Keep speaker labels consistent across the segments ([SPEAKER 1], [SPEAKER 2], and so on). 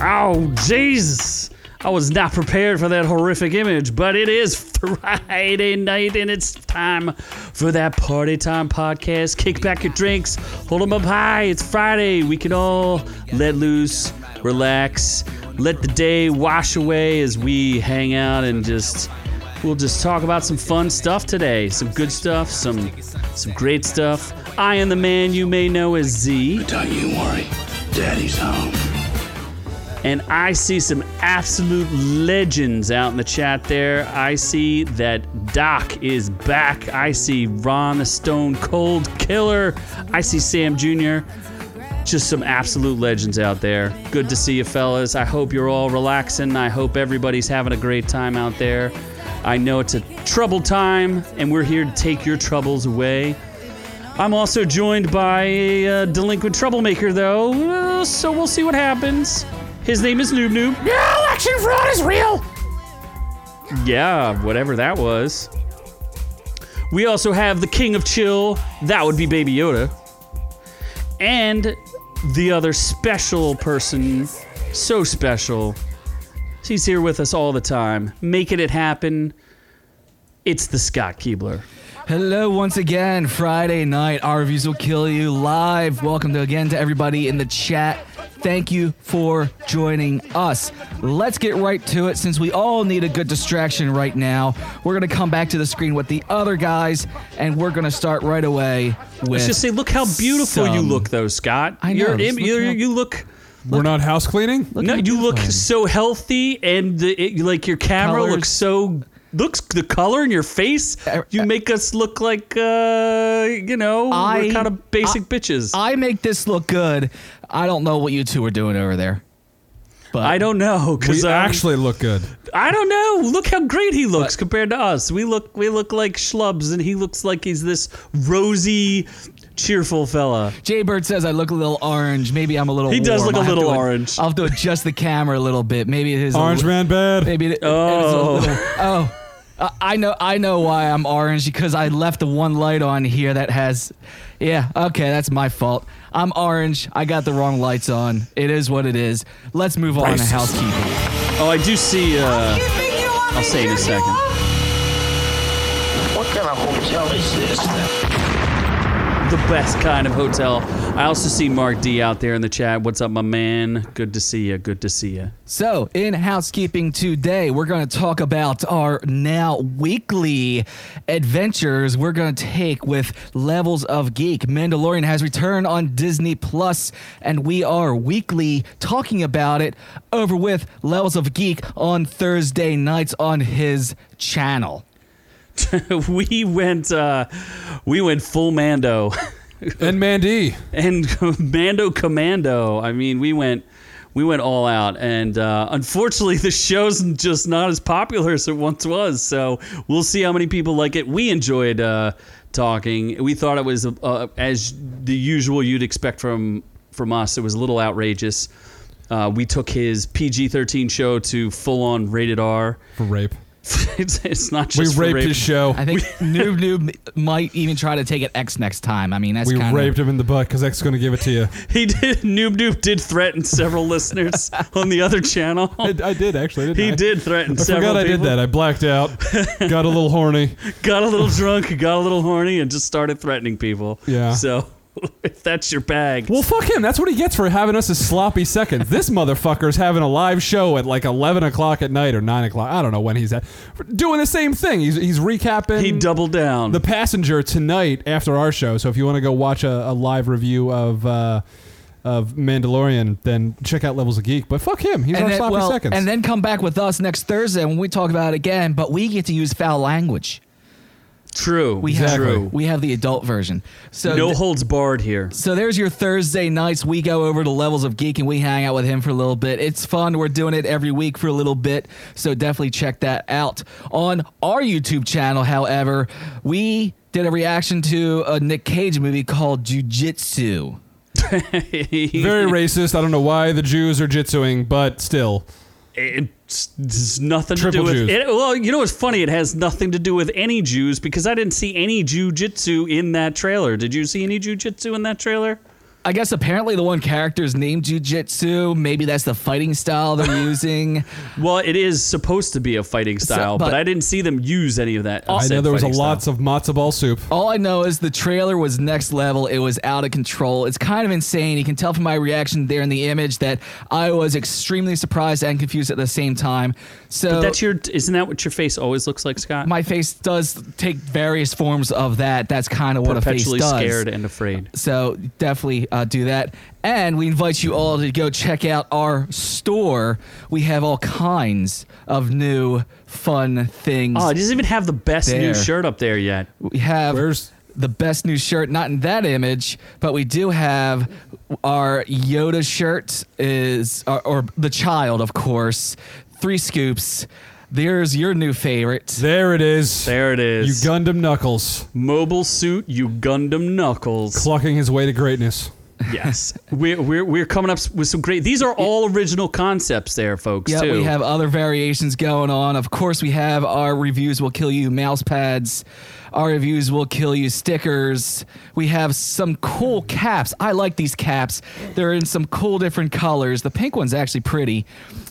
[SPEAKER 1] Oh, Jesus. I was not prepared for that horrific image, but it is Friday night and it's time for that Party Time podcast. Kick back your drinks, hold them up high. It's Friday. We can all let loose, relax, let the day wash away as we hang out and just we'll just talk about some fun stuff today. Some good stuff, some some great stuff. I am the man you may know as Z.
[SPEAKER 2] Don't you worry, Daddy's home.
[SPEAKER 1] And I see some absolute legends out in the chat there. I see that Doc is back. I see Ron the Stone Cold Killer. I see Sam Jr. Just some absolute legends out there. Good to see you, fellas. I hope you're all relaxing. I hope everybody's having a great time out there. I know it's a troubled time, and we're here to take your troubles away. I'm also joined by a uh, delinquent troublemaker, though, uh, so we'll see what happens. His name is Noob Noob.
[SPEAKER 3] No, election fraud is real.
[SPEAKER 1] Yeah, whatever that was. We also have the King of Chill. That would be Baby Yoda. And the other special person, so special. She's here with us all the time, making it happen. It's the Scott Keebler.
[SPEAKER 4] Hello once again, Friday night. Our reviews will kill you live. Welcome to again to everybody in the chat. Thank you for joining us. Let's get right to it since we all need a good distraction right now. We're gonna come back to the screen with the other guys, and we're gonna start right away with.
[SPEAKER 1] Let's just say, look how beautiful you
[SPEAKER 4] some-
[SPEAKER 1] look, though, Scott.
[SPEAKER 4] I know,
[SPEAKER 1] You're,
[SPEAKER 4] just
[SPEAKER 1] im- you're,
[SPEAKER 4] looking
[SPEAKER 1] you look.
[SPEAKER 5] We're not house cleaning.
[SPEAKER 1] no,
[SPEAKER 4] how
[SPEAKER 1] you look
[SPEAKER 4] beautiful.
[SPEAKER 1] so healthy, and the, it, like your camera
[SPEAKER 4] Colours.
[SPEAKER 1] looks so looks the color in your face.
[SPEAKER 4] Er-
[SPEAKER 1] You
[SPEAKER 4] er-
[SPEAKER 1] make us look like uh, you know
[SPEAKER 4] I-
[SPEAKER 1] we're kind of basic bitches. I,
[SPEAKER 4] I make this look good. I don't know what you two are doing over there, but
[SPEAKER 1] don't know
[SPEAKER 5] We
[SPEAKER 1] because
[SPEAKER 5] actually look good.
[SPEAKER 1] I don't know. Look how great he looks compared to us. We look we look like schlubs, and he looks like he's this rosy, cheerful fella.
[SPEAKER 4] Jay Bird says I look a little orange. Maybe I'm a little.
[SPEAKER 1] He does
[SPEAKER 4] warm.
[SPEAKER 1] look a
[SPEAKER 4] I'll have
[SPEAKER 1] little
[SPEAKER 4] to ad-
[SPEAKER 1] orange.
[SPEAKER 4] I'll have to adjust the camera a little bit. Maybe it is a
[SPEAKER 5] Orange
[SPEAKER 4] li-
[SPEAKER 5] man bad.
[SPEAKER 4] Maybe it, it is
[SPEAKER 1] Oh.
[SPEAKER 4] a little, oh. I- I know, I know why I'm orange because I left the one light on here that has, yeah, okay, that's my fault. I'm orange. I got the wrong lights on. It is what it is. Let's move on to
[SPEAKER 1] Racist.
[SPEAKER 4] housekeeping.
[SPEAKER 1] Oh, I do see. Uh, I'll say in a second.
[SPEAKER 2] What kind of hotel is this?
[SPEAKER 1] the best kind of hotel. I also see Mark D out there in the chat. What's up, my man? Good to see you. Good to see you.
[SPEAKER 4] So, in housekeeping today, we're going to talk about our now weekly adventures we're going to take with Levels of Geek. Mandalorian has returned on Disney Plus, and we are weekly talking about it over with Levels of Geek on Thursday nights on his channel.
[SPEAKER 1] we went uh, we went full Mando
[SPEAKER 5] And Mandy.
[SPEAKER 1] and Mando Commando. I mean, we went we went all out, and uh, unfortunately, the show's just not as popular as it once was. So we'll see how many people like it. We enjoyed uh, talking. We thought it was uh, as the usual you'd expect from from us. It was a little outrageous. Uh, we took his PG-13 show to full-on rated R.
[SPEAKER 5] For rape.
[SPEAKER 1] it's, it's not
[SPEAKER 5] We
[SPEAKER 1] just for
[SPEAKER 5] raped
[SPEAKER 1] rape.
[SPEAKER 5] his show.
[SPEAKER 4] I think Noob Noob might even try to take it X next time. I mean, that's
[SPEAKER 5] We
[SPEAKER 4] kind of.
[SPEAKER 5] raped him in the butt because X going to give it to you.
[SPEAKER 1] He did. Noob Noob did threaten several listeners on the other channel.
[SPEAKER 5] I, I did actually. Didn't
[SPEAKER 1] He
[SPEAKER 5] I?
[SPEAKER 1] did threaten
[SPEAKER 5] I
[SPEAKER 1] several
[SPEAKER 5] forgot I did
[SPEAKER 1] people.
[SPEAKER 5] that. I blacked out. Got a little horny.
[SPEAKER 1] Got a little drunk, got a little horny, and just started threatening people.
[SPEAKER 5] Yeah.
[SPEAKER 1] So if that's your bag,
[SPEAKER 5] Well, fuck him. That's what he gets for having us as sloppy seconds. This motherfucker's having a live show at like 11 o'clock at night or 9 o'clock. I don't know when he's at. Doing the same thing. He's, he's recapping.
[SPEAKER 1] he doubled down.
[SPEAKER 5] The Passenger tonight after our show. So if you want to go watch a, a live review of uh, of Mandalorian, then check out Levels of Geek. But fuck him, he's our sloppy
[SPEAKER 4] well,
[SPEAKER 5] seconds.
[SPEAKER 4] and then come back with us next Thursday when we talk about it again, but we get to use foul language.
[SPEAKER 1] true.
[SPEAKER 4] We
[SPEAKER 5] Exactly.
[SPEAKER 4] have
[SPEAKER 1] true.
[SPEAKER 4] we have the adult version. So
[SPEAKER 1] no
[SPEAKER 4] th-
[SPEAKER 1] holds barred here.
[SPEAKER 4] so there's your Thursday nights. We go over to Levels of Geek and we hang out with him for a little bit. It's fun. We're doing it every week for a little bit. So definitely check that out. On our YouTube channel, however, we did a reaction to a Nick Cage movie called Jujitsu.
[SPEAKER 5] Very racist. I don't know why the Jews are jitsuing, but still,
[SPEAKER 1] It's, it's nothing
[SPEAKER 5] Triple
[SPEAKER 1] to do with
[SPEAKER 5] Jews.
[SPEAKER 1] it. Well, you know what's funny? It has nothing to do with any Jews because I didn't see any jujitsu in that trailer. Did you see any jujitsu in that trailer?
[SPEAKER 4] I guess apparently the one character's named Jujitsu. Maybe that's the fighting style they're using.
[SPEAKER 1] Well, it is supposed to be a fighting style, but,
[SPEAKER 4] but-
[SPEAKER 1] I didn't see them use any of that.
[SPEAKER 5] I know
[SPEAKER 1] said
[SPEAKER 5] there was a
[SPEAKER 1] fighting
[SPEAKER 5] lots
[SPEAKER 1] style.
[SPEAKER 5] of matzo ball soup.
[SPEAKER 4] All I know is the trailer was next level. It was out of control. It's kind of insane. You can tell from my reaction there in the image that I was extremely surprised and confused at the same time. So
[SPEAKER 1] That's your. Isn't that what your face always looks like, Scott?
[SPEAKER 4] my face does take various forms of that. That's kind of what a face
[SPEAKER 1] perpetually
[SPEAKER 4] does. Uh,
[SPEAKER 1] scared and afraid.
[SPEAKER 4] So definitely uh, do that. And we invite you all to go check out our store. We have all kinds of new fun things.
[SPEAKER 1] Oh, it doesn't even have the best new
[SPEAKER 4] There.
[SPEAKER 1] shirt up there yet.
[SPEAKER 4] we have
[SPEAKER 5] Where's-
[SPEAKER 4] the best new shirt, not in that image, but we do have our Yoda shirt is or, or the child, of course. Three scoops. There's your new favorite.
[SPEAKER 5] There it is.
[SPEAKER 1] There it
[SPEAKER 5] You
[SPEAKER 1] is.
[SPEAKER 5] Gundam Knuckles,
[SPEAKER 1] Mobile suit, you Gundam Knuckles.
[SPEAKER 5] clucking his way to greatness.
[SPEAKER 1] yes. We're, we're, we're coming up s- with some great. These are all original concepts there, folks,
[SPEAKER 4] Yeah,
[SPEAKER 1] too.
[SPEAKER 4] we have other variations going on. Of course, we have our reviews will kill you mouse pads. Our reviews will kill you stickers. We have some cool caps. I like these caps. They're in some cool different colors. The pink one's actually pretty.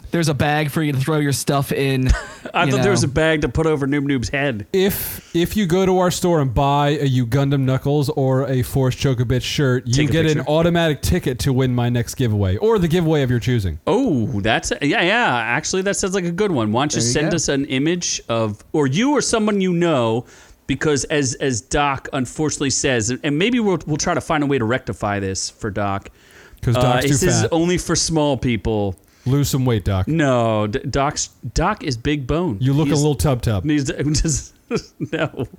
[SPEAKER 4] There's a bag for you to throw your stuff in.
[SPEAKER 1] I
[SPEAKER 4] you
[SPEAKER 1] thought there was a
[SPEAKER 4] know.
[SPEAKER 1] bag to put over Noob Noob's head.
[SPEAKER 5] If if you go to our store and buy a you Gundam Knuckles or a Force Chokobit shirt, you
[SPEAKER 1] Take a
[SPEAKER 5] get an
[SPEAKER 1] picture.
[SPEAKER 5] automatic ticket to win my next giveaway or the giveaway of your choosing.
[SPEAKER 1] Oh, that's yeah, yeah. Actually, that sounds like a good one. Why don't you
[SPEAKER 4] you
[SPEAKER 1] send
[SPEAKER 4] go.
[SPEAKER 1] us an image of, or you or someone you know, because as as Doc unfortunately says, and maybe we'll we'll try to find a way to rectify this for Doc.
[SPEAKER 5] 'Cause Doc's
[SPEAKER 1] it
[SPEAKER 5] too
[SPEAKER 1] says
[SPEAKER 5] fat.
[SPEAKER 1] only for small people.
[SPEAKER 5] Lose some weight, Doc.
[SPEAKER 1] No, D- Doc's Doc is big bone.
[SPEAKER 5] You look
[SPEAKER 1] He's-
[SPEAKER 5] a little tub tub.
[SPEAKER 1] He's, just, no.
[SPEAKER 5] Instead of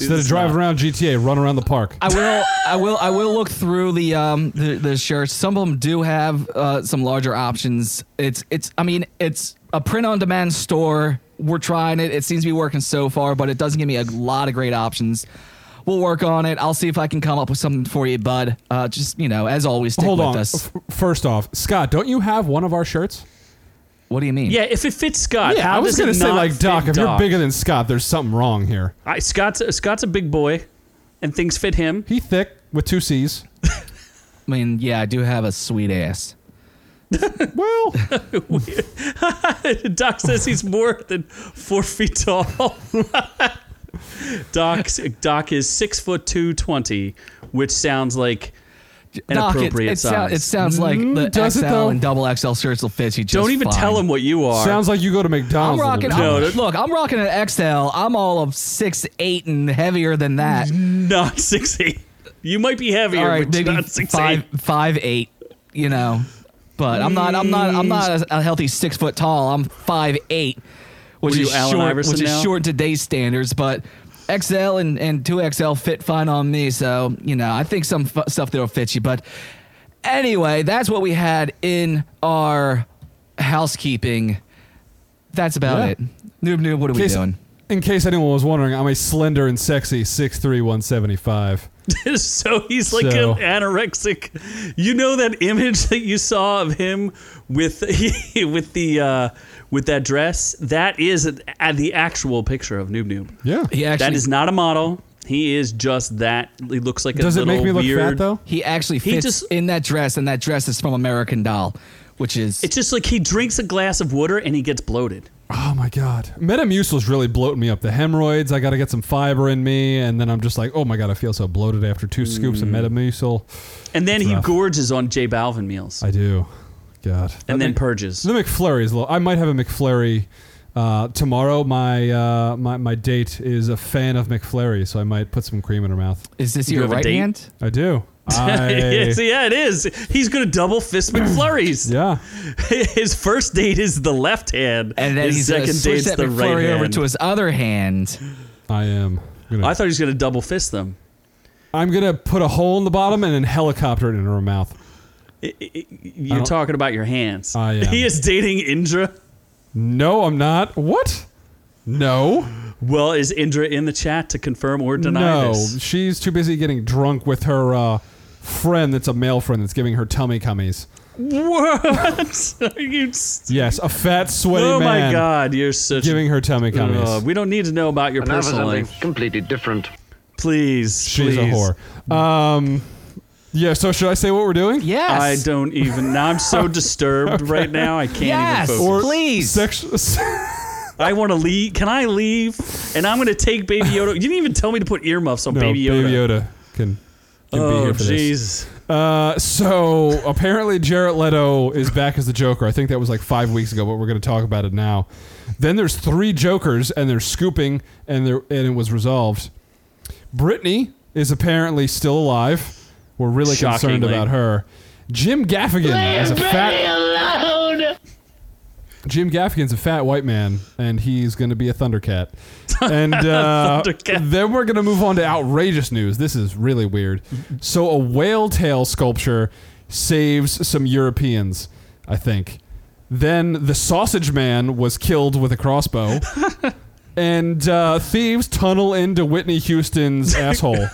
[SPEAKER 1] it's
[SPEAKER 5] driving
[SPEAKER 1] not.
[SPEAKER 5] around GTA, run around the park.
[SPEAKER 4] I will, I will, I will look through the um the, the shirts. Some of them do have uh, some larger options. It's it's. I mean, it's a print-on-demand store. We're trying it. It seems to be working so far, but it doesn't give me a lot of great options. We'll work on it. I'll see if I can come up with something for you, bud. Uh, just you know, as always, stick
[SPEAKER 5] Hold
[SPEAKER 4] with
[SPEAKER 5] on.
[SPEAKER 4] us.
[SPEAKER 5] F- First off, Scott, don't you have one of our shirts?
[SPEAKER 4] What do you mean?
[SPEAKER 1] Yeah, if it fits Scott,
[SPEAKER 5] Yeah,
[SPEAKER 1] how
[SPEAKER 5] I was
[SPEAKER 1] does it
[SPEAKER 5] gonna say
[SPEAKER 1] not
[SPEAKER 5] like
[SPEAKER 1] fit
[SPEAKER 5] Doc. If you're
[SPEAKER 1] Doc?
[SPEAKER 5] bigger than Scott, there's something wrong here.
[SPEAKER 1] I, Scott's Scott's a big boy, and things fit him.
[SPEAKER 5] He thick with two C's.
[SPEAKER 4] I mean, yeah, I do have a sweet ass.
[SPEAKER 5] Well,
[SPEAKER 1] Doc says he's more than four feet tall. Doc Doc is six foot two twenty, which sounds like an
[SPEAKER 4] Doc, it-
[SPEAKER 1] appropriate
[SPEAKER 4] it,
[SPEAKER 1] size.
[SPEAKER 4] sound- it sounds like the
[SPEAKER 5] Mm, does it,
[SPEAKER 4] XL
[SPEAKER 5] though?
[SPEAKER 4] and double XL shirts will fit you just
[SPEAKER 1] Don't even
[SPEAKER 4] fine.
[SPEAKER 1] tell him what you are.
[SPEAKER 5] sounds like you go to
[SPEAKER 4] I'm
[SPEAKER 5] McDonald's. a
[SPEAKER 4] rocking.
[SPEAKER 5] little
[SPEAKER 1] No,
[SPEAKER 5] too
[SPEAKER 1] that-
[SPEAKER 4] I'm- look, I'm rocking an XL. I'm all of six eight and heavier than that.
[SPEAKER 1] not six eight. You might be heavier,
[SPEAKER 4] all right,
[SPEAKER 1] but you're
[SPEAKER 4] maybe
[SPEAKER 1] not six
[SPEAKER 4] five
[SPEAKER 1] eight.
[SPEAKER 4] five eight. You know, but I'm not. I'm not. I'm not
[SPEAKER 1] Mm.
[SPEAKER 4] a, a healthy six foot tall. I'm five eight, which
[SPEAKER 1] Were you
[SPEAKER 4] is
[SPEAKER 1] Allen
[SPEAKER 4] short.
[SPEAKER 1] Iverson
[SPEAKER 4] which
[SPEAKER 1] now?
[SPEAKER 4] is short in today's standards, but. XL and, and 2XL fit fine on me, so you know I think some f- stuff that'll fit you. But anyway, that's what we had in our housekeeping. That's about
[SPEAKER 5] Yeah.
[SPEAKER 4] it. Noob noob, what are
[SPEAKER 5] In
[SPEAKER 4] we
[SPEAKER 5] case,
[SPEAKER 4] doing?
[SPEAKER 5] in case anyone was wondering, I'm a slender and sexy 6'3", 175.
[SPEAKER 1] so he's like
[SPEAKER 5] So-
[SPEAKER 1] an anorexic. You know that image that you saw of him with with the uh, with that dress? That is uh, the actual picture of Noob Noob.
[SPEAKER 5] Yeah.
[SPEAKER 4] He actually
[SPEAKER 1] that is not a model. He is just that. He looks like a
[SPEAKER 5] Does it
[SPEAKER 1] little
[SPEAKER 5] make me look
[SPEAKER 1] weird.
[SPEAKER 5] fat though?
[SPEAKER 4] He actually
[SPEAKER 1] He
[SPEAKER 4] fits
[SPEAKER 1] just-
[SPEAKER 4] in that dress, and that dress is from American Doll, which is
[SPEAKER 1] It's just like he drinks a glass of water and he gets bloated.
[SPEAKER 5] Oh my god. Metamucil's really bloating me up. The hemorrhoids, I got to get some fiber in me and then I'm just like, "Oh my god, I feel so bloated after two scoops
[SPEAKER 1] Hmm.
[SPEAKER 5] of Metamucil."
[SPEAKER 1] And then he
[SPEAKER 5] rough.
[SPEAKER 1] gorges on J Balvin meals
[SPEAKER 5] I do. God.
[SPEAKER 1] and then
[SPEAKER 5] That
[SPEAKER 1] purges.
[SPEAKER 5] The McFlurry is low. I might have a McFlurry uh, tomorrow. My, uh, my my date is a fan of McFlurry, so I might put some cream in her mouth.
[SPEAKER 4] is this
[SPEAKER 1] You
[SPEAKER 4] your
[SPEAKER 1] have a
[SPEAKER 4] right
[SPEAKER 1] date?
[SPEAKER 4] hand?
[SPEAKER 5] I do.
[SPEAKER 1] yeah,
[SPEAKER 5] I,
[SPEAKER 1] see, yeah, it is. He's going to double fist McFlurries.
[SPEAKER 5] yeah.
[SPEAKER 1] His first date is the left hand,
[SPEAKER 4] And then
[SPEAKER 1] his
[SPEAKER 4] he's gonna
[SPEAKER 1] second
[SPEAKER 4] switch
[SPEAKER 1] date's
[SPEAKER 4] that
[SPEAKER 1] the right
[SPEAKER 4] McFlurry
[SPEAKER 1] hand.
[SPEAKER 4] over to his other hand.
[SPEAKER 5] I am. Gonna,
[SPEAKER 1] I thought he was going to double fist them.
[SPEAKER 5] I'm gonna put a hole in the bottom and then helicopter it in her mouth.
[SPEAKER 1] I- I- I- You're
[SPEAKER 5] don't-
[SPEAKER 1] talking about your hands.
[SPEAKER 5] Oh. I am.
[SPEAKER 1] He is dating Indra.
[SPEAKER 5] No, I'm not. What? No,
[SPEAKER 1] Well, is Indra in the chat to confirm or deny
[SPEAKER 5] no.
[SPEAKER 1] this?
[SPEAKER 5] She's too busy getting drunk with her uh, friend. That's a male friend that's giving her tummy cummies.
[SPEAKER 1] What? Are you s-
[SPEAKER 5] Yes, a fat, sweaty
[SPEAKER 1] oh
[SPEAKER 5] man
[SPEAKER 1] my god, you're such
[SPEAKER 5] giving her tummy cummies.
[SPEAKER 1] Uh, we don't need to know about your
[SPEAKER 6] Now for
[SPEAKER 1] personal
[SPEAKER 6] something
[SPEAKER 1] life.
[SPEAKER 6] completely different.
[SPEAKER 1] Please,
[SPEAKER 5] She's
[SPEAKER 1] please.
[SPEAKER 5] a whore. Um, Yeah, so should I say what we're doing?
[SPEAKER 4] Yes.
[SPEAKER 1] I don't even. Now I'm so disturbed right now. I can't
[SPEAKER 4] Yes.
[SPEAKER 1] even focus.
[SPEAKER 4] Or- Please.
[SPEAKER 5] Sex-
[SPEAKER 1] I want to leave. Can I leave? And I'm gonna take Baby Yoda. You didn't even tell me to put earmuffs on
[SPEAKER 5] No,
[SPEAKER 1] Baby Yoda.
[SPEAKER 5] can, can be
[SPEAKER 1] Oh
[SPEAKER 5] here for this.
[SPEAKER 1] jeez.
[SPEAKER 5] Uh, so apparently Jared Leto is back as the Joker. I think that was like five weeks ago, but we're going to talk about it now. Then there's three Jokers, and they're scooping, and they're, and it was resolved. Brittany is apparently still alive. We're really concerned
[SPEAKER 1] Shockingly.
[SPEAKER 5] about her. Jim Gaffigan is a fat. Jim Gaffigan's a fat white man, and he's going to be a Thundercat. And uh,
[SPEAKER 1] Thundercat.
[SPEAKER 5] then we're going to move on to outrageous news. This is really weird. So, a whale tail sculpture saves some Europeans, I think. Then the sausage man was killed with a crossbow. and uh, thieves tunnel into Whitney Houston's asshole.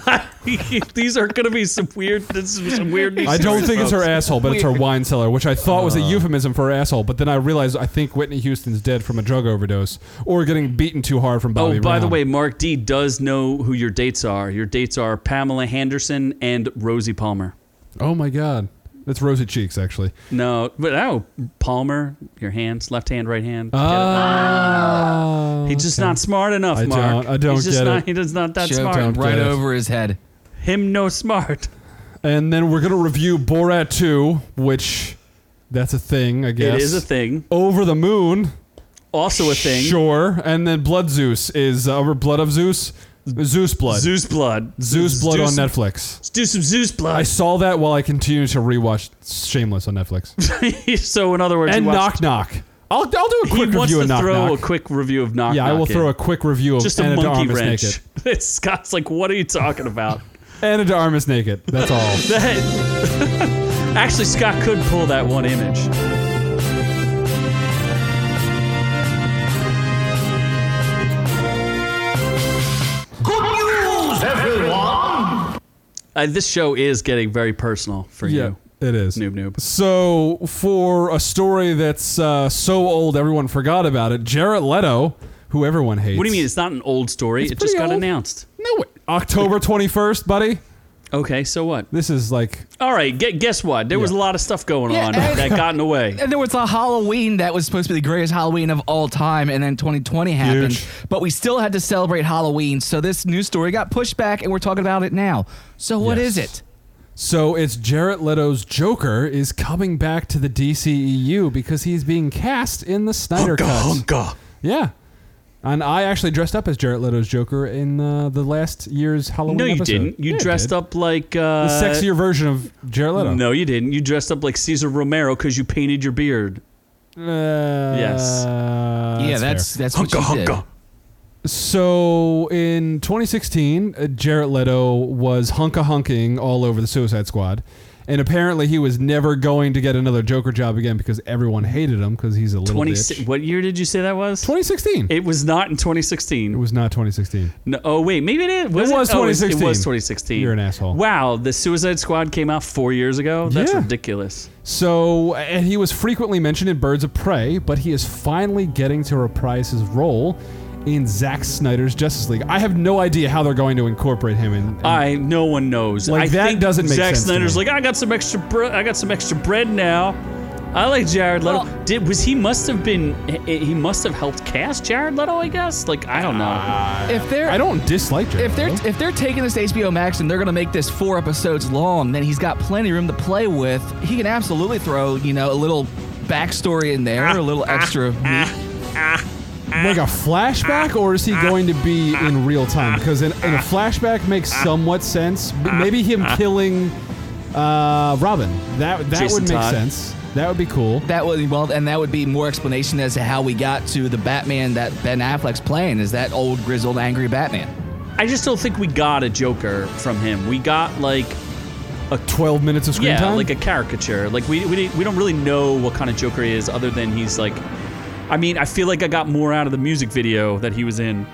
[SPEAKER 1] These are gonna be some weird. This is some weird.
[SPEAKER 5] I don't think it's her
[SPEAKER 1] folks. Uh.
[SPEAKER 5] asshole, but it's her wine cellar, which I thought was a euphemism for her asshole. But then I realized I think Whitney Houston's dead from a drug overdose or getting beaten too hard from Bobby
[SPEAKER 1] Oh, by the
[SPEAKER 5] Brown.
[SPEAKER 1] way, Mark D does know who your dates are. Your dates are Pamela Henderson and Rosie Palmer.
[SPEAKER 5] Oh my God. That's Rosy Cheeks, actually.
[SPEAKER 1] No, but oh, Palmer, your hands, left hand, right hand. Get it?
[SPEAKER 5] Uh, Ah.
[SPEAKER 1] He's just not smart enough,
[SPEAKER 5] I
[SPEAKER 1] Mark.
[SPEAKER 5] don't- I don't
[SPEAKER 1] He's just
[SPEAKER 5] get
[SPEAKER 1] not,
[SPEAKER 5] it.
[SPEAKER 1] He does not that
[SPEAKER 4] Joke
[SPEAKER 1] smart.
[SPEAKER 4] him right
[SPEAKER 5] Yes.
[SPEAKER 4] over his head.
[SPEAKER 1] Him no smart.
[SPEAKER 5] And then we're going to review Borat 2, which that's a thing, I guess.
[SPEAKER 1] It is a thing.
[SPEAKER 5] Over the Moon.
[SPEAKER 1] Also a thing.
[SPEAKER 5] Sure. And then Blood Zeus is, uh, or Blood of Zeus? Zeus Blood.
[SPEAKER 1] Zeus blood.
[SPEAKER 5] Zeus Blood
[SPEAKER 1] do
[SPEAKER 5] on
[SPEAKER 1] some-
[SPEAKER 5] Netflix.
[SPEAKER 1] Let's do some Zeus
[SPEAKER 5] I
[SPEAKER 1] blood.
[SPEAKER 5] saw that while I continue to rewatch Shameless on Netflix.
[SPEAKER 1] so in other words,
[SPEAKER 5] and
[SPEAKER 1] you watch-
[SPEAKER 5] knock knock. I'll, I'll do a
[SPEAKER 1] He
[SPEAKER 5] quick
[SPEAKER 1] wants
[SPEAKER 5] review
[SPEAKER 1] to
[SPEAKER 5] of knock
[SPEAKER 1] throw
[SPEAKER 5] knock.
[SPEAKER 1] a quick review of knock.
[SPEAKER 5] yeah, I will
[SPEAKER 1] Knock in.
[SPEAKER 5] throw a quick review of
[SPEAKER 1] just a
[SPEAKER 5] Anna de
[SPEAKER 1] monkey
[SPEAKER 5] Armas
[SPEAKER 1] wrench.
[SPEAKER 5] naked.
[SPEAKER 1] Scott's like, what are you talking about?
[SPEAKER 5] Anna de Armas naked. That's all.
[SPEAKER 1] That- Actually, Scott could pull that one image. Uh, this show is getting very personal for
[SPEAKER 5] yeah,
[SPEAKER 1] you.
[SPEAKER 5] it is.
[SPEAKER 1] Noob noob.
[SPEAKER 5] So for a story that's uh, so old everyone forgot about it, Jared Leto, who everyone hates.
[SPEAKER 1] What do you mean? It's not an old story.
[SPEAKER 5] It's
[SPEAKER 1] it just
[SPEAKER 5] pretty
[SPEAKER 1] got
[SPEAKER 5] old.
[SPEAKER 1] announced.
[SPEAKER 5] No, way. October twenty first, buddy.
[SPEAKER 1] Okay, so what?
[SPEAKER 5] This is like
[SPEAKER 1] All right, gu- guess what? There was a
[SPEAKER 5] Yeah.
[SPEAKER 1] lot of stuff going
[SPEAKER 4] Yeah,
[SPEAKER 1] on
[SPEAKER 4] and-
[SPEAKER 1] that got in the way.
[SPEAKER 4] And there was a Halloween that was supposed to be the greatest Halloween of all time, and then 2020 happened.
[SPEAKER 5] Huge.
[SPEAKER 4] But we still had to celebrate Halloween, so this news story got pushed back, and we're talking about it now. So what
[SPEAKER 5] Yes.
[SPEAKER 4] is it?
[SPEAKER 5] so it's Jared Leto's Joker is coming back to the DCEU because he's being cast in the Snyder Cut. Yeah. And I actually dressed up as Jared Leto's Joker in uh, the last year's Halloween
[SPEAKER 1] No, you
[SPEAKER 5] episode.
[SPEAKER 1] didn't. You
[SPEAKER 5] Yeah, I
[SPEAKER 1] dressed
[SPEAKER 5] did.
[SPEAKER 1] up like uh,
[SPEAKER 5] The sexier version of Jared Leto.
[SPEAKER 1] No, you didn't. You dressed up like Caesar Romero because you painted your beard.
[SPEAKER 5] Uh,
[SPEAKER 1] Yes.
[SPEAKER 4] yeah, that's
[SPEAKER 5] fair.
[SPEAKER 4] that's what you did.
[SPEAKER 5] So in 2016, uh, Jared Leto was hunka hunking all over the Suicide Squad. And apparently he was never going to get another Joker job again because everyone hated him because he's a little
[SPEAKER 1] Twenty.
[SPEAKER 5] bitch.
[SPEAKER 1] What year did you say that was?
[SPEAKER 5] 2016. It
[SPEAKER 1] It was not in 2016.
[SPEAKER 5] was not 2016.
[SPEAKER 1] No, oh wait, maybe it is. Was
[SPEAKER 5] It was
[SPEAKER 1] Oh, it's- it
[SPEAKER 5] 2016.
[SPEAKER 1] was 2016.
[SPEAKER 5] You're an asshole.
[SPEAKER 1] Wow, the Suicide Squad came out four years ago. That's
[SPEAKER 5] Yeah.
[SPEAKER 1] ridiculous.
[SPEAKER 5] So, and he was frequently mentioned in Birds of Prey, but he is finally getting to reprise his role in Zack Snyder's Justice League. I have no idea how they're going to incorporate him in. in-
[SPEAKER 1] I no one knows.
[SPEAKER 5] Like,
[SPEAKER 1] I
[SPEAKER 5] that
[SPEAKER 1] think
[SPEAKER 5] doesn't make
[SPEAKER 1] Zack
[SPEAKER 5] sense to
[SPEAKER 1] Snyder's
[SPEAKER 5] me.
[SPEAKER 1] like, I got some extra. Bre- I got some extra bread now. I like Jared Leto. Did was he must have been? He he must have helped cast Jared Leto. I guess. Like I don't know.
[SPEAKER 4] If they're
[SPEAKER 5] I don't dislike Jared
[SPEAKER 4] if they're
[SPEAKER 1] Mm-hmm.
[SPEAKER 5] Leto.
[SPEAKER 4] if they're taking this to HBO Max and they're gonna make this four episodes long, then he's got plenty of room to play with. He can absolutely throw you know a little backstory in there, a little extra. meat.
[SPEAKER 5] like a flashback, or is he going to be in real time? Because in, in a flashback makes somewhat sense. B- Maybe him killing uh, Robin. That that
[SPEAKER 1] Jason
[SPEAKER 5] would make
[SPEAKER 1] Todd.
[SPEAKER 5] sense. That would be cool.
[SPEAKER 4] That would well, and that would be more explanation as to how we got to the Batman that Ben Affleck's playing is that old grizzled angry Batman.
[SPEAKER 1] I just don't think we got a Joker from him. We got like
[SPEAKER 5] Twelve minutes of screen
[SPEAKER 1] yeah,
[SPEAKER 5] time.
[SPEAKER 1] like a caricature. Like we, we didn't- we don't really know what kind of Joker he is, other than he's like. I mean, I feel like I got more out of the music video that he was in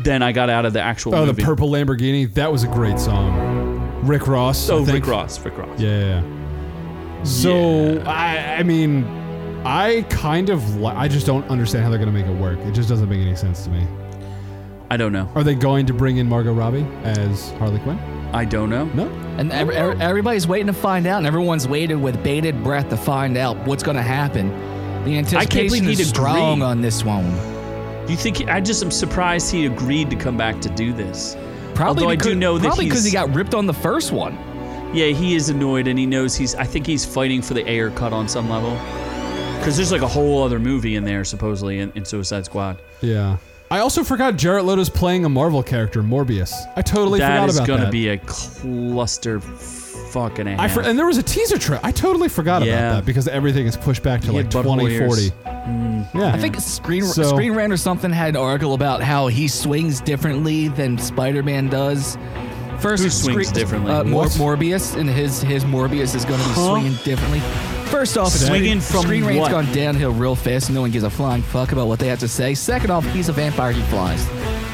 [SPEAKER 1] than I got out of the actual.
[SPEAKER 5] oh, the
[SPEAKER 1] movie.
[SPEAKER 5] purple Lamborghini. That was a great song. Rick Ross. I
[SPEAKER 1] Oh, Rick
[SPEAKER 5] think.
[SPEAKER 1] Ross, Rick Ross.
[SPEAKER 5] Yeah. So I, I mean, I kind of, li- I just don't understand how they're gonna make it work. It just doesn't make any sense to me.
[SPEAKER 1] I don't know.
[SPEAKER 5] Are they going to bring in Margot Robbie as Harley Quinn?
[SPEAKER 1] I don't know.
[SPEAKER 5] No.
[SPEAKER 4] And ev- ev- everybody's waiting to find out, and everyone's waited with bated breath to find out what's going to happen. The anticipation
[SPEAKER 1] believe
[SPEAKER 4] is
[SPEAKER 1] he'd
[SPEAKER 4] strong
[SPEAKER 1] agree.
[SPEAKER 4] on this one.
[SPEAKER 1] Do you think? He, I just am surprised he agreed to come back to do this.
[SPEAKER 4] Probably
[SPEAKER 1] Although I
[SPEAKER 4] because,
[SPEAKER 1] do know that
[SPEAKER 4] probably because he
[SPEAKER 1] he's-
[SPEAKER 4] got ripped on the first one.
[SPEAKER 1] Yeah, he is annoyed, and he knows he's. I think he's fighting for the air cut on some level. Because there's like a whole other movie in there, supposedly, in, in Suicide Squad.
[SPEAKER 5] Yeah. I also forgot Jarrett Leto's playing a Marvel character, Morbius. I totally
[SPEAKER 1] that
[SPEAKER 5] forgot
[SPEAKER 1] is
[SPEAKER 5] about
[SPEAKER 1] gonna
[SPEAKER 5] that.
[SPEAKER 1] be a cluster fucking
[SPEAKER 5] I for- and there was a teaser trip. I totally forgot
[SPEAKER 1] Yeah.
[SPEAKER 5] about that because everything is pushed back to
[SPEAKER 1] He
[SPEAKER 5] like
[SPEAKER 1] had butthole
[SPEAKER 5] 2040.
[SPEAKER 1] ears. Mm.
[SPEAKER 5] Yeah.
[SPEAKER 4] I think Screen
[SPEAKER 5] So-
[SPEAKER 4] Screen Rant or something had an article about how he swings differently than Spider-Man does. First,
[SPEAKER 1] Who swings
[SPEAKER 4] Screen-
[SPEAKER 1] differently?
[SPEAKER 4] Uh, Mor-
[SPEAKER 5] What?
[SPEAKER 4] Morbius and his his Morbius is going to be swinging differently. First off,
[SPEAKER 1] Swinging
[SPEAKER 4] Screen,
[SPEAKER 1] from
[SPEAKER 4] Screen Rant's
[SPEAKER 1] what?
[SPEAKER 4] gone downhill real fast. No one gives a flying fuck about what they have to say. Second off, he's a vampire. He flies.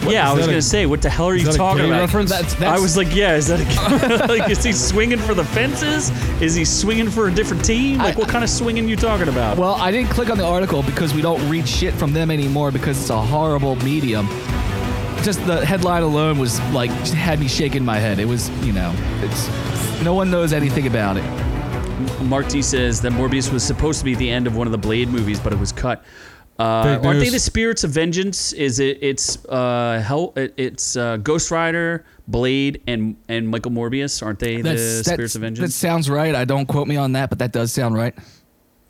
[SPEAKER 1] yeah, I
[SPEAKER 5] is
[SPEAKER 1] was
[SPEAKER 5] that a-
[SPEAKER 1] gonna say, what the hell are you
[SPEAKER 5] that a
[SPEAKER 1] talking
[SPEAKER 5] gay
[SPEAKER 1] about?
[SPEAKER 5] reference?
[SPEAKER 4] That's, that's,
[SPEAKER 1] I was like, yeah, is that a, like is he swinging for the fences? Is he swinging for a different team? Like,
[SPEAKER 4] I-
[SPEAKER 1] what kind of swinging you talking about?
[SPEAKER 4] Well, I didn't click on the article because we don't read shit from them anymore because it's a horrible medium. Just the headline alone was like had me shaking my head. It was, you know, it's no one knows anything about it.
[SPEAKER 1] Mark D says that Morbius was supposed to be the end of one of the Blade movies, but it was cut. Uh,
[SPEAKER 5] Fake
[SPEAKER 1] aren't they
[SPEAKER 5] news.
[SPEAKER 1] the spirits of vengeance? Is it? It's uh, hell. it- It's uh, Ghost Rider, Blade, and and Michael Morbius. Aren't they the spirits of
[SPEAKER 4] That
[SPEAKER 1] vengeance?
[SPEAKER 4] sounds right. I don't quote me on that, but that does sound right. I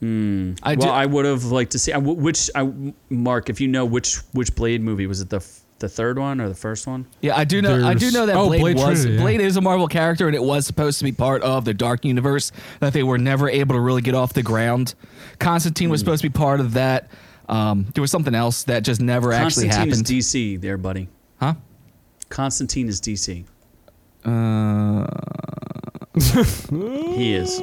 [SPEAKER 4] do.
[SPEAKER 1] Hmm. well, I would have liked to see I w which. I, Mark, if you know which which Blade movie was it the f- the third one or the first one?
[SPEAKER 4] yeah, I do know. I do
[SPEAKER 5] There's-
[SPEAKER 4] know that
[SPEAKER 5] oh,
[SPEAKER 4] Blade,
[SPEAKER 5] Blade
[SPEAKER 4] was
[SPEAKER 5] Trinity, yeah.
[SPEAKER 4] Blade is a Marvel character, and it was supposed to be part of the Dark Universe that they were never able to really get off the ground. Constantine
[SPEAKER 1] Hmm.
[SPEAKER 4] was supposed to be part of that. Um, there was something else that just never actually
[SPEAKER 1] Constantine
[SPEAKER 4] happened.
[SPEAKER 1] is DC, there, buddy.
[SPEAKER 4] Huh?
[SPEAKER 1] Constantine is DC. Uh, he is.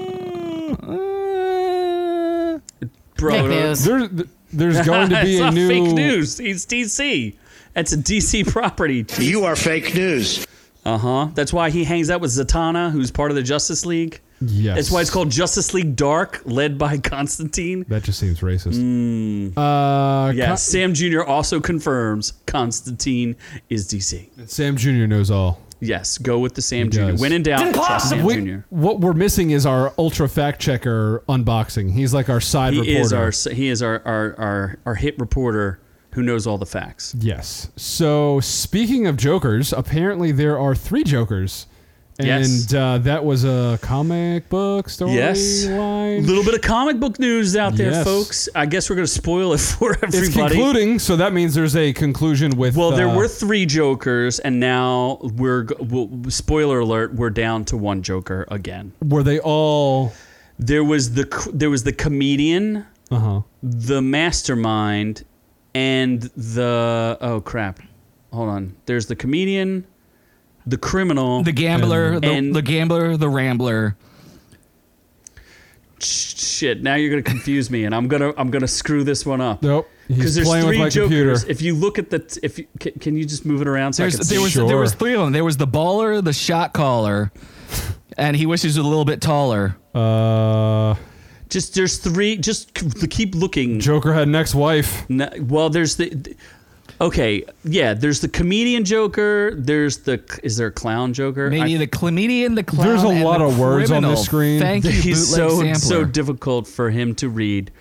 [SPEAKER 1] Bro,
[SPEAKER 6] Fake news.
[SPEAKER 5] there's Mm, uh, there's going to be
[SPEAKER 1] it's
[SPEAKER 5] a
[SPEAKER 1] not
[SPEAKER 5] new
[SPEAKER 1] fake news. It's DC. That's a DC property.
[SPEAKER 2] You are fake news.
[SPEAKER 1] Uh
[SPEAKER 4] Uh-huh.
[SPEAKER 1] huh. That's why he hangs out with Zatanna, who's part of the Justice League.
[SPEAKER 5] Yes.
[SPEAKER 1] That's why it's called Justice League Dark, led by Constantine.
[SPEAKER 5] That just seems racist.
[SPEAKER 1] Mm.
[SPEAKER 5] Uh,
[SPEAKER 1] Yeah,
[SPEAKER 5] Con-
[SPEAKER 1] Sam Jr. also confirms Constantine is DC.
[SPEAKER 5] Sam Jr. knows all.
[SPEAKER 1] Yes, go with the Sam Jr.
[SPEAKER 5] does.
[SPEAKER 1] When in doubt, trust Sam
[SPEAKER 5] We-
[SPEAKER 1] Jr.
[SPEAKER 5] what we're missing is our ultra fact checker unboxing. He's like our side
[SPEAKER 1] He
[SPEAKER 5] reporter.
[SPEAKER 1] is our he is our, our our our hit reporter who knows all the facts.
[SPEAKER 5] Yes. So speaking of Jokers, apparently there are three Jokers. And
[SPEAKER 1] Yes.
[SPEAKER 5] uh, that was a comic book
[SPEAKER 1] Yes. A
[SPEAKER 5] storyline.
[SPEAKER 1] little bit of comic book news out there,
[SPEAKER 5] Yes.
[SPEAKER 1] folks. I guess we're going to spoil it for
[SPEAKER 5] It's
[SPEAKER 1] everybody.
[SPEAKER 5] concluding, so that means there's a conclusion with.
[SPEAKER 1] well, there
[SPEAKER 5] uh,
[SPEAKER 1] were three Jokers, and now we're g- well, spoiler alert. We're down to one Joker again.
[SPEAKER 5] Were they all?
[SPEAKER 1] There was the c- there was the comedian,
[SPEAKER 5] Uh huh.
[SPEAKER 1] the mastermind, and the oh crap, hold on. There's the comedian, the criminal,
[SPEAKER 4] The gambler, the,
[SPEAKER 1] And-
[SPEAKER 4] the gambler, the rambler.
[SPEAKER 1] Sh- shit now you're gonna confuse me and i'm gonna i'm gonna screw this one up
[SPEAKER 5] Nope.
[SPEAKER 1] because
[SPEAKER 5] He's
[SPEAKER 1] there's
[SPEAKER 5] playing
[SPEAKER 1] three
[SPEAKER 5] with my
[SPEAKER 1] jokers
[SPEAKER 5] computer.
[SPEAKER 1] if you look at the t- if you, can, can you just move it around so
[SPEAKER 4] There's,
[SPEAKER 1] I can see?
[SPEAKER 4] there was there
[SPEAKER 5] Sure.
[SPEAKER 4] was three of them. There was the baller, the shot caller, and he wishes he was a little bit taller.
[SPEAKER 5] Uh,
[SPEAKER 1] just there's three just c- keep looking
[SPEAKER 5] Joker had an ex-wife.
[SPEAKER 1] No, well there's the th- okay yeah there's the comedian joker there's the is there a clown joker
[SPEAKER 4] Maybe
[SPEAKER 1] I-
[SPEAKER 4] the comedian, the clown.
[SPEAKER 5] There's a
[SPEAKER 4] and
[SPEAKER 5] lot
[SPEAKER 4] the
[SPEAKER 5] of words on
[SPEAKER 4] criminal.
[SPEAKER 5] this screen.
[SPEAKER 4] Thank you,
[SPEAKER 1] he's
[SPEAKER 4] bootleg
[SPEAKER 1] so so
[SPEAKER 4] sampler.
[SPEAKER 1] difficult for him to read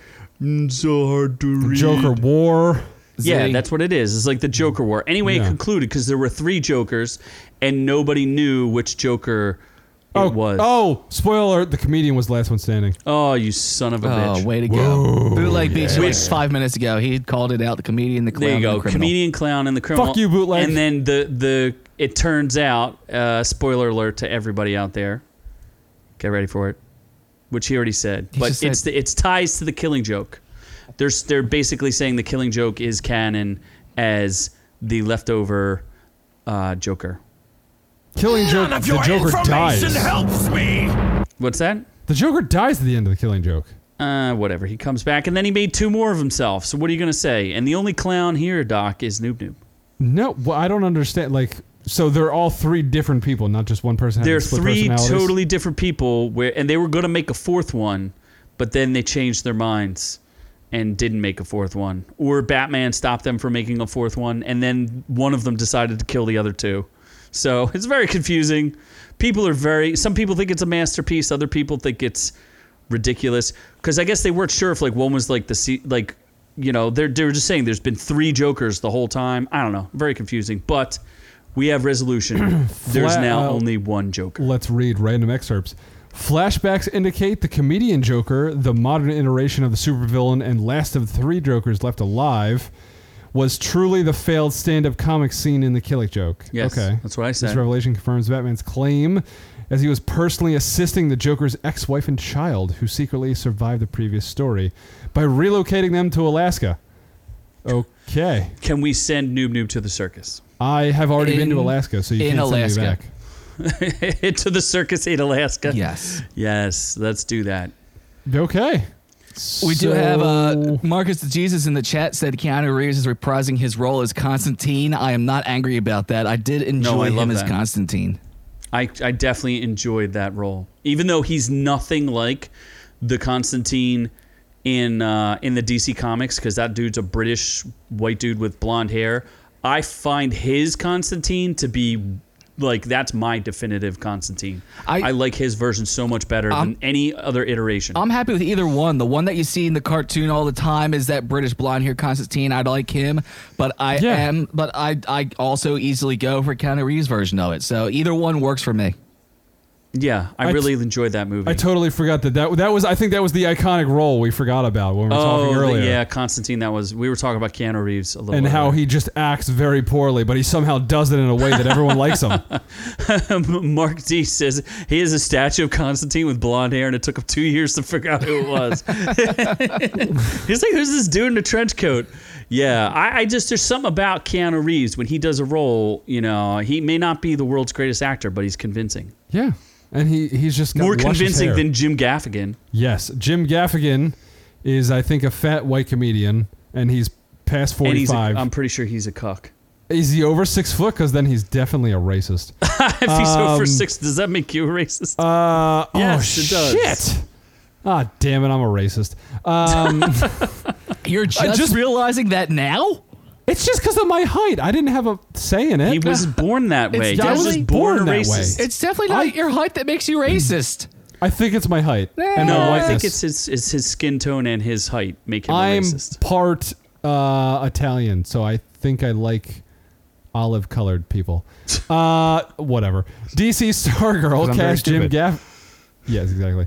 [SPEAKER 1] Mm, so hard to read
[SPEAKER 5] Joker war.
[SPEAKER 1] Yeah,
[SPEAKER 4] Zing.
[SPEAKER 1] that's what it is. It's like the Joker War. Anyway, it
[SPEAKER 5] Yeah.
[SPEAKER 1] concluded because there were three Jokers, and nobody knew which Joker it
[SPEAKER 5] oh,
[SPEAKER 1] was.
[SPEAKER 5] Oh, spoiler! alert, The comedian was the last one standing.
[SPEAKER 1] Oh, you son of a
[SPEAKER 4] Oh,
[SPEAKER 1] bitch!
[SPEAKER 4] way to go! Bootleg beat you like five minutes ago. He had called it out. The comedian, the clown,
[SPEAKER 1] there you
[SPEAKER 4] and
[SPEAKER 1] go,
[SPEAKER 4] the criminal.
[SPEAKER 1] comedian clown and the criminal.
[SPEAKER 5] Fuck you, bootleg.
[SPEAKER 1] And then the the it turns out, uh, spoiler alert to everybody out there, get ready for it, which he already said.
[SPEAKER 4] He
[SPEAKER 1] but
[SPEAKER 4] just said-
[SPEAKER 1] it's the, it's ties to the Killing Joke. They're s- they're basically saying the Killing Joke is canon as the leftover uh, Joker.
[SPEAKER 5] Killing Joke. The Joker dies.
[SPEAKER 3] helps me.
[SPEAKER 1] What's that?
[SPEAKER 5] The Joker dies at the end of the Killing Joke.
[SPEAKER 1] uh, whatever. He comes back, and then he made two more of himself. So what are you gonna say? And the only clown here, Doc, is Noob Noob.
[SPEAKER 5] No, well, I don't understand. Like, so they're all three different people, not just one person. having
[SPEAKER 1] They're
[SPEAKER 5] split
[SPEAKER 1] three
[SPEAKER 5] personalities?
[SPEAKER 1] totally different people. Where and they were gonna make a fourth one, but then they changed their minds, and didn't make a fourth one, or Batman stopped them from making a fourth one, and then one of them decided to kill the other two. So it's very confusing. People are very. Some people think it's a masterpiece. Other people think it's ridiculous because I guess they weren't sure if like one was like the se- like you know they're they were just saying there's been three Jokers the whole time. I don't know. Very confusing, but. We have resolution. There's
[SPEAKER 5] Flat
[SPEAKER 1] now
[SPEAKER 5] out.
[SPEAKER 1] only one Joker.
[SPEAKER 5] Let's read random excerpts. Flashbacks indicate the comedian Joker, the modern iteration of the supervillain and last of the three Jokers left alive, was truly the failed stand-up comic scene in The Killing Joke.
[SPEAKER 1] Yes,
[SPEAKER 5] okay,
[SPEAKER 1] that's what I
[SPEAKER 5] This
[SPEAKER 1] said.
[SPEAKER 5] revelation confirms Batman's claim, as he was personally assisting the Joker's ex-wife and child, who secretly survived the previous story, by relocating them to Alaska. Okay,
[SPEAKER 1] Can we send Noob Noob to the circus?
[SPEAKER 5] I have already been to
[SPEAKER 4] In-
[SPEAKER 5] Alaska, so you
[SPEAKER 4] in
[SPEAKER 5] can't
[SPEAKER 4] Alaska.
[SPEAKER 5] send me back.
[SPEAKER 1] to the circus in Alaska.
[SPEAKER 4] Yes.
[SPEAKER 1] Yes, let's do that.
[SPEAKER 5] Okay.
[SPEAKER 4] We do
[SPEAKER 5] So-
[SPEAKER 4] have uh, Marcus the Jesus in the chat said Keanu Reeves is reprising his role as Constantine. I am not angry about that. I did enjoy
[SPEAKER 1] I love
[SPEAKER 4] him as
[SPEAKER 1] that.
[SPEAKER 4] Constantine.
[SPEAKER 1] I, I definitely enjoyed that role, even though he's nothing like the Constantine in uh, in the DC comics, because that dude's a British white dude with blonde hair. I find his Constantine to be like that's my definitive Constantine. I,
[SPEAKER 4] I-
[SPEAKER 1] like his version so much better
[SPEAKER 4] I'm-
[SPEAKER 1] than any other iteration.
[SPEAKER 4] I'm happy with either one. The one that you see in the cartoon all the time is that British blonde hair Constantine. I like him, but I
[SPEAKER 5] Yeah.
[SPEAKER 4] am, but I I also easily go for Keanu Reeves version of it. So either one works for me.
[SPEAKER 1] yeah, I,
[SPEAKER 5] I t-
[SPEAKER 1] really enjoyed that movie.
[SPEAKER 5] I totally forgot that, that that was I think that was the iconic role we forgot about when we were talking
[SPEAKER 1] oh
[SPEAKER 5] earlier.
[SPEAKER 1] yeah, Constantine. That was we were talking about Keanu Reeves a little.
[SPEAKER 5] And how
[SPEAKER 1] earlier.
[SPEAKER 5] he just acts very poorly, but he somehow does it in a way that everyone likes him.
[SPEAKER 1] Mark D says he has a statue of Constantine with blonde hair, and it took him two years to figure out who it was. He's like, "Who's this dude in a trench coat?" Yeah, I, I just there's something about Keanu Reeves when he does a role. You know, he may not be the world's greatest actor, but he's convincing.
[SPEAKER 5] Yeah, and he he's just got
[SPEAKER 1] More
[SPEAKER 5] luscious
[SPEAKER 1] convincing
[SPEAKER 5] hair.
[SPEAKER 1] than Jim Gaffigan.
[SPEAKER 5] yes. Jim Gaffigan is I think a fat white comedian, and he's past
[SPEAKER 1] And he's, um, a,
[SPEAKER 5] forty-five.
[SPEAKER 1] I'm pretty sure he's a cuck.
[SPEAKER 5] Is he over six foot? Because then he's definitely a racist.
[SPEAKER 1] If he's over
[SPEAKER 5] Um,
[SPEAKER 1] six, does that make you a racist?
[SPEAKER 5] Uh,
[SPEAKER 1] Yes,
[SPEAKER 5] oh,
[SPEAKER 1] it does.
[SPEAKER 5] Shit. Ah, damn it! I'm a racist. Um,
[SPEAKER 4] You're just,
[SPEAKER 5] just-
[SPEAKER 4] realizing that now.
[SPEAKER 5] it's just because of my height. I didn't have a say in it.
[SPEAKER 1] he was born that way.
[SPEAKER 5] yeah,
[SPEAKER 1] He
[SPEAKER 5] I was
[SPEAKER 1] just
[SPEAKER 5] born
[SPEAKER 1] a
[SPEAKER 5] that way.
[SPEAKER 1] racist.
[SPEAKER 4] It's definitely not
[SPEAKER 5] I-
[SPEAKER 4] your height that makes you racist.
[SPEAKER 5] I think it's my height. and my
[SPEAKER 1] No, Eh, I
[SPEAKER 5] whiteness.
[SPEAKER 1] think it's his it's his skin tone and his height make him a
[SPEAKER 5] I'm
[SPEAKER 1] racist.
[SPEAKER 5] part uh, Italian, so I think I like olive colored people. Uh, whatever. DC Stargirl
[SPEAKER 6] 'Cause I'm very
[SPEAKER 5] cast Jim
[SPEAKER 6] stupid.
[SPEAKER 5] Gaff. Yes, exactly.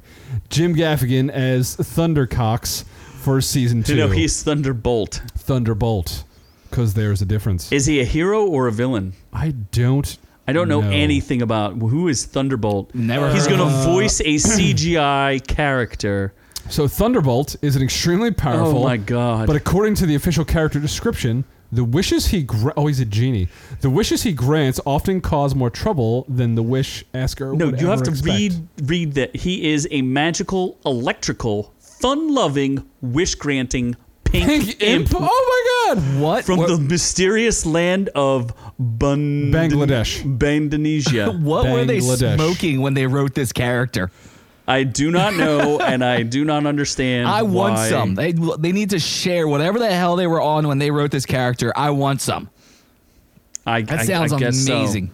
[SPEAKER 5] Jim Gaffigan as Thundercox for season two.
[SPEAKER 1] You know, he's Thunderbolt.
[SPEAKER 5] Thunderbolt, because there's a difference.
[SPEAKER 1] Is he a hero or a villain?
[SPEAKER 5] I don't.
[SPEAKER 1] I don't know
[SPEAKER 5] No.
[SPEAKER 1] anything about who is Thunderbolt.
[SPEAKER 4] Never
[SPEAKER 1] He's
[SPEAKER 4] heard
[SPEAKER 1] going to voice a CGI character.
[SPEAKER 5] So Thunderbolt is an extremely powerful.
[SPEAKER 1] Oh my god!
[SPEAKER 5] But according to the official character description, the wishes he gra- oh he's a genie. The wishes he grants often cause more trouble than the wish asker.
[SPEAKER 1] no,
[SPEAKER 5] would
[SPEAKER 1] you have
[SPEAKER 5] ever
[SPEAKER 1] to
[SPEAKER 5] expect.
[SPEAKER 1] read read that he is a magical, electrical, fun-loving, wish-granting pink,
[SPEAKER 5] Pink
[SPEAKER 1] imp,
[SPEAKER 5] imp. Oh my god!
[SPEAKER 4] What
[SPEAKER 1] from
[SPEAKER 4] what,
[SPEAKER 1] the mysterious land of Bund-
[SPEAKER 5] Bangladesh.
[SPEAKER 1] Bandanesia.
[SPEAKER 4] what were they
[SPEAKER 5] Bangladesh.
[SPEAKER 4] smoking when they wrote this character?
[SPEAKER 1] I do not know, and I do not understand.
[SPEAKER 4] I want
[SPEAKER 1] why-
[SPEAKER 4] some. They they need to share whatever the hell they were on when they wrote this character. I want some.
[SPEAKER 1] I,
[SPEAKER 4] That
[SPEAKER 1] I-
[SPEAKER 4] sounds
[SPEAKER 1] I guess so.
[SPEAKER 4] amazing.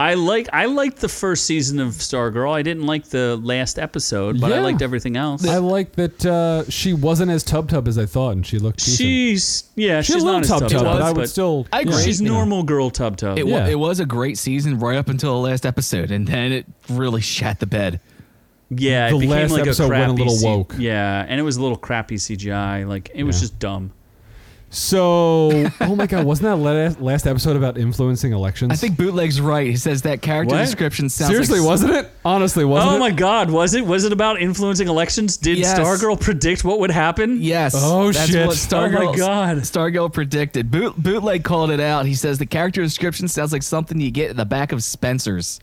[SPEAKER 1] I like I liked the first season of Stargirl. I didn't like the last episode, but I
[SPEAKER 5] Yeah.
[SPEAKER 1] liked everything else.
[SPEAKER 5] I like that uh, she wasn't as tub tub as I thought, and she looked. Decent.
[SPEAKER 1] she's yeah,
[SPEAKER 5] She's
[SPEAKER 1] she's
[SPEAKER 5] a little
[SPEAKER 1] not as
[SPEAKER 5] tub
[SPEAKER 1] tub
[SPEAKER 5] tub, but I
[SPEAKER 1] tub,
[SPEAKER 5] would
[SPEAKER 1] but
[SPEAKER 5] still.
[SPEAKER 4] I agree.
[SPEAKER 1] she's
[SPEAKER 5] you know.
[SPEAKER 1] normal girl tub tub.
[SPEAKER 4] It, wa-
[SPEAKER 5] Yeah.
[SPEAKER 4] it was a great season right up until the last episode, and then it really shat the bed.
[SPEAKER 1] yeah, it
[SPEAKER 5] The
[SPEAKER 1] became
[SPEAKER 5] last
[SPEAKER 1] like
[SPEAKER 5] episode
[SPEAKER 1] a
[SPEAKER 5] went a
[SPEAKER 1] crappy
[SPEAKER 5] little
[SPEAKER 1] C-
[SPEAKER 5] woke.
[SPEAKER 1] yeah, and it was a little crappy CGI. Like it was
[SPEAKER 5] Yeah.
[SPEAKER 1] just dumb.
[SPEAKER 5] So, oh my god, wasn't that la- last episode about influencing elections?
[SPEAKER 4] I think Bootleg's right. He says that character
[SPEAKER 1] What?
[SPEAKER 4] description sounds
[SPEAKER 5] seriously,
[SPEAKER 4] like,
[SPEAKER 5] wasn't it? Honestly, wasn't
[SPEAKER 1] oh
[SPEAKER 5] it?
[SPEAKER 1] my god, was it was it about influencing elections? Did
[SPEAKER 4] Yes.
[SPEAKER 1] Stargirl predict what would happen?
[SPEAKER 4] Yes.
[SPEAKER 5] Oh,
[SPEAKER 4] that's
[SPEAKER 5] shit.
[SPEAKER 4] What
[SPEAKER 1] Oh, my
[SPEAKER 4] Stargirl,
[SPEAKER 1] God.
[SPEAKER 4] Stargirl predicted. Boot, bootleg called it out. He says the character description sounds like something you get in the back of Spencer's.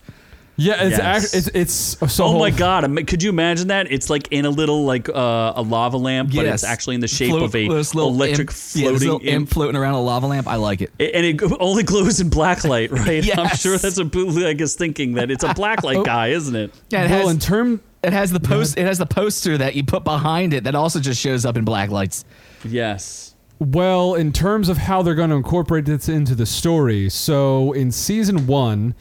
[SPEAKER 5] Yeah, it's
[SPEAKER 1] Yes.
[SPEAKER 5] act- it's, it's so.
[SPEAKER 1] Oh my
[SPEAKER 5] whole-
[SPEAKER 1] god! ima- Could you imagine that? It's like in a little like uh, a lava lamp, but it's
[SPEAKER 4] Yes.
[SPEAKER 1] actually in the shape
[SPEAKER 4] Float-
[SPEAKER 1] of a
[SPEAKER 4] this little
[SPEAKER 1] electric
[SPEAKER 4] imp- yeah,
[SPEAKER 1] floating
[SPEAKER 4] this little
[SPEAKER 1] imp.
[SPEAKER 4] floating around a lava lamp. I like it.
[SPEAKER 1] It- and it g- only glows in black light, right? I'm
[SPEAKER 4] Yes.
[SPEAKER 1] sure that's what bootleg is thinking that it's a black
[SPEAKER 5] Oh.
[SPEAKER 1] light guy, isn't it?
[SPEAKER 4] Yeah, it,
[SPEAKER 5] well,
[SPEAKER 4] has,
[SPEAKER 5] in term,
[SPEAKER 4] it has the post. It has the poster that you put behind it that also just shows up in black lights.
[SPEAKER 1] Yes.
[SPEAKER 5] Well, in terms of how they're going to incorporate this into the story, so in season one,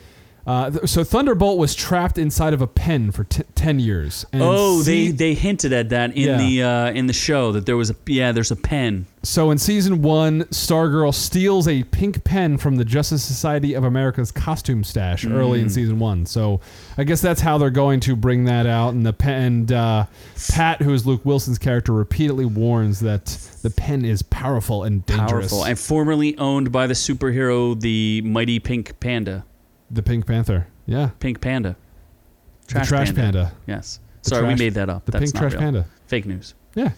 [SPEAKER 5] uh, th- so Thunderbolt was trapped inside of a pen for t- ten years. And
[SPEAKER 1] Oh,
[SPEAKER 5] se-
[SPEAKER 1] they, they hinted at that in
[SPEAKER 5] Yeah.
[SPEAKER 1] the uh, in the show that there was a yeah there's a pen.
[SPEAKER 5] So in season one, Stargirl steals a pink pen from the Justice Society of America's costume stash early
[SPEAKER 1] Mm.
[SPEAKER 5] in season one. So I guess that's how they're going to bring that out. And the pen, and uh, Pat, who is Luke Wilson's character, repeatedly warns that the pen is powerful and dangerous.
[SPEAKER 1] Powerful and formerly owned by the superhero the mighty pink panda.
[SPEAKER 5] the Pink Panther, yeah,
[SPEAKER 1] Pink panda.
[SPEAKER 5] the Trash Panda.
[SPEAKER 1] Yes.
[SPEAKER 5] The
[SPEAKER 1] Sorry,
[SPEAKER 5] trash-
[SPEAKER 1] we made that up.
[SPEAKER 5] the
[SPEAKER 1] That's
[SPEAKER 5] pink
[SPEAKER 1] not
[SPEAKER 5] trash
[SPEAKER 1] real.
[SPEAKER 5] panda.
[SPEAKER 1] Fake news.
[SPEAKER 5] Yeah,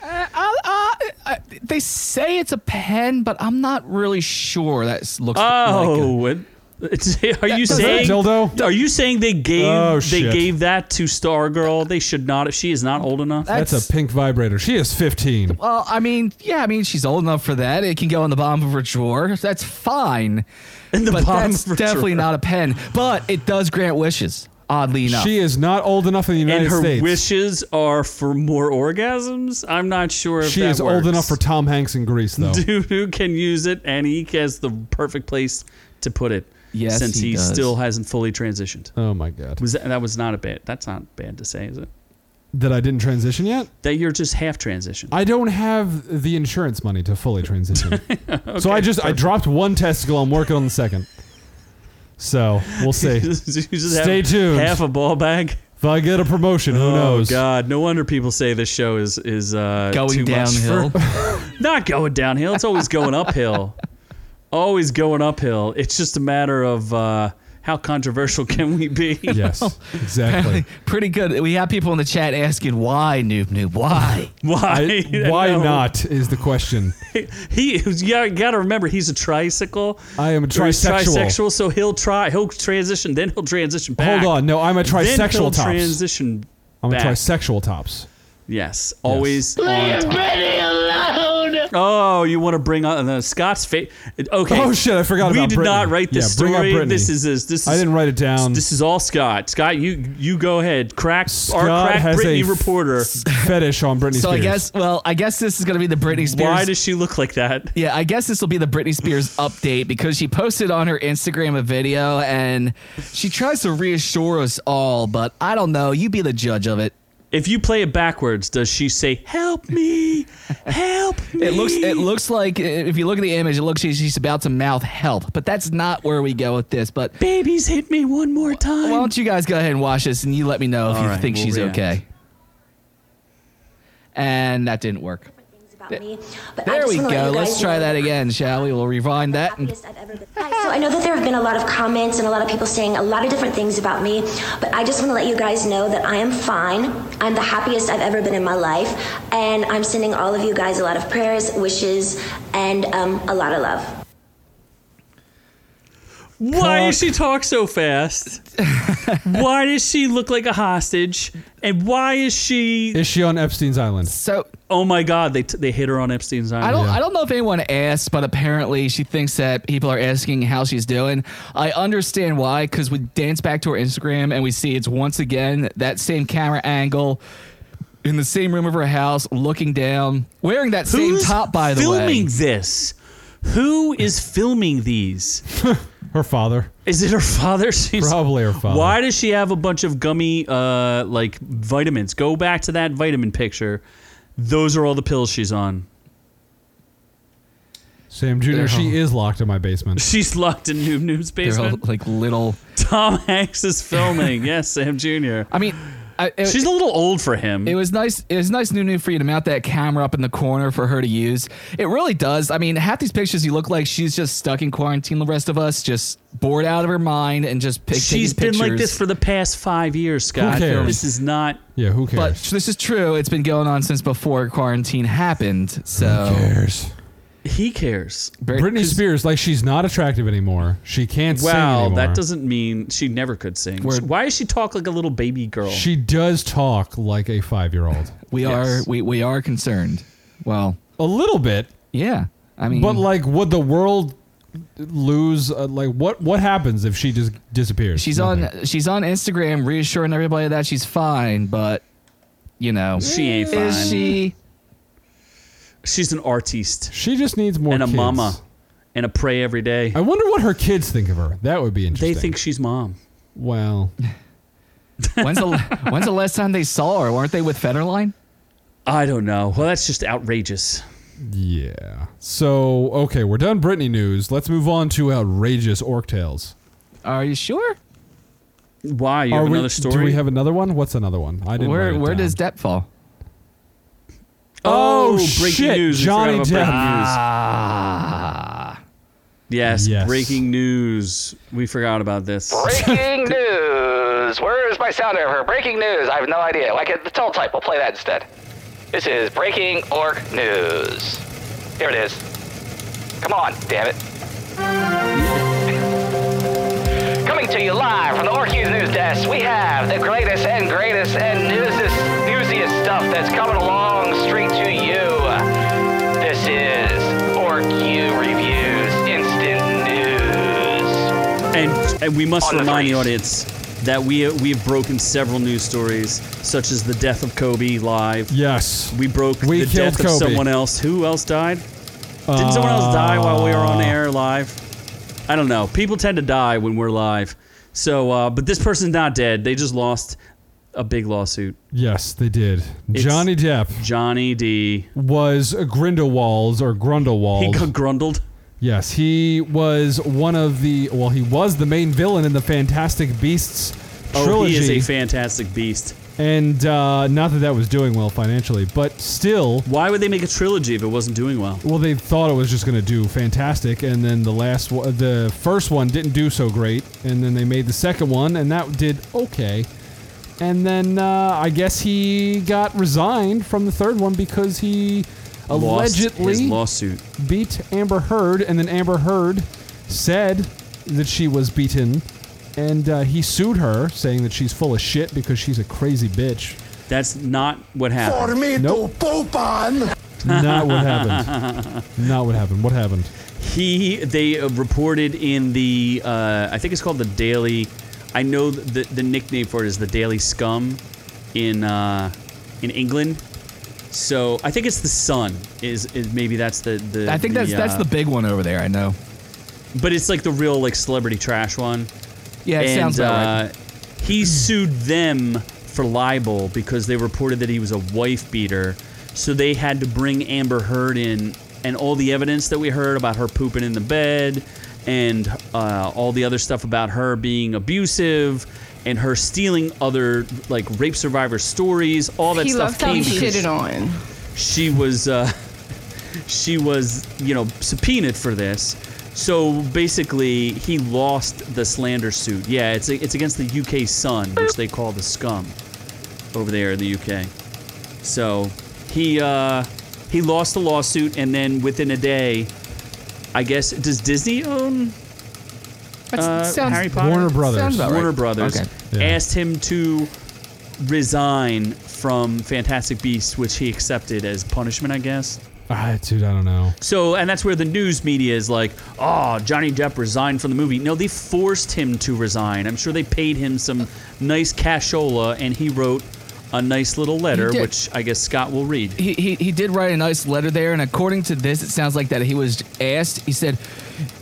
[SPEAKER 4] they say it's a pen, but I'm not really sure. That s- looks like
[SPEAKER 1] Oh, what- it's, are you
[SPEAKER 5] that
[SPEAKER 1] saying
[SPEAKER 5] dildo?
[SPEAKER 1] Are you saying they gave
[SPEAKER 5] Oh,
[SPEAKER 1] they
[SPEAKER 5] shit.
[SPEAKER 1] gave that to Stargirl? They should not. She is not old enough.
[SPEAKER 5] that's,
[SPEAKER 4] That's-
[SPEAKER 5] a pink vibrator. She is fifteen.
[SPEAKER 4] a, well, I mean, yeah, I mean, she's old enough for that. It can go in the bottom of her drawer. That's fine.
[SPEAKER 1] In the
[SPEAKER 4] but
[SPEAKER 1] bottom
[SPEAKER 4] that's
[SPEAKER 1] of her
[SPEAKER 4] definitely
[SPEAKER 1] drawer.
[SPEAKER 4] not a pen. But it does grant wishes. Oddly enough,
[SPEAKER 5] She is not old enough in the United
[SPEAKER 1] and her
[SPEAKER 5] States.
[SPEAKER 1] wishes are for more orgasms. I'm not sure if
[SPEAKER 5] she
[SPEAKER 1] that
[SPEAKER 5] is old
[SPEAKER 1] works.
[SPEAKER 5] enough for Tom Hanks in Greece, though.
[SPEAKER 1] Dudu can use it, and he has the perfect place to put it.
[SPEAKER 4] Yes,
[SPEAKER 1] since
[SPEAKER 4] he
[SPEAKER 1] he,
[SPEAKER 4] does.
[SPEAKER 1] still hasn't fully transitioned.
[SPEAKER 5] Oh my god.
[SPEAKER 1] Was that, that was not a bad. That's not bad to say, is it?
[SPEAKER 5] that I didn't transition yet.
[SPEAKER 1] That you're just half transitioned.
[SPEAKER 5] I don't have the insurance money to fully transition. so I just I dropped one testicle. I'm working on the second. So we'll see.
[SPEAKER 1] You
[SPEAKER 5] if
[SPEAKER 1] just
[SPEAKER 5] Stay
[SPEAKER 1] have
[SPEAKER 5] tuned.
[SPEAKER 1] Half a ball bag.
[SPEAKER 5] I get a promotion, who knows?
[SPEAKER 1] Oh God! No wonder people say this show is is uh,
[SPEAKER 4] going
[SPEAKER 1] too much
[SPEAKER 4] downhill.
[SPEAKER 1] for- not going downhill. It's always going uphill. Always going uphill. It's just a matter of uh, how controversial can we be.
[SPEAKER 5] Yes, exactly.
[SPEAKER 4] Pretty good. We have people in the chat asking why, noob noob, why?
[SPEAKER 1] Why?
[SPEAKER 5] I- why
[SPEAKER 1] No.
[SPEAKER 5] not is the question.
[SPEAKER 1] He, you gotta remember, he's a tricycle.
[SPEAKER 5] I am a
[SPEAKER 1] Or he's
[SPEAKER 5] trisexual.
[SPEAKER 1] trisexual, so he'll try. He'll transition. Then he'll transition back.
[SPEAKER 5] Hold on, no, I'm a
[SPEAKER 1] Then he'll
[SPEAKER 5] trisexual tops.
[SPEAKER 1] transition.
[SPEAKER 5] I'm a
[SPEAKER 1] back.
[SPEAKER 5] trisexual tops.
[SPEAKER 1] Yes, always on time. Oh, you want to bring on the Scott's face? Okay.
[SPEAKER 5] Oh, shit, I forgot
[SPEAKER 1] we
[SPEAKER 5] about
[SPEAKER 1] did
[SPEAKER 5] Brittany.
[SPEAKER 1] not write this
[SPEAKER 5] Yeah, bring up
[SPEAKER 1] story.
[SPEAKER 5] Brittany.
[SPEAKER 1] This is this is.
[SPEAKER 5] I didn't write it down.
[SPEAKER 1] This is all Scott. Scott, you you go ahead. Crack our
[SPEAKER 5] Scott
[SPEAKER 1] crack
[SPEAKER 5] has
[SPEAKER 1] Brittany
[SPEAKER 5] a f-
[SPEAKER 1] reporter.
[SPEAKER 5] fetish on Britney
[SPEAKER 4] So I
[SPEAKER 5] Spears.
[SPEAKER 4] guess, well, I guess this is going to be the Britney Spears.
[SPEAKER 1] Why does she look like that?
[SPEAKER 4] Yeah, I guess this will be the Britney Spears update because she posted on her Instagram a video and she tries to reassure us all, but I don't know. You be the judge of it.
[SPEAKER 1] If you play it backwards, does she say "Help me, help me"?
[SPEAKER 4] It looks it looks like if you look at the image, it looks like she's about to mouth help, but that's not where we go with this. But
[SPEAKER 1] Babies hit me one more time.
[SPEAKER 4] why don't you guys go ahead and watch this and you let me know if
[SPEAKER 1] All
[SPEAKER 4] you
[SPEAKER 1] right,
[SPEAKER 4] think
[SPEAKER 1] we'll
[SPEAKER 4] she's
[SPEAKER 1] react.
[SPEAKER 4] okay. And that didn't work.
[SPEAKER 6] things about me. But I
[SPEAKER 4] There
[SPEAKER 6] just
[SPEAKER 4] we
[SPEAKER 6] wanna let
[SPEAKER 4] go.
[SPEAKER 6] you
[SPEAKER 4] Let's
[SPEAKER 6] guys
[SPEAKER 4] try
[SPEAKER 6] know
[SPEAKER 4] that again, shall we? We'll rewind
[SPEAKER 6] I'm
[SPEAKER 4] that.
[SPEAKER 6] the
[SPEAKER 4] And
[SPEAKER 6] happiest I've ever been. Guys, So I know that there have been a lot of comments and a lot of people saying a lot of different things about me, but I just want to let you guys know that I am fine. I'm the happiest I've ever been in my life, and I'm sending all of you guys a lot of prayers, wishes, and um, a lot of love.
[SPEAKER 1] Why does
[SPEAKER 4] Cock.
[SPEAKER 1] she talk so fast? why does she look like a hostage? And why is she?
[SPEAKER 5] is she on Epstein's Island?
[SPEAKER 4] so
[SPEAKER 1] Oh my God! They t- they hit her on Epstein's
[SPEAKER 4] I
[SPEAKER 1] island.
[SPEAKER 4] don't. I don't know if anyone asked, but apparently she thinks that people are asking how she's doing. I understand why, because we dance back to her Instagram and we see it's once again that same camera angle in the same room of her house, looking down, wearing that
[SPEAKER 1] Who's
[SPEAKER 4] same top. By the
[SPEAKER 1] filming
[SPEAKER 4] way,
[SPEAKER 1] this? Who is filming these?
[SPEAKER 5] Her father.
[SPEAKER 1] Is it her father? She's-
[SPEAKER 5] Probably her father.
[SPEAKER 1] Why does she have a bunch of gummy, uh, like vitamins? Go back to that vitamin picture. Those are all the pills she's on.
[SPEAKER 5] Sam Jr. She is locked in my basement.
[SPEAKER 1] She's locked in Noob Noob's
[SPEAKER 4] they're all,
[SPEAKER 1] basement.
[SPEAKER 4] like little.
[SPEAKER 1] Tom Hanks is filming. yes, Sam Jr.
[SPEAKER 4] I mean, I, it,
[SPEAKER 1] She's a little old for him.
[SPEAKER 4] It was nice. It was nice, new new for you to mount that camera up in the corner for her to use. It really does. I mean, half these pictures, you look like she's just stuck in quarantine. The rest of us just bored out of her mind and just pic-
[SPEAKER 1] She's been
[SPEAKER 4] taking pictures.
[SPEAKER 1] like this for the past five years, Scott.
[SPEAKER 5] cares?
[SPEAKER 1] This is not.
[SPEAKER 5] Yeah, who
[SPEAKER 4] But
[SPEAKER 5] cares?
[SPEAKER 4] this is true. It's been going on since before quarantine happened. So
[SPEAKER 5] cares?
[SPEAKER 1] He cares.
[SPEAKER 4] Brit-
[SPEAKER 5] Britney
[SPEAKER 4] 'cause
[SPEAKER 5] Spears, like she's not attractive anymore. She can't sing
[SPEAKER 1] Wow,
[SPEAKER 5] anymore.
[SPEAKER 1] that doesn't mean she never could sing.
[SPEAKER 4] We're-
[SPEAKER 1] Why does she talk like a little baby girl?
[SPEAKER 5] She does talk like a five-year-old,
[SPEAKER 4] We
[SPEAKER 1] Yes.
[SPEAKER 4] are we, we are concerned. Well,
[SPEAKER 5] a little bit.
[SPEAKER 4] yeah. I mean,
[SPEAKER 5] But like, would the world lose? Uh, like, what what happens if she just disappears?
[SPEAKER 4] she's
[SPEAKER 5] Nothing.
[SPEAKER 4] on she's on Instagram reassuring everybody that she's fine, but you know,
[SPEAKER 1] She ain't fine.
[SPEAKER 4] is she?
[SPEAKER 1] She's an artiste
[SPEAKER 5] She just needs more
[SPEAKER 1] and a
[SPEAKER 5] kids.
[SPEAKER 1] mama and a pray every day.
[SPEAKER 5] I wonder what her kids think of her. That would be interesting.
[SPEAKER 1] They think she's mom.
[SPEAKER 5] Well,
[SPEAKER 4] When's the When's the last time they saw her? Weren't they with Federline?
[SPEAKER 1] I don't know. Well, that's just outrageous.
[SPEAKER 5] yeah. So okay, we're done Britney news. Let's move on to outrageous orc tales.
[SPEAKER 4] Are you sure?
[SPEAKER 1] Why? You
[SPEAKER 5] Are
[SPEAKER 1] have
[SPEAKER 5] we-
[SPEAKER 1] another story?
[SPEAKER 5] Do we have another one? What's another one? I didn't.
[SPEAKER 4] Where
[SPEAKER 5] write it
[SPEAKER 4] Where
[SPEAKER 5] down.
[SPEAKER 4] does Depp fall?
[SPEAKER 5] Oh,
[SPEAKER 1] breaking
[SPEAKER 5] shit,
[SPEAKER 1] news! We
[SPEAKER 5] Johnny
[SPEAKER 1] forgot about
[SPEAKER 5] Depp. Ah.
[SPEAKER 1] Breaking news. Yes,
[SPEAKER 5] Yes.
[SPEAKER 1] breaking news. We forgot about this.
[SPEAKER 7] Breaking news! Where is my sound over? Breaking news! I have no idea. Like the tell type, we'll play that instead. This is breaking orc news. Here it is. Come on, damn it. Coming to you live from the Orc News News Desk, we have the greatest and greatest and newsest, newsiest stuff that's coming along straight to you. This is Orc Reviews Instant News.
[SPEAKER 1] And, and we must
[SPEAKER 7] On the
[SPEAKER 1] remind the
[SPEAKER 7] threes.
[SPEAKER 1] audience that we we have broken several news stories, such as the death of Kobe live.
[SPEAKER 5] Yes.
[SPEAKER 1] We broke
[SPEAKER 5] We
[SPEAKER 1] the
[SPEAKER 5] killed
[SPEAKER 1] death
[SPEAKER 5] Kobe.
[SPEAKER 1] of someone else. Who else died? Didn't someone else die while we were on
[SPEAKER 5] Ah.
[SPEAKER 1] air live? I don't know. People tend to die when we're live. So, uh, but this person's not dead. They just lost a big lawsuit.
[SPEAKER 5] Yes, they did. Johnny Depp
[SPEAKER 1] Johnny D.
[SPEAKER 5] was Grindelwald or
[SPEAKER 1] He
[SPEAKER 5] Grundelwald.
[SPEAKER 1] got grundled.
[SPEAKER 5] yes, he was one of the. Well, he was the main villain in the Fantastic Beasts trilogy.
[SPEAKER 1] Oh, he is a fantastic beast.
[SPEAKER 5] and uh, not that that was doing well financially, but still.
[SPEAKER 1] Why would they make a trilogy if it wasn't doing well?
[SPEAKER 5] Well, they thought it was just going to do fantastic, and then the last, one, the first one didn't do so great, and then they made the second one, and that did okay, and then uh, I guess he got resigned from the third one because he
[SPEAKER 1] Lost his
[SPEAKER 5] allegedly
[SPEAKER 1] lawsuit.
[SPEAKER 5] beat Amber Heard, and then Amber Heard said that she was beaten, and uh, he sued her, saying that she's full of shit because she's a crazy bitch.
[SPEAKER 1] That's not what happened.
[SPEAKER 2] me
[SPEAKER 5] Nope.
[SPEAKER 2] to poop on.
[SPEAKER 5] Not what happened. Not what happened. What happened?
[SPEAKER 1] He they uh, reported in the uh, I think it's called the Daily. I know th- the the nickname for it is the Daily Scum in uh, in England. So I think it's the Sun is, is maybe that's the, the
[SPEAKER 4] I think that's that's
[SPEAKER 1] uh,
[SPEAKER 4] the big one over there. I know.
[SPEAKER 1] but it's like the real like celebrity trash one.
[SPEAKER 4] Yeah, it
[SPEAKER 1] and
[SPEAKER 4] sounds about right.
[SPEAKER 1] uh, he sued them for libel because they reported that he was a wife beater. So they had to bring Amber Heard in, and all the evidence that we heard about her pooping in the bed, and uh, all the other stuff about her being abusive, and her stealing other like rape survivor stories. All that
[SPEAKER 8] He
[SPEAKER 1] stuff
[SPEAKER 8] loved how
[SPEAKER 1] came.
[SPEAKER 8] he shitted on.
[SPEAKER 1] She was. Uh, she was, you know, subpoenaed for this. So basically, he lost the slander suit. Yeah, it's it's against the UK Sun, which they call the scum over there in the UK. So he uh, he lost the lawsuit, and then within a day, I guess does Disney own
[SPEAKER 8] That
[SPEAKER 1] uh,
[SPEAKER 8] sounds
[SPEAKER 1] Harry Potter?
[SPEAKER 5] Warner Brothers.
[SPEAKER 8] Sounds about right.
[SPEAKER 1] Warner Brothers
[SPEAKER 4] Okay.
[SPEAKER 5] Yeah.
[SPEAKER 1] asked him to resign from Fantastic Beasts, which he accepted as punishment, I guess.
[SPEAKER 5] Ah, dude, I don't know.
[SPEAKER 1] So, and that's where the news media is like, oh, Johnny Depp resigned from the movie. No, they forced him to resign. I'm sure they paid him some nice cashola, and he wrote a nice little letter,
[SPEAKER 4] He did.
[SPEAKER 1] which I guess Scott will read.
[SPEAKER 4] he, he, he did write a nice letter there, and according to this, it sounds like that he was asked. He said,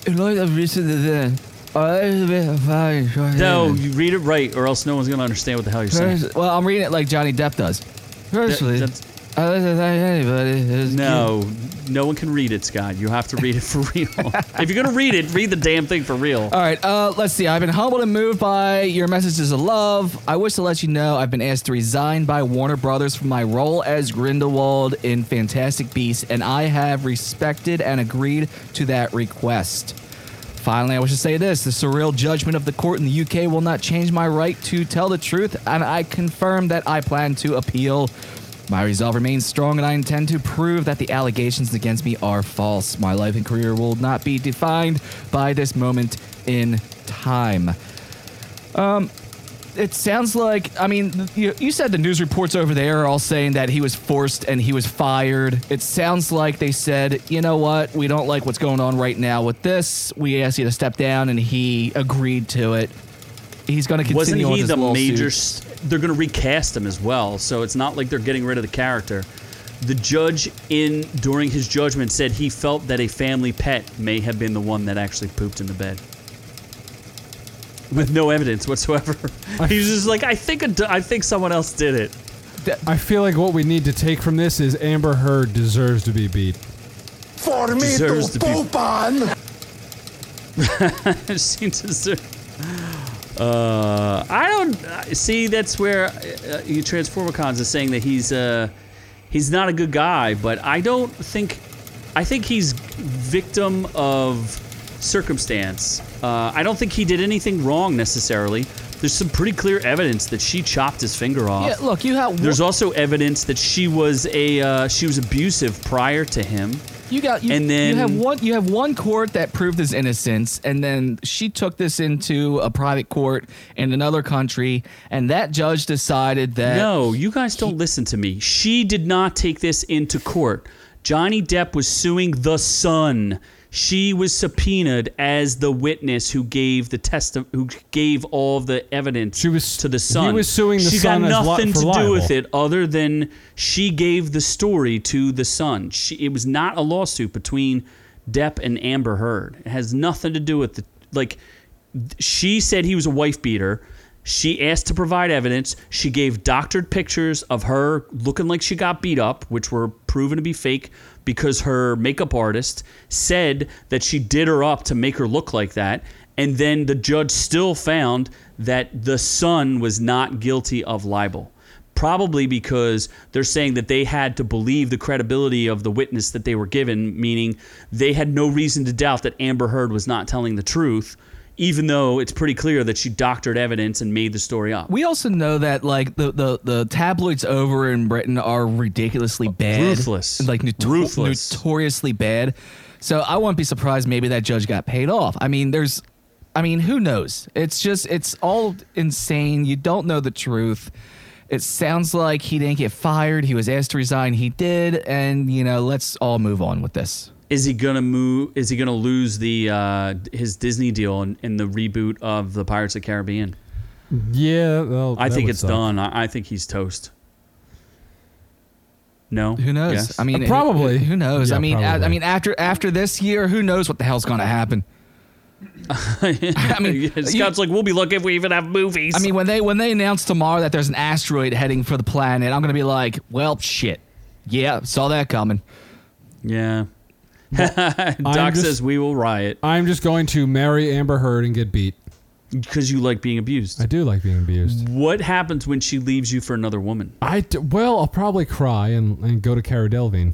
[SPEAKER 4] "In light of recent events, I have been fine."
[SPEAKER 1] No, you read it right, or else no one's going to understand what the hell you're saying.
[SPEAKER 4] First- well, I'm reading it like Johnny Depp does. Firstly,
[SPEAKER 1] That- that's-
[SPEAKER 4] I don't think anybody is-
[SPEAKER 1] no, no one can read it, Scott. You have to read it for real. if you're going to read it, read the damn thing for real.
[SPEAKER 4] All right, uh, let's see. I've been humbled and moved by your messages of love. I wish to let you know I've been asked to resign by Warner Brothers from my role as Grindelwald in Fantastic Beasts, and I have respected and agreed to that request. Finally, I wish to say this the surreal judgment of the court in the UK will not change my right to tell the truth, and I confirm that I plan to appeal. My resolve remains strong, and I intend to prove that the allegations against me are false. My life and career will not be defined by this moment in time. Um, it sounds like, I mean, th- you, you said the news reports over there are all saying that he was forced and he was fired. It sounds like they said, you know what, we don't like what's going on right now with this. We asked you to step down, and he agreed to it. He's going to
[SPEAKER 1] Wasn't
[SPEAKER 4] continue on with
[SPEAKER 1] he
[SPEAKER 4] his
[SPEAKER 1] the
[SPEAKER 4] lawsuit.
[SPEAKER 1] major? s- They're going to recast him as well, so it's not like they're getting rid of the character. The judge in during his judgment said he felt that a family pet may have been the one that actually pooped in the bed. With no evidence whatsoever. he was just like, I think a do- I think someone else did it.
[SPEAKER 5] I feel like what we need to take from this is Amber Heard deserves to be beat.
[SPEAKER 3] For me
[SPEAKER 1] Deserves
[SPEAKER 3] to
[SPEAKER 1] to be-
[SPEAKER 3] poop on.
[SPEAKER 1] she deserves. Uh, I don't uh, see. That's where uh, you Transformicons is saying that he's uh, he's not a good guy, but I don't think. I think he's victim of circumstance. Uh, I don't think he did anything wrong necessarily. There's some pretty clear evidence that she chopped his finger off.
[SPEAKER 4] Yeah, look, you have
[SPEAKER 1] There's also evidence that she was a uh, she was abusive prior to him.
[SPEAKER 4] You got you,
[SPEAKER 1] And
[SPEAKER 4] you
[SPEAKER 1] then-
[SPEAKER 4] have one you have one court that proved his innocence, and then she took this into a private court in another country, and that judge decided that
[SPEAKER 1] No, you guys don't listen to me. She did not take this into court. Johnny Depp was suing the son. She was subpoenaed as the witness who gave the test who gave all the evidence
[SPEAKER 5] She was-
[SPEAKER 1] to the
[SPEAKER 5] he
[SPEAKER 1] son.
[SPEAKER 5] was suing the
[SPEAKER 1] she
[SPEAKER 5] son as
[SPEAKER 1] got
[SPEAKER 5] li-
[SPEAKER 1] nothing
[SPEAKER 5] for
[SPEAKER 1] to do with
[SPEAKER 5] libel.
[SPEAKER 1] it other than she gave the story to the son. She, it was not a lawsuit between Depp and Amber Heard. It has nothing to do with the like she said he was a wife beater. She asked to provide evidence. She gave doctored pictures of her looking like she got beat up, which were proven to be fake because her makeup artist said that she did her up to make her look like that. And then the judge still found that the son was not guilty of libel. Probably because they're saying that they had to believe the credibility of the witness that they were given, meaning they had no reason to doubt that Amber Heard was not telling the truth even though it's pretty clear that she doctored evidence and made the story up.
[SPEAKER 4] we also know that like the, the, the tabloids over in Britain are ridiculously bad,
[SPEAKER 1] Ruthless.
[SPEAKER 4] like noto-
[SPEAKER 1] Ruthless.
[SPEAKER 4] notoriously bad. So I wouldn't be surprised maybe that judge got paid off. I mean, there's, I mean, who knows? It's just it's all insane. You don't know the truth. It sounds like he didn't get fired. He was asked to resign. He did, and you know, let's all move on with this.
[SPEAKER 1] is he gonna move? Is he gonna lose the uh, his Disney deal in, in the reboot of the Pirates of the Caribbean?
[SPEAKER 5] Yeah, well,
[SPEAKER 1] I
[SPEAKER 5] that
[SPEAKER 1] think
[SPEAKER 5] would
[SPEAKER 1] it's
[SPEAKER 5] suck.
[SPEAKER 1] done. I, I think he's toast. No,
[SPEAKER 4] Who knows?
[SPEAKER 1] Yes?
[SPEAKER 4] I mean,
[SPEAKER 5] Uh, probably.
[SPEAKER 4] Who, who knows?
[SPEAKER 5] Yeah,
[SPEAKER 4] I mean, I, I
[SPEAKER 5] probably.
[SPEAKER 4] mean, after after this year, who knows what the hell's going to happen? I mean, you-
[SPEAKER 1] Scott's like, we'll be lucky if we even have movies.
[SPEAKER 4] I mean, when they when they announce tomorrow that there's an asteroid heading for the planet, I'm gonna be like, well, shit. Yeah, saw that coming.
[SPEAKER 1] yeah.
[SPEAKER 5] I'm
[SPEAKER 1] Doc
[SPEAKER 5] just-
[SPEAKER 1] says we will riot
[SPEAKER 5] I'm just going to marry Amber Heard and get beat.
[SPEAKER 1] because you like being abused.
[SPEAKER 5] I do like being
[SPEAKER 4] Mm.
[SPEAKER 5] abused.
[SPEAKER 1] what happens when she leaves you for another woman?
[SPEAKER 5] I d- well, I'll probably cry and, and go to Cara
[SPEAKER 1] Mm.
[SPEAKER 5] Delevingne.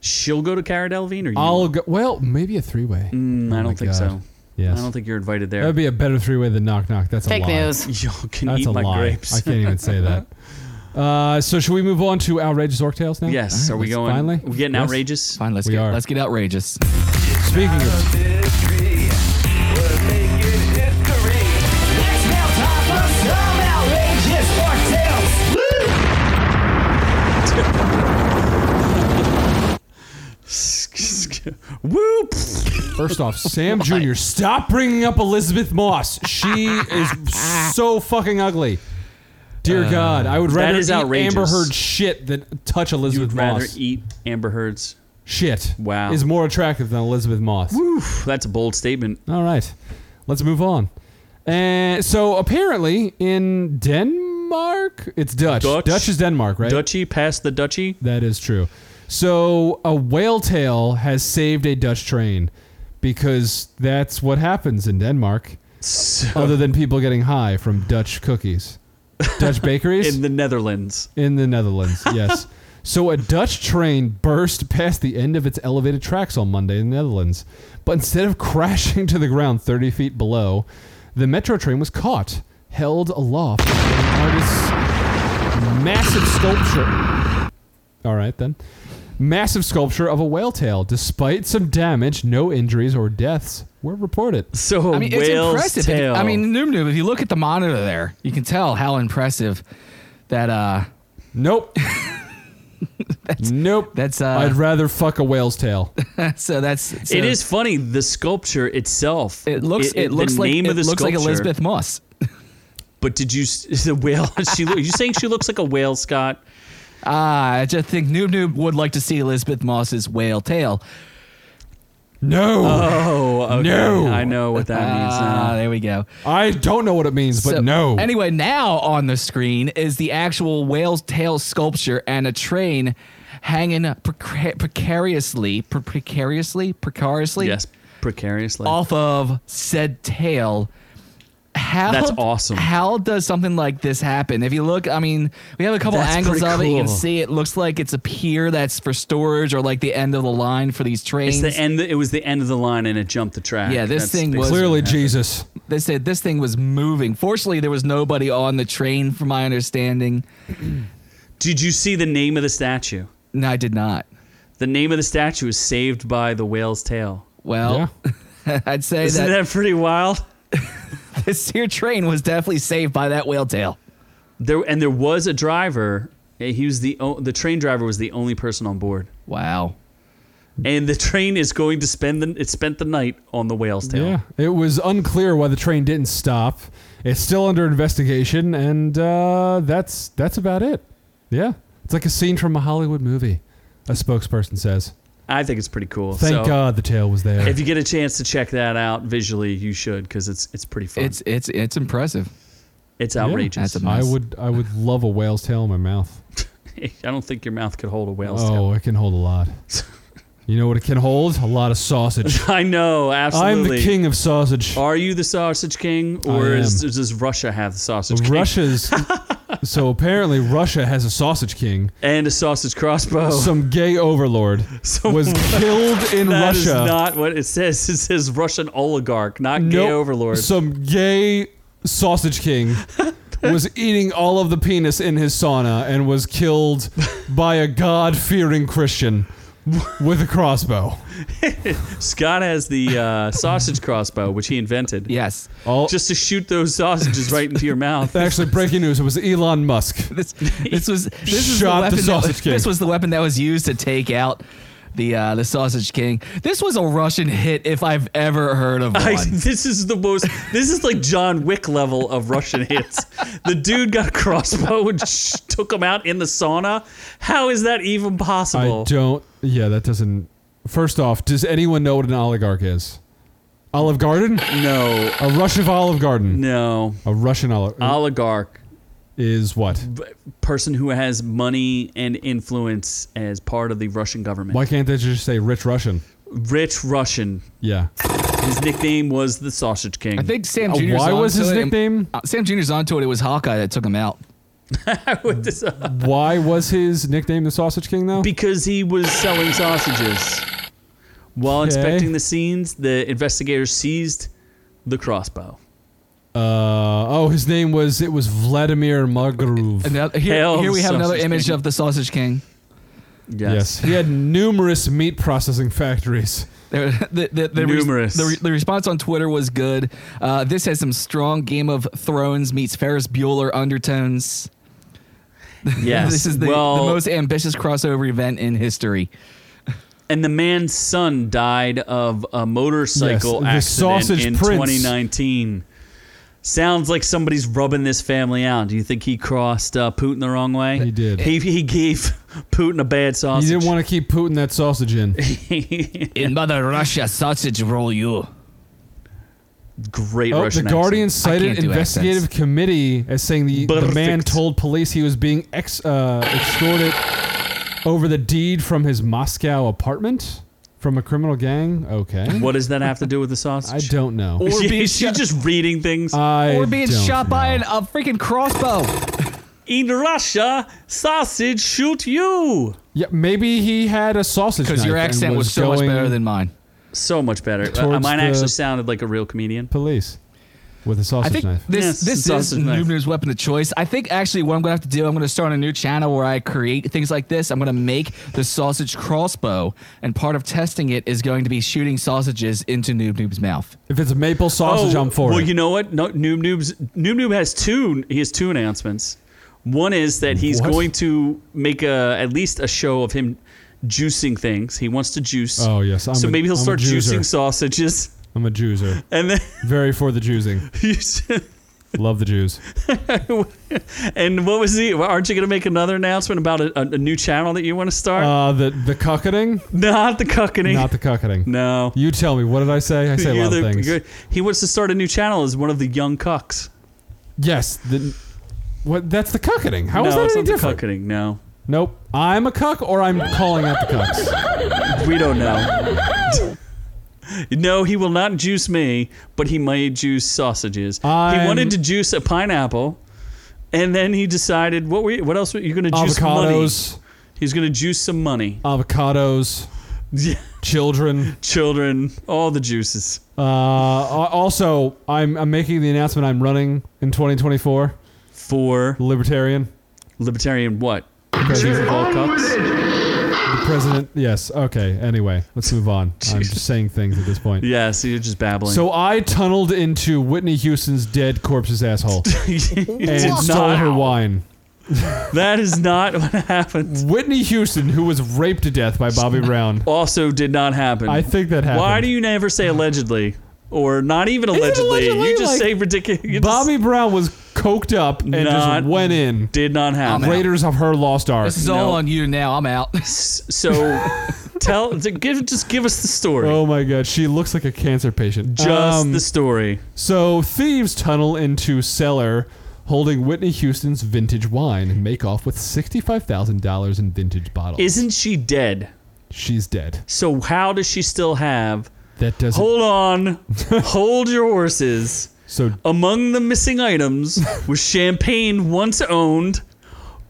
[SPEAKER 1] She'll go to Cara Delevingne, or you?
[SPEAKER 5] I'll go. Well, maybe a three way.
[SPEAKER 1] Mm, I
[SPEAKER 5] my
[SPEAKER 1] don't think
[SPEAKER 5] God.
[SPEAKER 1] so.
[SPEAKER 5] Yes.
[SPEAKER 1] I don't think you're invited there.
[SPEAKER 5] That would be a better three way than knock knock. That's
[SPEAKER 8] Fake
[SPEAKER 5] a lie.
[SPEAKER 8] news.
[SPEAKER 1] Y'all can
[SPEAKER 5] That's
[SPEAKER 1] eat
[SPEAKER 5] a
[SPEAKER 1] my
[SPEAKER 5] lie.
[SPEAKER 1] grapes.
[SPEAKER 5] I can't even say that. Uh, so should we move on to outrageous orc-tales now?
[SPEAKER 1] yes.
[SPEAKER 5] All right,
[SPEAKER 1] are we
[SPEAKER 5] let's-
[SPEAKER 1] going?
[SPEAKER 5] Finally,
[SPEAKER 1] we getting
[SPEAKER 5] Yes.
[SPEAKER 1] outrageous?
[SPEAKER 4] Fine, let's
[SPEAKER 5] We
[SPEAKER 4] get
[SPEAKER 5] are.
[SPEAKER 4] let's get outrageous.
[SPEAKER 5] Speaking of,
[SPEAKER 1] Whoop!
[SPEAKER 5] first off, Sam Jr. Stop bringing up Elizabeth Moss. She is so fucking ugly. Dear God, I would rather
[SPEAKER 1] Uh, is
[SPEAKER 5] eat Amber
[SPEAKER 1] outrageous.
[SPEAKER 5] Heard shit than touch
[SPEAKER 1] You
[SPEAKER 5] Elizabeth
[SPEAKER 1] would rather
[SPEAKER 5] Moss.
[SPEAKER 1] eat Amber Heard's?
[SPEAKER 5] shit.
[SPEAKER 1] Wow.
[SPEAKER 5] is more attractive than Elizabeth Moss.
[SPEAKER 1] Phew, That's a bold statement.
[SPEAKER 5] All right, let's move on. And so apparently in Denmark, it's Dutch.
[SPEAKER 1] Dutch.
[SPEAKER 5] is Denmark, right?
[SPEAKER 1] Duchy, pass the duchy.
[SPEAKER 5] That is true. So a whale tail has saved a Dutch train because that's what happens in Denmark.
[SPEAKER 1] So,
[SPEAKER 5] Other than people getting high from Dutch cookies, Dutch bakeries
[SPEAKER 1] in the Netherlands.
[SPEAKER 5] in the Netherlands, yes. So a Dutch train burst past the end of its elevated tracks on Monday in the Netherlands. But instead of crashing to the ground 30 feet below, the metro train was caught, held aloft by an artist's massive sculpture. All right, then. Massive sculpture of a whale tail. Despite some damage, no injuries or deaths were reported.
[SPEAKER 1] So a
[SPEAKER 4] I mean, it's
[SPEAKER 1] whale's
[SPEAKER 4] impressive. If you-
[SPEAKER 1] tail.
[SPEAKER 4] I mean, Noob Noob, if you look at the monitor there, you can tell how impressive that uh
[SPEAKER 5] Nope. nope.
[SPEAKER 4] that's, uh,
[SPEAKER 5] I'd rather fuck a whale's tail.
[SPEAKER 4] so that's so
[SPEAKER 1] it is funny. The sculpture itself.
[SPEAKER 4] it looks it, looks
[SPEAKER 1] the
[SPEAKER 4] like
[SPEAKER 1] name
[SPEAKER 4] it
[SPEAKER 1] of the
[SPEAKER 4] looks like
[SPEAKER 1] sculpture,
[SPEAKER 4] Elizabeth Moss.
[SPEAKER 1] But did you s- the whale? She, lo- are you saying she looks like a whale, Scott?
[SPEAKER 4] Ah, I just think Noob Noob would like to see Elizabeth Moss's whale tail.
[SPEAKER 5] No,
[SPEAKER 1] Oh, okay.
[SPEAKER 5] No.
[SPEAKER 1] I know what that means uh,
[SPEAKER 4] Ah,
[SPEAKER 1] now.
[SPEAKER 4] there we go.
[SPEAKER 5] I don't know what it means, but
[SPEAKER 4] So,
[SPEAKER 5] no.
[SPEAKER 4] Anyway, now on the screen is the actual whale's tail sculpture and a train hanging preca- precariously, pre- precariously, precariously
[SPEAKER 1] Yes, precariously.
[SPEAKER 4] off of said tail. How,
[SPEAKER 1] That's awesome.
[SPEAKER 4] How does something like this happen? If you look, I mean, we have a couple
[SPEAKER 1] That's
[SPEAKER 4] angles
[SPEAKER 1] pretty
[SPEAKER 4] of it. You can
[SPEAKER 1] cool.
[SPEAKER 4] see it looks like it's a pier that's for storage or like the end of the line for these trains.
[SPEAKER 1] it's the end. It was the end of the line, and it jumped the track.
[SPEAKER 4] Yeah, this thing was-
[SPEAKER 1] basically
[SPEAKER 5] Clearly,
[SPEAKER 1] what happened.
[SPEAKER 5] Jesus.
[SPEAKER 4] they said this thing was moving. Fortunately, there was nobody on the train, from my understanding.
[SPEAKER 1] Did you see the name of the statue?
[SPEAKER 4] No, I did not.
[SPEAKER 1] The name of the statue is "Saved by the Whale's Tail."
[SPEAKER 4] Well,
[SPEAKER 5] Yeah.
[SPEAKER 4] I'd say
[SPEAKER 1] Isn't
[SPEAKER 4] that,
[SPEAKER 1] that pretty wild?
[SPEAKER 4] this here train was definitely saved by that whale tail.
[SPEAKER 1] There and there was a driver. and He was the o- the train driver was the only person on board,
[SPEAKER 4] Wow.
[SPEAKER 1] and the train is going to spend the it spent the night on the whale's tail.
[SPEAKER 5] Yeah, it was unclear why the train didn't stop. It's still under investigation, and uh, that's that's about it. Yeah, it's like a scene from a Hollywood movie. A spokesperson says,
[SPEAKER 1] I think it's pretty cool.
[SPEAKER 5] "Thank
[SPEAKER 1] so,
[SPEAKER 5] God the tail was there."
[SPEAKER 1] If you get a chance to check that out visually, you should because it's it's pretty fun.
[SPEAKER 4] It's it's it's impressive.
[SPEAKER 1] it's
[SPEAKER 5] Yeah.
[SPEAKER 1] outrageous.
[SPEAKER 4] That's a
[SPEAKER 5] I
[SPEAKER 4] mess.
[SPEAKER 5] would I would love a whale's tail in my mouth.
[SPEAKER 1] I don't think your mouth could hold a whale's tail.
[SPEAKER 5] Oh, it can hold a lot. You know what it can hold? A lot of sausage.
[SPEAKER 1] I know,
[SPEAKER 5] I'm
[SPEAKER 1] absolutely.
[SPEAKER 5] the king of sausage.
[SPEAKER 1] Are you the sausage king, or
[SPEAKER 5] I
[SPEAKER 1] is,
[SPEAKER 5] am.
[SPEAKER 1] does Russia have the sausage king
[SPEAKER 5] Russia's. so apparently, Russia has a sausage king.
[SPEAKER 1] and a sausage crossbow?
[SPEAKER 5] Some gay overlord
[SPEAKER 1] Some-
[SPEAKER 5] was killed in
[SPEAKER 1] That is
[SPEAKER 5] Russia.
[SPEAKER 1] not what it says. It says Russian oligarch, not gay
[SPEAKER 5] Nope.
[SPEAKER 1] overlord.
[SPEAKER 5] Some gay sausage king was eating all of the penis in his sauna and was killed by a God fearing Christian with a crossbow.
[SPEAKER 1] Scott has the uh, sausage crossbow, which he invented.
[SPEAKER 4] Yes.
[SPEAKER 5] All
[SPEAKER 1] Just to shoot those sausages right into your mouth.
[SPEAKER 5] actually breaking news. It was Elon Musk.
[SPEAKER 4] This this was this is the
[SPEAKER 5] Shot the
[SPEAKER 4] weapon that,
[SPEAKER 5] sausage
[SPEAKER 4] was-
[SPEAKER 5] king.
[SPEAKER 4] this was the weapon that was used to take out the uh, the sausage king. This was a Russian hit if I've ever heard of one.
[SPEAKER 1] I, this is the most. This is like John Wick level of Russian hits. The dude got a crossbow and sh- took him out in the sauna. How is that even possible?
[SPEAKER 5] I don't. Yeah, that doesn't. First off, does anyone know what an oligarch is? Olive Garden?
[SPEAKER 1] No,
[SPEAKER 5] A Russian Olive Garden.
[SPEAKER 1] no.
[SPEAKER 5] A Russian olive
[SPEAKER 1] Oligarch,
[SPEAKER 5] is what?
[SPEAKER 1] person who has money and influence as part of the Russian government.
[SPEAKER 5] Why can't they just say rich Russian?
[SPEAKER 1] Rich Russian.
[SPEAKER 5] Yeah.
[SPEAKER 1] His nickname was the Sausage King.
[SPEAKER 4] I think Sam
[SPEAKER 5] Uh,
[SPEAKER 4] Jr.
[SPEAKER 5] why was his nickname?
[SPEAKER 4] uh, Sam Jr.'s onto it. It was Hawkeye that took him out.
[SPEAKER 1] With this, uh,
[SPEAKER 5] Why was his nickname the Sausage King though?
[SPEAKER 1] because he was selling sausages. While
[SPEAKER 5] Okay.
[SPEAKER 1] inspecting the scenes, the investigators seized the crossbow.
[SPEAKER 5] Uh, oh, his name was it was Vladimir Magarov.
[SPEAKER 4] And now- here,
[SPEAKER 1] Hail
[SPEAKER 4] here we have another
[SPEAKER 1] Sausage
[SPEAKER 4] image
[SPEAKER 1] King.
[SPEAKER 4] of the sausage king.
[SPEAKER 5] Yes, he had numerous meat processing factories.
[SPEAKER 4] There- the, the, the re-
[SPEAKER 1] Numerous.
[SPEAKER 4] the, re- the response on Twitter was good. Uh, this has some strong Game of Thrones meets Ferris Bueller undertones.
[SPEAKER 1] Yes.
[SPEAKER 4] this is the,
[SPEAKER 1] well,
[SPEAKER 4] the most ambitious crossover event in history.
[SPEAKER 1] and the man's son died of a motorcycle
[SPEAKER 5] Yes, the
[SPEAKER 1] accident
[SPEAKER 5] sausage
[SPEAKER 1] in
[SPEAKER 5] prince.
[SPEAKER 1] 2019. Sounds like somebody's rubbing this family out. Do you think he crossed uh, Putin the wrong way?
[SPEAKER 5] He did.
[SPEAKER 1] He, he gave Putin a bad
[SPEAKER 5] He
[SPEAKER 1] sausage.
[SPEAKER 5] didn't want to keep Putin that sausage in.
[SPEAKER 4] In Mother Russia, sausage roll you.
[SPEAKER 1] Great
[SPEAKER 5] Oh,
[SPEAKER 1] Russian
[SPEAKER 5] the Guardian
[SPEAKER 1] accent.
[SPEAKER 5] cited
[SPEAKER 4] can't do
[SPEAKER 5] investigative
[SPEAKER 4] accents.
[SPEAKER 5] committee as saying the, the man
[SPEAKER 1] Perfect.
[SPEAKER 5] told police he was being ex, uh, extorted over the deed from his Moscow apartment from a criminal gang. Okay,
[SPEAKER 1] What does that have to do with the sausage?
[SPEAKER 5] I don't know.
[SPEAKER 1] Is
[SPEAKER 4] Or
[SPEAKER 1] she,
[SPEAKER 4] being
[SPEAKER 1] is she
[SPEAKER 4] shot-
[SPEAKER 1] just reading things?
[SPEAKER 5] I
[SPEAKER 4] Or being
[SPEAKER 5] don't
[SPEAKER 4] shot by an,
[SPEAKER 5] know.
[SPEAKER 4] a freaking crossbow.
[SPEAKER 1] in Russia, sausage shoot you.
[SPEAKER 5] Yeah, maybe he had a sausage.
[SPEAKER 4] Because your
[SPEAKER 5] knife and
[SPEAKER 4] accent was, so much
[SPEAKER 5] going-
[SPEAKER 4] better than mine.
[SPEAKER 1] So much better. Uh,
[SPEAKER 5] Towards
[SPEAKER 1] mine
[SPEAKER 5] the-
[SPEAKER 1] actually sounded like a real comedian.
[SPEAKER 5] police with a
[SPEAKER 4] I
[SPEAKER 5] sausage
[SPEAKER 4] think
[SPEAKER 5] knife.
[SPEAKER 4] this
[SPEAKER 1] Yes,
[SPEAKER 4] this is
[SPEAKER 1] sausage knife.
[SPEAKER 4] Noob Noob's weapon of choice. I think actually what I'm gonna have to do, I'm gonna start a new channel where I create things like this. I'm gonna make the sausage crossbow, and part of testing it is going to be shooting sausages into Noob Noob's mouth.
[SPEAKER 5] If it's maple sausage,
[SPEAKER 1] Oh,
[SPEAKER 5] I'm for
[SPEAKER 1] Well,
[SPEAKER 5] it.
[SPEAKER 1] you know what? No, Noob Noob's Noob Noob has two. He has two announcements. One is that he's
[SPEAKER 5] What?
[SPEAKER 1] going to make a at least a show of him juicing things. He wants to juice.
[SPEAKER 5] Oh, yes, I'm
[SPEAKER 1] so
[SPEAKER 5] a-
[SPEAKER 1] maybe he'll
[SPEAKER 5] I'm a
[SPEAKER 1] start
[SPEAKER 5] juicer.
[SPEAKER 1] juicing sausages,
[SPEAKER 5] I'm a juicer.
[SPEAKER 1] and then
[SPEAKER 5] Very for the juicing.
[SPEAKER 1] you s-
[SPEAKER 5] Love the Jews.
[SPEAKER 1] And what was the? Aren't you going to make another announcement about a, a, a new channel that you want to start?
[SPEAKER 5] Uh, the the cucketing,
[SPEAKER 1] not the cuckening.
[SPEAKER 5] not the cucketing.
[SPEAKER 1] no.
[SPEAKER 5] You tell me. What did I say? I say a
[SPEAKER 1] You're
[SPEAKER 5] lot
[SPEAKER 1] the-
[SPEAKER 5] of things.
[SPEAKER 1] you're- he wants to start a new channel as one of the young cucks.
[SPEAKER 5] Yes. The, what? That's the cucketing. How
[SPEAKER 1] no,
[SPEAKER 5] Oh, is that
[SPEAKER 1] it's
[SPEAKER 5] any
[SPEAKER 1] not
[SPEAKER 5] different?
[SPEAKER 1] the cuckening. No,
[SPEAKER 5] Nope. I'm a cuck, or I'm calling out the cucks.
[SPEAKER 1] we don't know. no, he will not juice me, but he may juice sausages.
[SPEAKER 5] I'm-
[SPEAKER 1] He wanted to juice a pineapple, and then he decided what were you, what else were you going to juice? Money.
[SPEAKER 5] Avocados.
[SPEAKER 1] He's going to juice some money.
[SPEAKER 5] Avocados. Children.
[SPEAKER 1] Children, all the juices.
[SPEAKER 5] Uh, al- also, I'm, I'm making the announcement I'm running in 2024.
[SPEAKER 1] For
[SPEAKER 5] Libertarian.
[SPEAKER 1] libertarian, what? Juice of all cucks?
[SPEAKER 5] The president. Yes. Okay. Anyway, let's move on. I'm just saying things at this point.
[SPEAKER 1] Yeah, so you're just babbling.
[SPEAKER 5] So I tunneled into Whitney Houston's dead corpse's asshole
[SPEAKER 1] You did
[SPEAKER 5] and stole
[SPEAKER 1] not-
[SPEAKER 5] her wine.
[SPEAKER 1] That is not what happened.
[SPEAKER 5] Whitney Houston, who was raped to death by Bobby Brown.
[SPEAKER 1] Also, did not happen.
[SPEAKER 5] I think that happened.
[SPEAKER 1] Why do you never say allegedly, or not even
[SPEAKER 5] it
[SPEAKER 1] allegedly?
[SPEAKER 5] allegedly,
[SPEAKER 1] you just
[SPEAKER 5] like,
[SPEAKER 1] say ridiculous. you just-
[SPEAKER 5] Bobby Brown was coked up and
[SPEAKER 1] Not-
[SPEAKER 5] just went in.
[SPEAKER 1] did not happen.
[SPEAKER 5] Raiders of her lost ark.
[SPEAKER 4] This is all on you now. I'm out.
[SPEAKER 1] So tell, to give, just give us the story.
[SPEAKER 5] Oh my god, she looks like a cancer patient.
[SPEAKER 1] just
[SPEAKER 5] Um,
[SPEAKER 1] the story.
[SPEAKER 5] so thieves tunnel into cellar holding Whitney Houston's vintage wine and make off with $65,000 in vintage bottles.
[SPEAKER 1] Isn't she dead?
[SPEAKER 5] She's dead.
[SPEAKER 1] So how does she still have?
[SPEAKER 5] That doesn't
[SPEAKER 1] Hold on, hold your horses.
[SPEAKER 5] So
[SPEAKER 1] Among the missing items was champagne once owned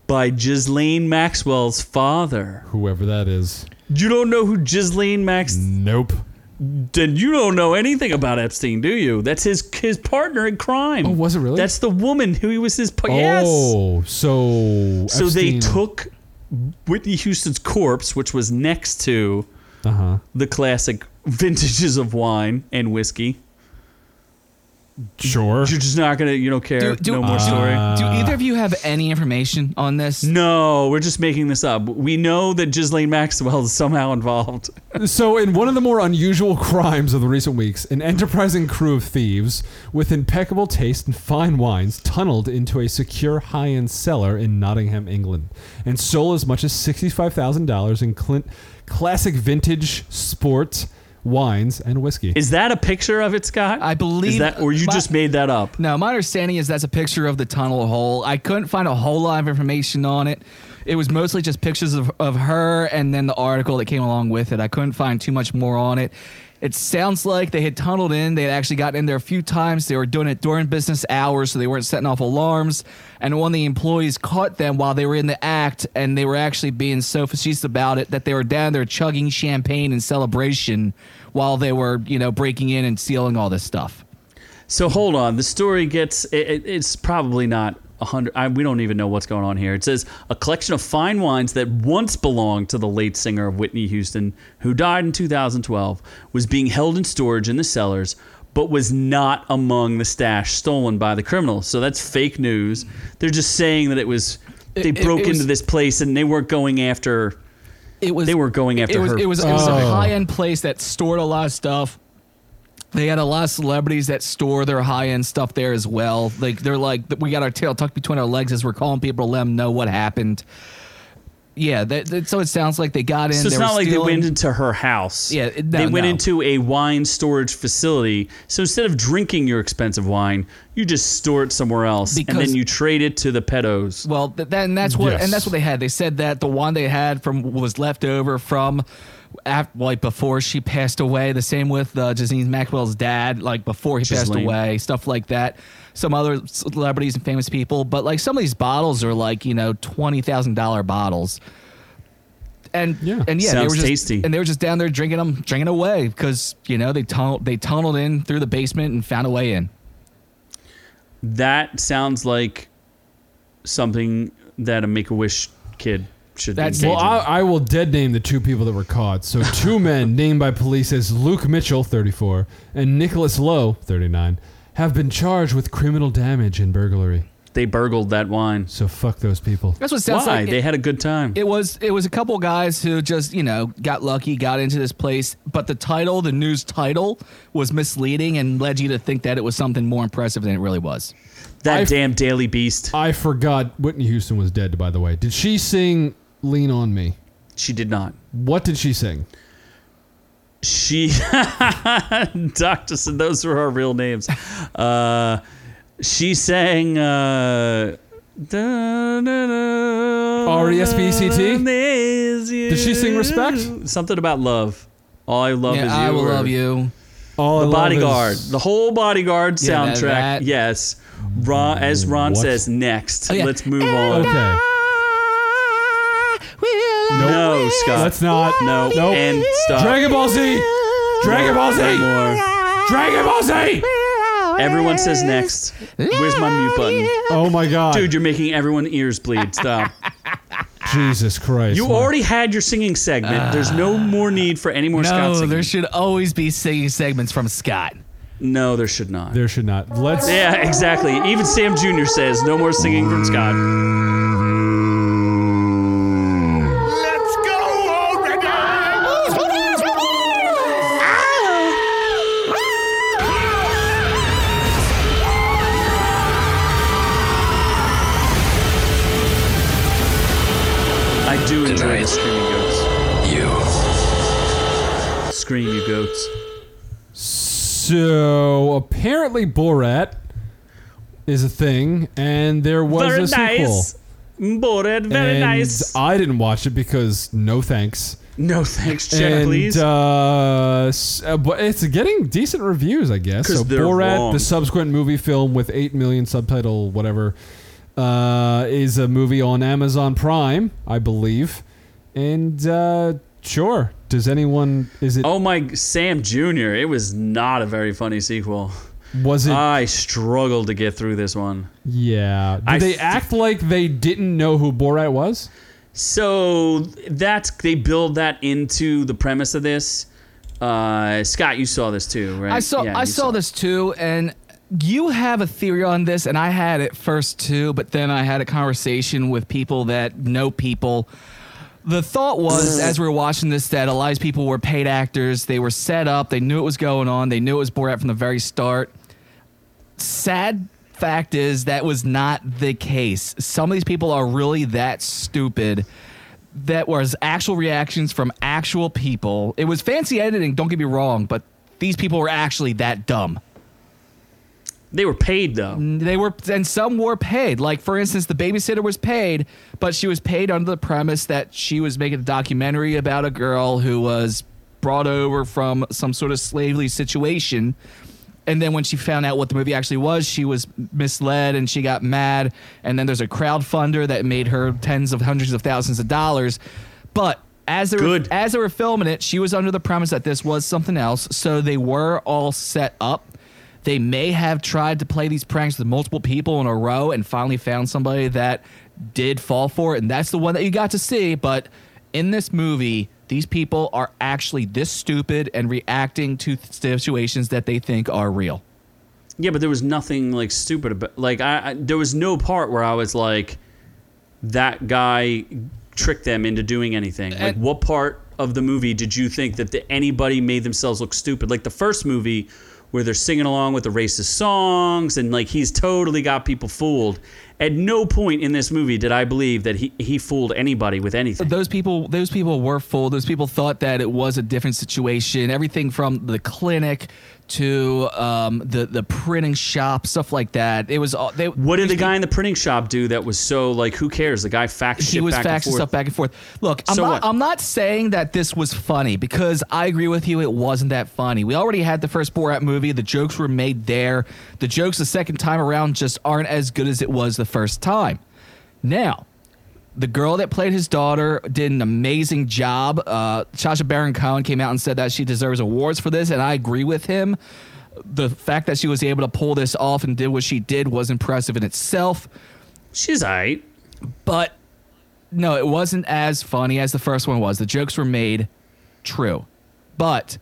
[SPEAKER 1] by Ghislaine Maxwell's father.
[SPEAKER 5] whoever that is.
[SPEAKER 1] You don't know who Ghislaine Max?
[SPEAKER 5] Nope.
[SPEAKER 1] Then you don't know anything about Epstein, do you? That's his his partner in crime. Oh,
[SPEAKER 5] was it really?
[SPEAKER 1] That's the woman who he was his. Pa- Yes.
[SPEAKER 5] Oh, so
[SPEAKER 1] So they
[SPEAKER 5] Epstein-
[SPEAKER 1] took Whitney Houston's corpse, which was next to
[SPEAKER 5] Uh-huh.
[SPEAKER 1] the classic vintages of wine and whiskey.
[SPEAKER 5] Sure.
[SPEAKER 1] You're just not gonna. You don't care.
[SPEAKER 4] Do, do,
[SPEAKER 1] no
[SPEAKER 5] Uh,
[SPEAKER 1] more
[SPEAKER 4] do-
[SPEAKER 1] story.
[SPEAKER 4] do either of you have any information on this?
[SPEAKER 1] No, we're just making this up. We know that Ghislaine Maxwell is somehow involved.
[SPEAKER 5] So, in one of the more unusual crimes of the recent weeks, an enterprising crew of thieves with impeccable taste and fine wines tunneled into a secure high end cellar in Nottingham, England, and stole as much as $65,000 in Clint classic vintage sport wines and whiskey.
[SPEAKER 1] Is that a picture of it, Scott?
[SPEAKER 4] I believe-
[SPEAKER 1] Is that, or you
[SPEAKER 4] my-
[SPEAKER 1] just made that up?
[SPEAKER 4] No, my understanding is that's a picture of the tunnel hole. I couldn't find a whole lot of information on it. It was mostly just pictures of, of her and then the article that came along with it. I couldn't find too much more on it. It sounds like they had tunneled in. They had actually gotten in there a few times. They were doing it during business hours, so they weren't setting off alarms. And one of the employees caught them while they were in the act, and they were actually being so facetious about it that they were down there chugging champagne in celebration while they were, you know, breaking in and stealing all this stuff.
[SPEAKER 1] So hold on. The story gets it, it, it's probably not a hundred. I, we don't even know what's going on here. It says a collection of fine wines that once belonged to the late singer of Whitney Houston, who died in 2012, was being held in storage in the cellars, but was not among the stash stolen by the criminals. So that's fake news. They're just saying that it was they
[SPEAKER 4] It- it-
[SPEAKER 1] broke
[SPEAKER 4] it was-
[SPEAKER 1] into this place and they weren't going after.
[SPEAKER 4] it was
[SPEAKER 1] They were going after
[SPEAKER 4] it was,
[SPEAKER 1] her.
[SPEAKER 4] It was, it was a
[SPEAKER 5] Oh.
[SPEAKER 4] high end place that stored a lot of stuff. They had a lot of celebrities that store their high end stuff there as well. Like they're like we got our tail tucked between our legs as we're calling people to let them know what happened. Yeah, that, that- so it sounds like they got in.
[SPEAKER 1] So it's
[SPEAKER 4] were
[SPEAKER 1] not like they
[SPEAKER 4] stealing-
[SPEAKER 1] went into her house.
[SPEAKER 4] Yeah, it- no,
[SPEAKER 1] they went
[SPEAKER 4] no.
[SPEAKER 1] into a wine storage facility. So instead of drinking your expensive wine, you just store it somewhere else, and
[SPEAKER 4] Because-
[SPEAKER 1] then you trade it to the pedos.
[SPEAKER 4] Well, th- that, and that's what
[SPEAKER 5] Yes.
[SPEAKER 4] and that's what they had. They said that the one they had from was left over from, af like before she passed away. The same with uh, Jazine Maxwell's dad, like before he passed
[SPEAKER 1] Ghislaine.
[SPEAKER 4] away, stuff like that. Some other celebrities and famous people, but like some of these bottles are like you know twenty thousand dollar bottles. And
[SPEAKER 5] Yeah.
[SPEAKER 4] and yeah, they
[SPEAKER 1] Sounds
[SPEAKER 4] were just,
[SPEAKER 1] tasty.
[SPEAKER 4] And they were just down there drinking them, drinking away because you know they tunnel they tunneled in through the basement and found a way in.
[SPEAKER 1] That sounds like something that a Make a Wish kid should.
[SPEAKER 4] That's-
[SPEAKER 1] engage
[SPEAKER 5] Well,
[SPEAKER 1] in.
[SPEAKER 5] I, I will dead name the two people that were caught. So, two men named by police as Luke Mitchell, 34, and Nicholas Lowe, 39, have been charged with criminal damage and burglary.
[SPEAKER 1] they burgled that wine.
[SPEAKER 5] So fuck those people.
[SPEAKER 4] That's what it sounds
[SPEAKER 1] Why?
[SPEAKER 4] like.
[SPEAKER 1] they
[SPEAKER 4] It-
[SPEAKER 1] had a good time.
[SPEAKER 4] It was it was a couple guys who just you know got lucky, got into this place, but the title, the news title, was misleading and led you to think that it was something more impressive than it really was.
[SPEAKER 1] that
[SPEAKER 5] I've-
[SPEAKER 1] damn Daily Beast.
[SPEAKER 5] I forgot Whitney Houston was dead, by the way. Did she sing Lean On Me?
[SPEAKER 1] she did not.
[SPEAKER 5] What did she sing?
[SPEAKER 1] She, Doctor, said those were her real names. Uh, she sang. Uh,
[SPEAKER 5] E R.E.S.P.E.C.T.?
[SPEAKER 1] Did
[SPEAKER 5] she sing Respect?
[SPEAKER 1] Something about love. All I love
[SPEAKER 4] yeah,
[SPEAKER 1] is Oh, you.
[SPEAKER 4] I will
[SPEAKER 1] or-
[SPEAKER 4] love you.
[SPEAKER 5] All
[SPEAKER 1] Oh, The bodyguard, the whole bodyguard
[SPEAKER 4] Yeah, that-
[SPEAKER 1] soundtrack.
[SPEAKER 4] that-
[SPEAKER 1] Yes, Ron, as Ron
[SPEAKER 5] What?
[SPEAKER 1] says, next.
[SPEAKER 4] yeah.
[SPEAKER 1] Let's move on.
[SPEAKER 5] Oh, okay.
[SPEAKER 1] No, Scott.
[SPEAKER 5] That's not.
[SPEAKER 1] No,
[SPEAKER 5] Nope.
[SPEAKER 1] and stop.
[SPEAKER 5] Dragon Ball Z. Dragon Ball Z.
[SPEAKER 1] No more.
[SPEAKER 5] Dragon Ball Z.
[SPEAKER 1] Everyone says next. Where's my mute button?
[SPEAKER 5] Oh my god.
[SPEAKER 1] Dude, you're making everyone ears bleed. Stop.
[SPEAKER 5] Jesus Christ.
[SPEAKER 1] You already had your singing segment. There's no
[SPEAKER 5] Ah.
[SPEAKER 1] more need for any more Scott
[SPEAKER 4] No,
[SPEAKER 1] singing.
[SPEAKER 4] there should always be singing segments from Scott.
[SPEAKER 1] no, there should not.
[SPEAKER 5] There should not. Let's.
[SPEAKER 1] yeah, exactly. Even Sam Jr. says no more singing from Scott. I do enjoy the
[SPEAKER 2] Tonight.
[SPEAKER 1] screaming goats.
[SPEAKER 2] You.
[SPEAKER 1] Scream, you goats.
[SPEAKER 5] So apparently Borat is a thing, and there was a sequel.
[SPEAKER 1] Bored, very
[SPEAKER 5] and uh,
[SPEAKER 1] nice.
[SPEAKER 5] I didn't watch it because no thanks.
[SPEAKER 1] no thanks, check
[SPEAKER 5] and,
[SPEAKER 1] please.
[SPEAKER 5] Uh, s- uh, but it's getting decent reviews, I guess.
[SPEAKER 1] 'Cause
[SPEAKER 5] So
[SPEAKER 1] they're
[SPEAKER 5] Borat,
[SPEAKER 1] wrong.
[SPEAKER 5] the subsequent movie film with eight million subtitle whatever, uh, is a movie on Amazon Prime, I believe. And uh, sure, does anyone is it
[SPEAKER 1] oh my, Sam Jr. It was not a very funny sequel.
[SPEAKER 5] was it
[SPEAKER 4] Hmm.
[SPEAKER 1] I struggled to get through this one.
[SPEAKER 5] yeah? Did
[SPEAKER 1] I
[SPEAKER 5] they
[SPEAKER 1] th-
[SPEAKER 5] act like they didn't know who Borat was?
[SPEAKER 1] So that's they build that into the premise of this. Uh, Scott, you saw this too, right?
[SPEAKER 4] I saw
[SPEAKER 1] Yeah,
[SPEAKER 4] I
[SPEAKER 1] you
[SPEAKER 4] saw
[SPEAKER 1] it.
[SPEAKER 4] this too, and you have a theory on this, and I had it first too, but then I had a conversation with people that know people. The thought was,
[SPEAKER 1] Mm.
[SPEAKER 4] as we were watching this, that a lot of these people were paid actors. They were set up. They knew it was going on. They knew it was Borat from the very start. Sad fact is that was not the case. Some of these people are really that stupid that was actual reactions from actual people. It was fancy editing, don't get me wrong, but these people were actually that dumb.
[SPEAKER 1] They were paid though.
[SPEAKER 4] They were, and some were paid. Like for instance, the babysitter was paid, but she was paid under the premise that she was making a documentary about a girl who was brought over from some sort of slavery situation. And then when she found out what the movie actually was, she was misled and she got mad. And then there's a crowdfunder that made her tens of hundreds of thousands of dollars. But as they were,
[SPEAKER 1] Good.
[SPEAKER 4] as they were filming it, she was under the premise that this was something else. So they were all set up. They may have tried to play these pranks with multiple people in a row and finally found somebody that did fall for it. And that's the one that you got to see. But in this movie, these people are actually this stupid and reacting to th- situations that they think are real.
[SPEAKER 1] Yeah, but there was nothing like stupid about. Like I, I, there was no part where I was like, that guy tricked them into doing anything. Like
[SPEAKER 4] And-
[SPEAKER 1] what part of the movie did you think that the, anybody made themselves look stupid? Like the first movie where they're singing along with the racist songs and like he's totally got people fooled. At no point in this movie did I believe that he, he fooled anybody with anything.
[SPEAKER 4] those people those people were full those people thought that it was a different situation everything from the clinic to um, the the printing shop stuff like that it was all they
[SPEAKER 1] What did the guy in the printing shop do that was so like who cares? The guy faxed
[SPEAKER 4] he
[SPEAKER 1] shit
[SPEAKER 4] was
[SPEAKER 1] back and
[SPEAKER 4] faxing
[SPEAKER 1] forth.
[SPEAKER 4] stuff back and forth. Look, I'm
[SPEAKER 1] So
[SPEAKER 4] not
[SPEAKER 1] what?
[SPEAKER 4] I'm not saying that this was funny because I agree with you. It wasn't that funny. We already had the first Borat movie. The jokes were made there. The jokes the second time around just aren't as good as it was the first time. Now, the girl that played his daughter did an amazing job. Uh, Sasha Baron Cohen came out and said that she deserves awards for this, and I agree with him. The fact that she was able to pull this off and did what she did was impressive in itself
[SPEAKER 1] She's alright.
[SPEAKER 4] but no, it wasn't as funny as the first one was. The jokes were made true, but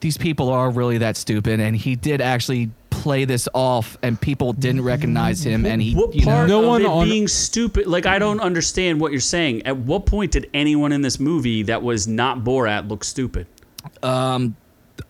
[SPEAKER 4] these people are really that stupid, and he did actually play this off and people didn't recognize him and he
[SPEAKER 1] What
[SPEAKER 4] you know,
[SPEAKER 1] part
[SPEAKER 5] No
[SPEAKER 1] of
[SPEAKER 5] one
[SPEAKER 1] it
[SPEAKER 5] on-
[SPEAKER 1] being stupid? Like I don't understand what you're saying. At what point did anyone in this movie that was not Borat look stupid?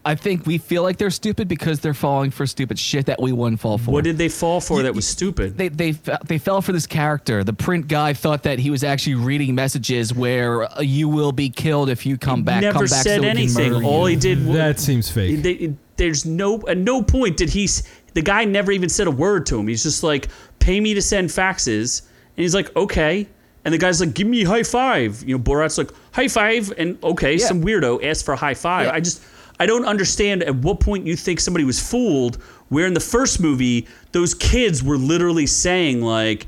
[SPEAKER 4] I think we feel like they're stupid because they're falling for stupid shit that we wouldn't fall for.
[SPEAKER 1] What did they fall for that was stupid?
[SPEAKER 4] they they fe- they fell for this character. The print guy thought that he was actually reading messages where uh, you will be killed if you come back.
[SPEAKER 1] Never
[SPEAKER 4] come back
[SPEAKER 1] said
[SPEAKER 4] so we can
[SPEAKER 1] anything.
[SPEAKER 4] murder
[SPEAKER 1] All
[SPEAKER 4] you."
[SPEAKER 1] he did was
[SPEAKER 5] That seems fake.
[SPEAKER 1] They, there's no at no point did he s- the guy never even said a word to him. He's just like, "Pay me to send faxes," and he's like, "Okay." And the guy's like, "Give me a high five. You know, Borat's like, "High five and okay,
[SPEAKER 4] Yeah.
[SPEAKER 1] some weirdo asked for a high five.
[SPEAKER 4] Yeah.
[SPEAKER 1] I just I don't understand at what point you think somebody was fooled. Where in the first movie, those kids were literally saying like,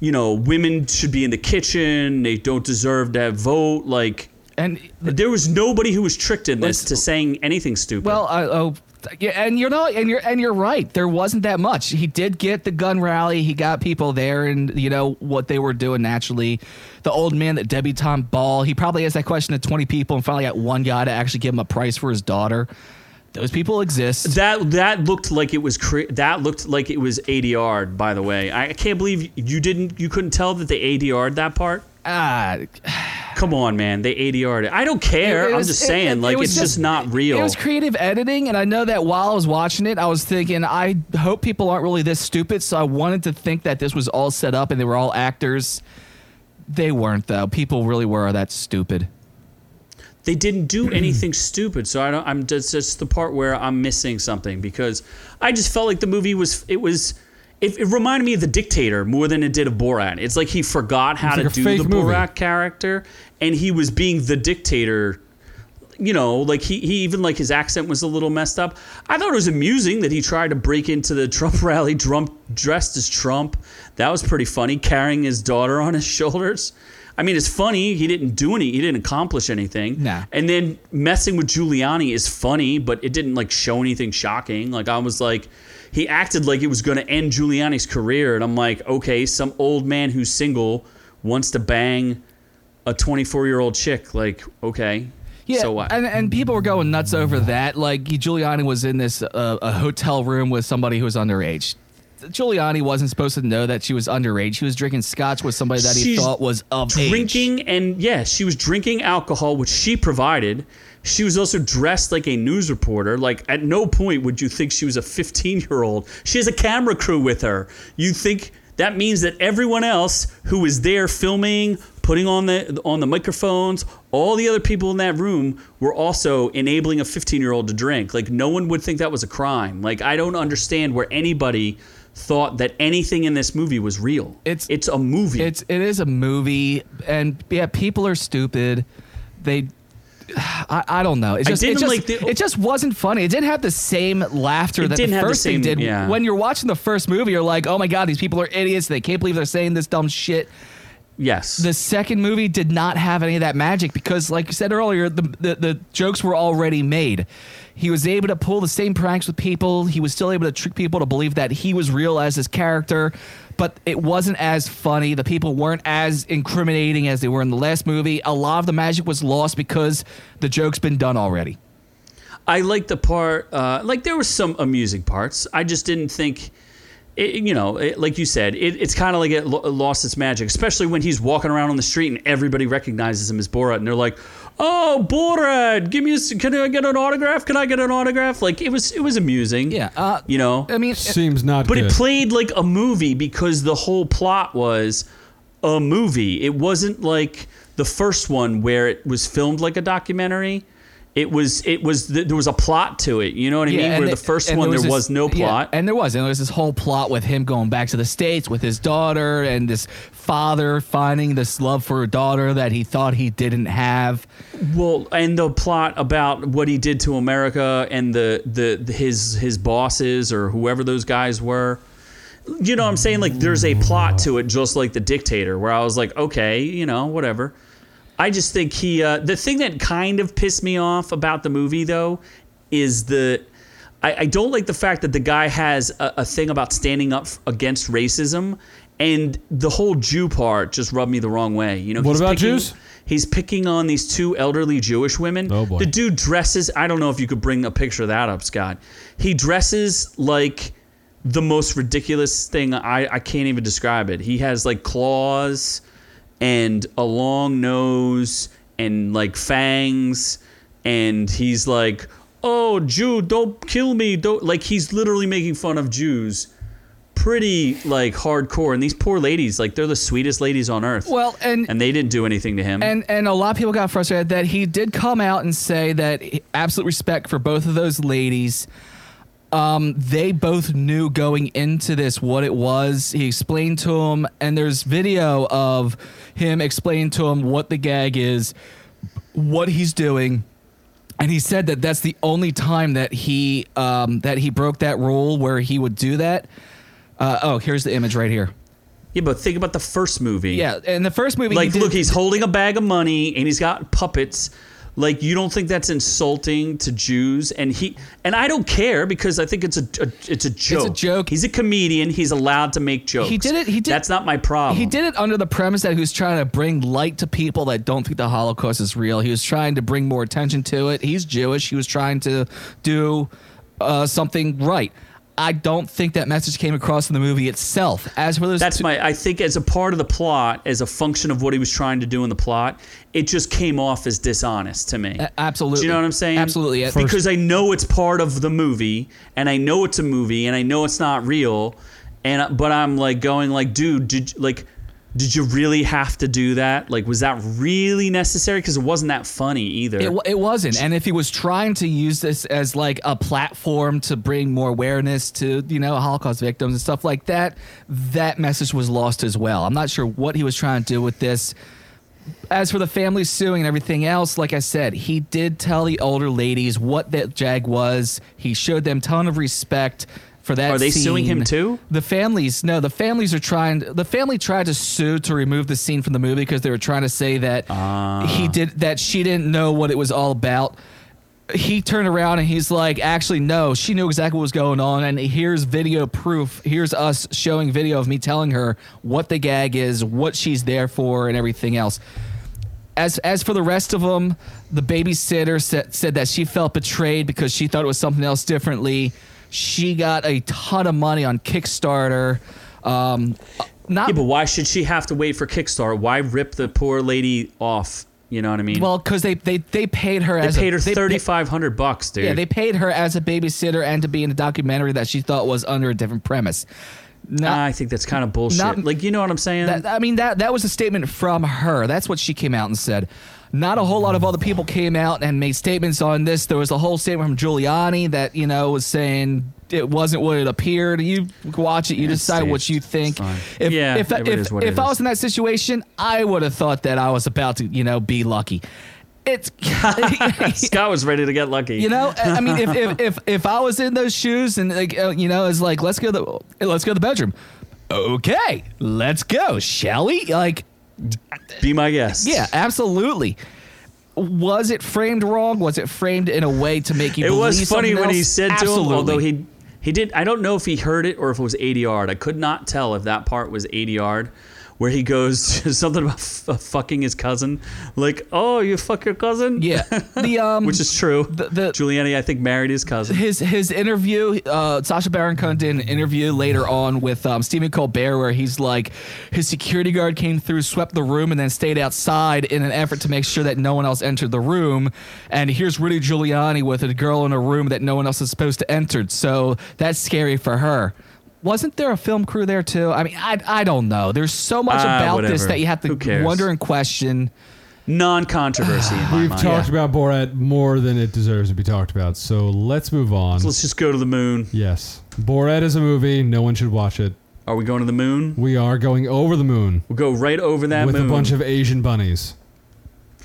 [SPEAKER 1] you know, women should be in the kitchen. They don't deserve that vote. Like,
[SPEAKER 4] and
[SPEAKER 1] there was nobody who was tricked in this
[SPEAKER 4] Let's-
[SPEAKER 1] to saying anything stupid.
[SPEAKER 4] well, I, oh. Yeah, and you're not, and you're, and you're right. There wasn't that much. He did get the gun rally. He got people there, and you know what they were doing naturally. The old man, that debutante ball. He probably asked that question to 20 people, and finally got one guy to actually give him a price for his daughter. Those people exist.
[SPEAKER 1] That that looked like it was cre- that looked like it was ADR'd. By the way, I, I can't believe you didn't you couldn't tell that they ADR'd that part.
[SPEAKER 4] Ah,
[SPEAKER 1] Come on, man, they ADR'd it. I don't care.
[SPEAKER 4] It- it
[SPEAKER 1] I'm
[SPEAKER 4] was-
[SPEAKER 1] just
[SPEAKER 4] it-
[SPEAKER 1] saying,
[SPEAKER 4] it- it
[SPEAKER 1] like
[SPEAKER 4] was
[SPEAKER 1] it's just,
[SPEAKER 4] just-
[SPEAKER 1] not real.
[SPEAKER 4] It was creative editing, and I know that while I was watching it, I was thinking, I hope people aren't really this stupid. So I wanted to think that this was all set up and they were all actors. They weren't though. People really were that stupid.
[SPEAKER 1] they didn't do anything stupid. So I don't. I'm just, just the part where I'm missing something because I just felt like the movie was it was. It, it reminded me of the dictator more than it did of Borat. It's like he forgot how
[SPEAKER 5] It's
[SPEAKER 1] to
[SPEAKER 5] like a
[SPEAKER 1] do
[SPEAKER 5] fake
[SPEAKER 1] the
[SPEAKER 5] movie.
[SPEAKER 1] Borat character, and he was being the dictator. You know, like he, he even like his accent was a little messed up. I thought it was amusing that he tried to break into the Trump rally, Trump dressed as Trump. That was pretty funny, carrying his daughter on his shoulders. I mean, it's funny. He didn't do any. He didn't accomplish anything.
[SPEAKER 4] Nah.
[SPEAKER 1] And then messing with Giuliani is funny, but it didn't like show anything shocking. Like I was like, he acted like it was going to end Giuliani's career, and I'm like, okay, some old man who's single wants to bang a 24 year old chick. Like, okay,
[SPEAKER 4] Yeah,
[SPEAKER 1] so what?
[SPEAKER 4] and and people were going nuts over that. Like Giuliani was in this uh, a hotel room with somebody who was underage. Giuliani wasn't supposed to know that she was underage. She was drinking scotch with somebody that he
[SPEAKER 1] She's
[SPEAKER 4] thought was of age.
[SPEAKER 1] drinking and yeah, she was drinking alcohol, which she provided. She was also dressed like a news reporter. Like at no point would you think she was a 15 year old. She has a camera crew with her. You think that means that everyone else who was there filming, putting on the on the microphones, all the other people in that room were also enabling a 15 year old to drink. Like no one would think that was a crime. Like I don't understand where anybody thought that anything in this movie was real.
[SPEAKER 4] It's-
[SPEAKER 1] it's a movie.
[SPEAKER 4] It's it is a movie, and yeah, people are stupid. They, I, I don't know. It's
[SPEAKER 1] I
[SPEAKER 4] just, it
[SPEAKER 1] didn't
[SPEAKER 4] just,
[SPEAKER 1] like the-
[SPEAKER 4] it just wasn't funny. It didn't have the same laughter
[SPEAKER 1] It
[SPEAKER 4] that
[SPEAKER 1] didn't
[SPEAKER 4] the
[SPEAKER 1] have the
[SPEAKER 4] first thing
[SPEAKER 1] same-
[SPEAKER 4] did.
[SPEAKER 1] yeah.
[SPEAKER 4] When you're watching the first movie, you're like, oh my god, these people are idiots. They can't believe they're saying this dumb shit.
[SPEAKER 1] yes.
[SPEAKER 4] The second movie did not have any of that magic because, like you said earlier, the, the the jokes were already made. He was able to pull the same pranks with people. He was still able to trick people to believe that he was real as his character, but it wasn't as funny. The people weren't as incriminating as they were in the last movie. A lot of the magic was lost because the joke's been done already.
[SPEAKER 1] I like the part. Uh, like there were some amusing parts. I just didn't think. It, you know, it, like you said, it, it's kind of like it lo- lost its magic, especially when he's walking around on the street and everybody recognizes him as Borat, and they're like, "Oh, Borat, give me, a, s- can I get an autograph? Can I get an autograph?" Like it was, it was amusing.
[SPEAKER 4] Yeah, uh,
[SPEAKER 1] you know,
[SPEAKER 4] I mean,
[SPEAKER 5] seems not
[SPEAKER 1] but
[SPEAKER 5] good.
[SPEAKER 1] it played like a movie because the whole plot was a movie. It wasn't like the first one where it was filmed like a documentary. It was it was th- there was a plot to it. You know what I mean?
[SPEAKER 4] and
[SPEAKER 1] Where
[SPEAKER 4] they-
[SPEAKER 1] the first
[SPEAKER 4] and
[SPEAKER 1] one there was,
[SPEAKER 4] this-
[SPEAKER 1] no
[SPEAKER 4] yeah,
[SPEAKER 1] plot.
[SPEAKER 4] and there was, and there was this whole plot with him going back to the states with his daughter, and this father finding this love for a daughter that he thought he didn't have.
[SPEAKER 1] well, and the plot about what he did to America and the, the the his his bosses or whoever those guys were. You know what I'm saying? Like there's a plot to it, just like the dictator. Where I was like, okay, you know, whatever. I just think he. Uh, the thing that kind of pissed me off about the movie, though, is the. I, I don't like the fact that the guy has a, a thing about standing up f- against racism, and the whole Jew part just rubbed me the wrong way. You know,
[SPEAKER 5] What
[SPEAKER 1] he's
[SPEAKER 5] about
[SPEAKER 1] picking-
[SPEAKER 5] Jews?
[SPEAKER 1] He's picking on these two elderly Jewish women.
[SPEAKER 5] Oh, boy.
[SPEAKER 1] The dude dresses. I don't know if you could bring a picture of that up, Scott. He dresses like the most ridiculous thing. I, I can't even describe it. He has like claws and a long nose and like fangs and he's like oh jew don't kill me don't like he's literally making fun of jews pretty like hardcore and these poor ladies like they're the sweetest ladies on earth
[SPEAKER 4] Well, and-
[SPEAKER 1] and they didn't do anything to him
[SPEAKER 4] And and a lot of people got frustrated that he did come out and say that he- absolute respect for both of those ladies. Um, they both knew going into this what it was. He explained to him, and there's video of him explaining to him what the gag is, what he's doing, and he said that that's the only time that he um, that he broke that rule where he would do that. Uh, oh, here's the image right here.
[SPEAKER 1] yeah but think about the first movie
[SPEAKER 4] Yeah, in the first movie, he
[SPEAKER 1] like
[SPEAKER 4] did-
[SPEAKER 1] look he's holding a bag of money and he's got puppets like you don't think that's insulting to Jews and he and I don't care because I think it's a, a- it's a joke.
[SPEAKER 4] joke.
[SPEAKER 1] He's a comedian. He's allowed to make jokes.
[SPEAKER 4] did it- he did-
[SPEAKER 1] That's not my problem.
[SPEAKER 4] He did it under the premise that he was trying to bring light to people that don't think the Holocaust is real. He was trying to bring more attention to it. He's Jewish. He was trying to do uh, something right. I don't think that message came across in the movie itself. As for those,
[SPEAKER 1] That's
[SPEAKER 4] two-
[SPEAKER 1] my. I think as a part of the plot, as a function of what he was trying to do in the plot, it just came off as dishonest to me.
[SPEAKER 4] absolutely.
[SPEAKER 1] Do you know what I'm saying?
[SPEAKER 4] Absolutely. First-
[SPEAKER 1] Because I know it's part of the movie, and I know it's a movie, and I know it's not real, and uh, but I'm like going like, dude, did you- like, did you really have to do that? Like, was that really necessary? Because it wasn't that funny either.
[SPEAKER 4] It, wa- it wasn't. And if he was trying to use this as like a platform to bring more awareness to, you know, Holocaust victims and stuff like that, that message was lost as well. I'm not sure what he was trying to do with this. As for the family suing and everything else, like I said, he did tell the older ladies what that jag was. He showed them ton of respect for that.
[SPEAKER 1] Are they suing him
[SPEAKER 4] scene.
[SPEAKER 1] too?
[SPEAKER 4] The families, no, the families are trying. The family tried to sue to remove the scene from the movie because they were trying to say that
[SPEAKER 1] Ah.
[SPEAKER 4] he did that she didn't know what it was all about. He turned around and he's like, actually, no, she knew exactly what was going on. And here's video proof. Here's us showing video of me telling her what the gag is, what she's there for, and everything else. As as for the rest of them, the babysitter said, said that she felt betrayed because she thought it was something else differently. She got a ton of money on Kickstarter. Um, not
[SPEAKER 1] yeah, but why should she have to wait for Kickstarter? Why rip the poor lady off? You know what I mean?
[SPEAKER 4] well because they, they they paid her
[SPEAKER 1] they
[SPEAKER 4] as
[SPEAKER 1] paid her
[SPEAKER 4] a,
[SPEAKER 1] thirty five hundred bucks, dude.
[SPEAKER 4] Yeah, they paid her as a babysitter and to be in a documentary that she thought was under a different premise. Not,
[SPEAKER 1] I think that's kind of bullshit.
[SPEAKER 4] not-
[SPEAKER 1] like, you know what I'm saying?
[SPEAKER 4] That, I mean that that was a statement from her. That's what she came out and said. Not a whole lot of other people came out and made statements on this. There was a whole statement from Giuliani that you know was saying it wasn't what it appeared. You watch it, you
[SPEAKER 1] it's
[SPEAKER 4] decide what
[SPEAKER 1] staged.
[SPEAKER 4] you
[SPEAKER 1] It's
[SPEAKER 4] think.
[SPEAKER 1] fine.
[SPEAKER 4] If,
[SPEAKER 1] Yeah,
[SPEAKER 4] if,
[SPEAKER 1] it
[SPEAKER 4] if,
[SPEAKER 1] is what
[SPEAKER 4] if
[SPEAKER 1] it
[SPEAKER 4] I
[SPEAKER 1] is.
[SPEAKER 4] was in that situation, I would have thought that I was about to you know be lucky. It's
[SPEAKER 1] Scott was ready to get lucky.
[SPEAKER 4] You know, I I mean, if, if if if I was in those shoes and like uh, you know, it's like let's go to the let's go to the bedroom. Okay, let's go, shall we? Like,
[SPEAKER 1] be my guest.
[SPEAKER 4] yeah, absolutely. Was it framed wrong? Was it framed in a way to make you?
[SPEAKER 1] It
[SPEAKER 4] believe
[SPEAKER 1] was funny
[SPEAKER 4] something
[SPEAKER 1] when he
[SPEAKER 4] else?
[SPEAKER 1] said to him,
[SPEAKER 4] Absolutely.
[SPEAKER 1] although he he did. I don't know if he heard it or if it was ADR. I could not tell if that part was ADR, where he goes something about f- uh, fucking his cousin, like, "Oh, you fuck your cousin,"
[SPEAKER 4] yeah, the um,
[SPEAKER 1] which is true.
[SPEAKER 4] The- the-
[SPEAKER 1] Giuliani, I think, married his cousin.
[SPEAKER 4] his his interview, uh, Sasha Baron Cohen did an interview later on with um, Stephen Colbert where he's like, his security guard came through, swept the room, and then stayed outside in an effort to make sure that no one else entered the room. And here's Rudy Giuliani with a girl in a room that no one else is supposed to enter. So that's scary for her. Wasn't there a film crew there too? I mean, I, I don't know. There's so much
[SPEAKER 1] Ah,
[SPEAKER 4] about this
[SPEAKER 1] whatever.
[SPEAKER 4] that you have
[SPEAKER 1] Who
[SPEAKER 4] to
[SPEAKER 1] cares?
[SPEAKER 4] wonder and question.
[SPEAKER 1] Non-controversy in my
[SPEAKER 5] We've
[SPEAKER 1] mind.
[SPEAKER 5] talked about Borat more than it deserves to be talked about, so let's move on.
[SPEAKER 1] Let's just go to the moon.
[SPEAKER 5] yes, Borat is a movie. No one should watch it.
[SPEAKER 1] Are we going to the moon?
[SPEAKER 5] We are going over the moon
[SPEAKER 1] We'll go right over that
[SPEAKER 5] with
[SPEAKER 1] moon.
[SPEAKER 5] a bunch of Asian bunnies.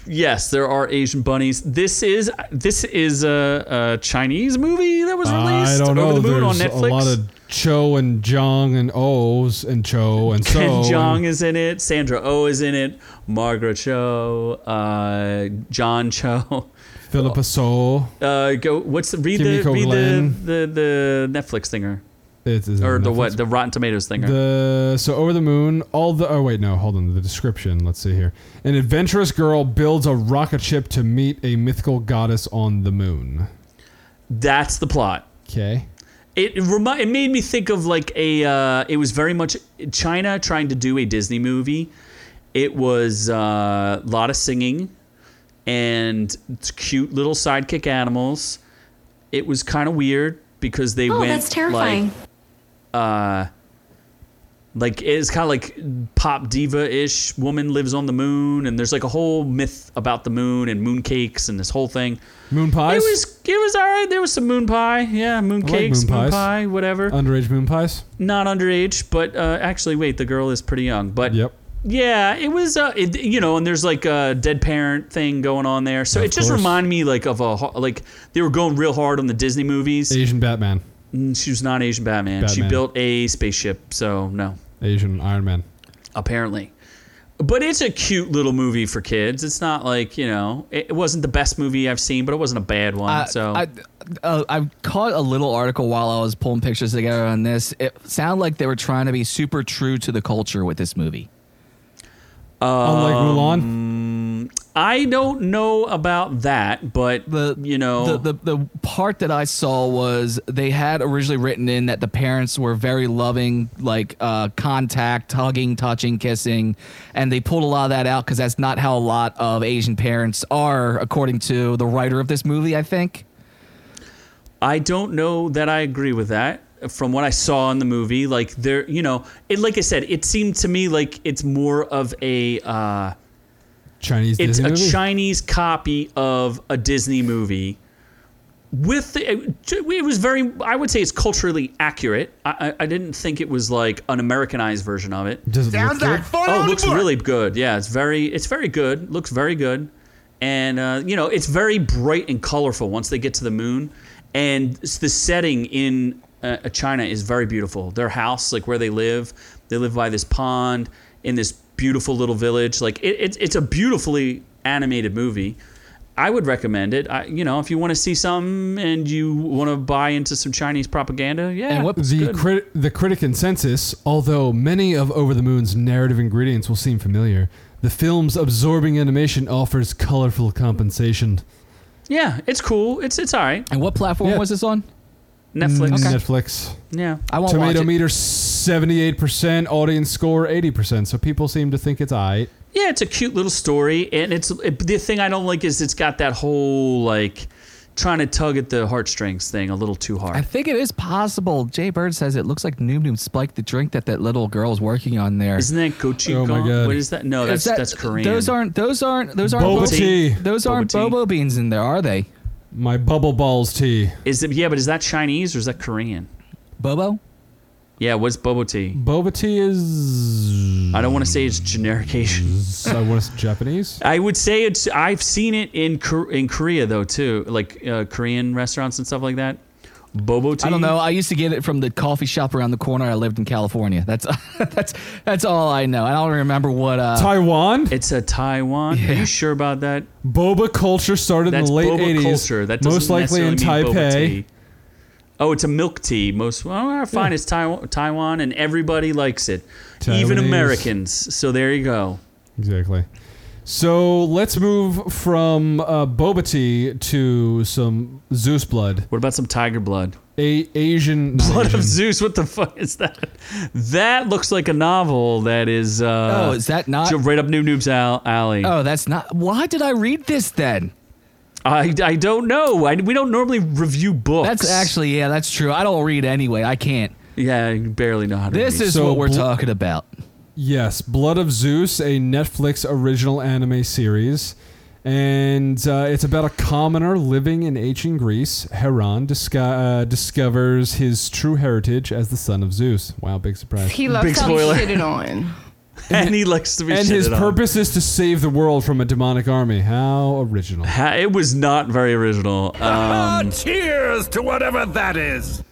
[SPEAKER 1] yes, there are Asian bunnies. This is this is a, a Chinese movie that was
[SPEAKER 5] I
[SPEAKER 1] released
[SPEAKER 5] don't know.
[SPEAKER 1] over the moon on
[SPEAKER 5] There's
[SPEAKER 1] Netflix.
[SPEAKER 5] a lot of Cho and Jong and O's and Cho and So.
[SPEAKER 1] Ken Jeong
[SPEAKER 5] and-
[SPEAKER 1] is in it. Sandra Oh is in it. Margaret Cho, uh, John Cho. Oh.
[SPEAKER 5] Philippa So.
[SPEAKER 1] Uh, go. What's the read the
[SPEAKER 5] Kimiko
[SPEAKER 1] read the,
[SPEAKER 5] Glenn.
[SPEAKER 1] the the Netflix thinger?
[SPEAKER 5] It's, it's
[SPEAKER 1] or
[SPEAKER 5] on
[SPEAKER 1] the
[SPEAKER 5] Netflix.
[SPEAKER 1] what? The Rotten Tomatoes thing. right?
[SPEAKER 5] The so over the moon. All the oh wait no hold on the description. Let's see here. An adventurous girl builds a rocket ship to meet a mythical goddess on the moon.
[SPEAKER 1] That's the plot.
[SPEAKER 5] Okay.
[SPEAKER 1] It remi- it made me think of like a. Uh, it was very much China trying to do a Disney movie. It was uh, a lot of singing, and cute little sidekick animals. It was kind of weird because they
[SPEAKER 9] Oh,
[SPEAKER 1] went
[SPEAKER 9] that's terrifying.
[SPEAKER 1] like uh, like it's kind of like pop diva ish. Woman lives on the moon, and there's like a whole myth about the moon and moon cakes and this whole thing.
[SPEAKER 5] Moon pies.
[SPEAKER 1] It was it was all right. There was some moon pie, yeah, moon
[SPEAKER 5] like
[SPEAKER 1] cakes,
[SPEAKER 5] moon
[SPEAKER 1] moon,
[SPEAKER 5] pies. Uh,
[SPEAKER 1] pie, whatever.
[SPEAKER 5] underage moon pies.
[SPEAKER 1] Not underage, but uh, actually, wait, the girl is pretty young. But
[SPEAKER 5] Yep.
[SPEAKER 1] yeah, it was uh, it, you know, and there's like a dead parent thing going on there. So
[SPEAKER 5] Of
[SPEAKER 1] it just
[SPEAKER 5] course.
[SPEAKER 1] reminded me like of a ho- like they were going real hard on the Disney movies.
[SPEAKER 5] Asian Batman.
[SPEAKER 1] Mm, She was not Asian Batman. She
[SPEAKER 5] Batman.
[SPEAKER 1] built a spaceship, so no,
[SPEAKER 5] Asian Iron Man.
[SPEAKER 1] apparently. But it's a cute little movie for kids. It's not like you know, it it wasn't the best movie I've seen, but it wasn't a bad one.
[SPEAKER 4] I,
[SPEAKER 1] so
[SPEAKER 4] I, uh, I caught a little article while I was pulling pictures together on this. It sounded like they were trying to be super true to the culture with this movie. Oh,
[SPEAKER 1] Uh,
[SPEAKER 5] Unlike Mulan.
[SPEAKER 1] I don't know about that, but
[SPEAKER 4] the
[SPEAKER 1] you know,
[SPEAKER 4] the, the the part that I saw was they had originally written in that the parents were very loving, like uh, contact, hugging, touching, kissing, and they pulled a lot of that out because that's not how a lot of Asian parents are, according to the writer of this movie. I think.
[SPEAKER 1] I don't know that I agree with that. From what I saw in the movie, like there, you know, it like I said, it seemed to me like it's more of a uh,
[SPEAKER 5] Chinese
[SPEAKER 1] it's
[SPEAKER 5] Disney
[SPEAKER 1] a
[SPEAKER 5] movie.
[SPEAKER 1] Chinese copy of a Disney movie. With the, it was very, I would say it's culturally accurate. I, I, I didn't think it was like an Americanized version of it.
[SPEAKER 5] Does it look
[SPEAKER 3] Sounds like
[SPEAKER 5] good?
[SPEAKER 3] fun
[SPEAKER 1] Oh,
[SPEAKER 3] on
[SPEAKER 1] it
[SPEAKER 3] the
[SPEAKER 1] looks
[SPEAKER 3] book.
[SPEAKER 1] really good. Yeah, it's very it's very good. Looks very good, and uh, you know it's very bright and colorful once they get to the moon, and s- the setting in uh, China is very beautiful. Their house, like where they live, they live by this pond in this beautiful little village. Like it, it's it's a beautifully animated movie. I would recommend it. I, you know, if you want to see something and you want to buy into some Chinese propaganda, yeah.
[SPEAKER 4] And what
[SPEAKER 5] The, crit- the critic consensus, although many of Over the Moon's narrative ingredients will seem familiar, the film's absorbing animation offers colorful compensation.
[SPEAKER 1] Yeah, it's cool. It's it's all right.
[SPEAKER 4] and what platform
[SPEAKER 5] Yeah.
[SPEAKER 4] was this on?
[SPEAKER 1] Netflix.
[SPEAKER 4] Mm.
[SPEAKER 5] Netflix.
[SPEAKER 1] Yeah.
[SPEAKER 4] I won't watch
[SPEAKER 5] Tomato
[SPEAKER 4] it.
[SPEAKER 5] meter 78%, audience score 80%. So people seem to think it's aight.
[SPEAKER 1] Yeah, it's a cute little story, and it's it, the thing I don't like is it's got that whole like trying to tug at the heartstrings thing a little too hard.
[SPEAKER 4] I think it is possible. Jay Bird says it looks like Noom Noom spiked the drink that that little girl's working on there.
[SPEAKER 1] Isn't that gochujang?
[SPEAKER 5] Oh my God.
[SPEAKER 1] What is that? No, that's
[SPEAKER 4] Is that-
[SPEAKER 1] that's Korean.
[SPEAKER 4] Those aren't those aren't those aren't
[SPEAKER 5] Boba
[SPEAKER 4] bo-
[SPEAKER 5] tea.
[SPEAKER 4] Those aren't
[SPEAKER 1] Boba tea.
[SPEAKER 4] bobo beans in there, are they?
[SPEAKER 5] My bubble balls tea.
[SPEAKER 1] Is it? Yeah, but is that Chinese or is that Korean?
[SPEAKER 4] Bobo?
[SPEAKER 1] Yeah, what's bobo tea?
[SPEAKER 5] Boba tea is.
[SPEAKER 1] I don't want to say it's generic Asian.
[SPEAKER 5] I want to Japanese.
[SPEAKER 1] I would say it's. I've seen it in Kor- in Korea though too, like uh, Korean restaurants and stuff like that. Bobo tea.
[SPEAKER 4] I don't know. I used to get it from the coffee shop around the corner. I lived in California. That's that's that's all I know. I don't remember what. Uh,
[SPEAKER 5] Taiwan.
[SPEAKER 1] It's a Taiwan. Are you sure about that?
[SPEAKER 5] Boba culture started in
[SPEAKER 1] That's
[SPEAKER 5] the late
[SPEAKER 1] boba
[SPEAKER 5] 80s.
[SPEAKER 1] culture. That doesn't
[SPEAKER 5] most likely in
[SPEAKER 1] necessarily mean boba
[SPEAKER 5] Taipei.
[SPEAKER 1] tea. Oh, it's a milk tea. Most well, I find it's Taiwan, Taiwan, and everybody likes it, even
[SPEAKER 5] Taiwanese.
[SPEAKER 1] Americans. So there you go.
[SPEAKER 5] Exactly. So let's move from uh, boba tea to some Zeus blood.
[SPEAKER 1] What about some tiger blood?
[SPEAKER 5] A- Asian. not
[SPEAKER 1] Blood
[SPEAKER 5] Asian.
[SPEAKER 1] of Zeus. What the fuck is that? That looks like a novel that is. Uh,
[SPEAKER 4] Oh, is that not-
[SPEAKER 1] ju- right up Noob Noob's al- alley?
[SPEAKER 4] oh, that's not. Why did I read this then?
[SPEAKER 1] I, I don't know. I, we don't normally review books.
[SPEAKER 4] That's actually yeah, that's true. I don't read anyway. I can't.
[SPEAKER 1] yeah. I barely know how to.
[SPEAKER 4] This
[SPEAKER 1] read.
[SPEAKER 4] is
[SPEAKER 5] So
[SPEAKER 4] what we're
[SPEAKER 5] bl-
[SPEAKER 4] talking about.
[SPEAKER 5] Yes, Blood of Zeus, a Netflix original anime series. And uh, it's about a commoner living in ancient Greece. Heron disco- uh, discovers his true heritage as the son of Zeus. Wow, big surprise.
[SPEAKER 8] He loves
[SPEAKER 1] Big
[SPEAKER 8] to be
[SPEAKER 1] spoiler.
[SPEAKER 8] shitted on.
[SPEAKER 1] and he likes to be.
[SPEAKER 5] and his
[SPEAKER 1] shitted on.
[SPEAKER 5] purpose is to save the world from a demonic army. How original.
[SPEAKER 1] Ha- It was not very original. Um,
[SPEAKER 3] Ah, Cheers to whatever that is.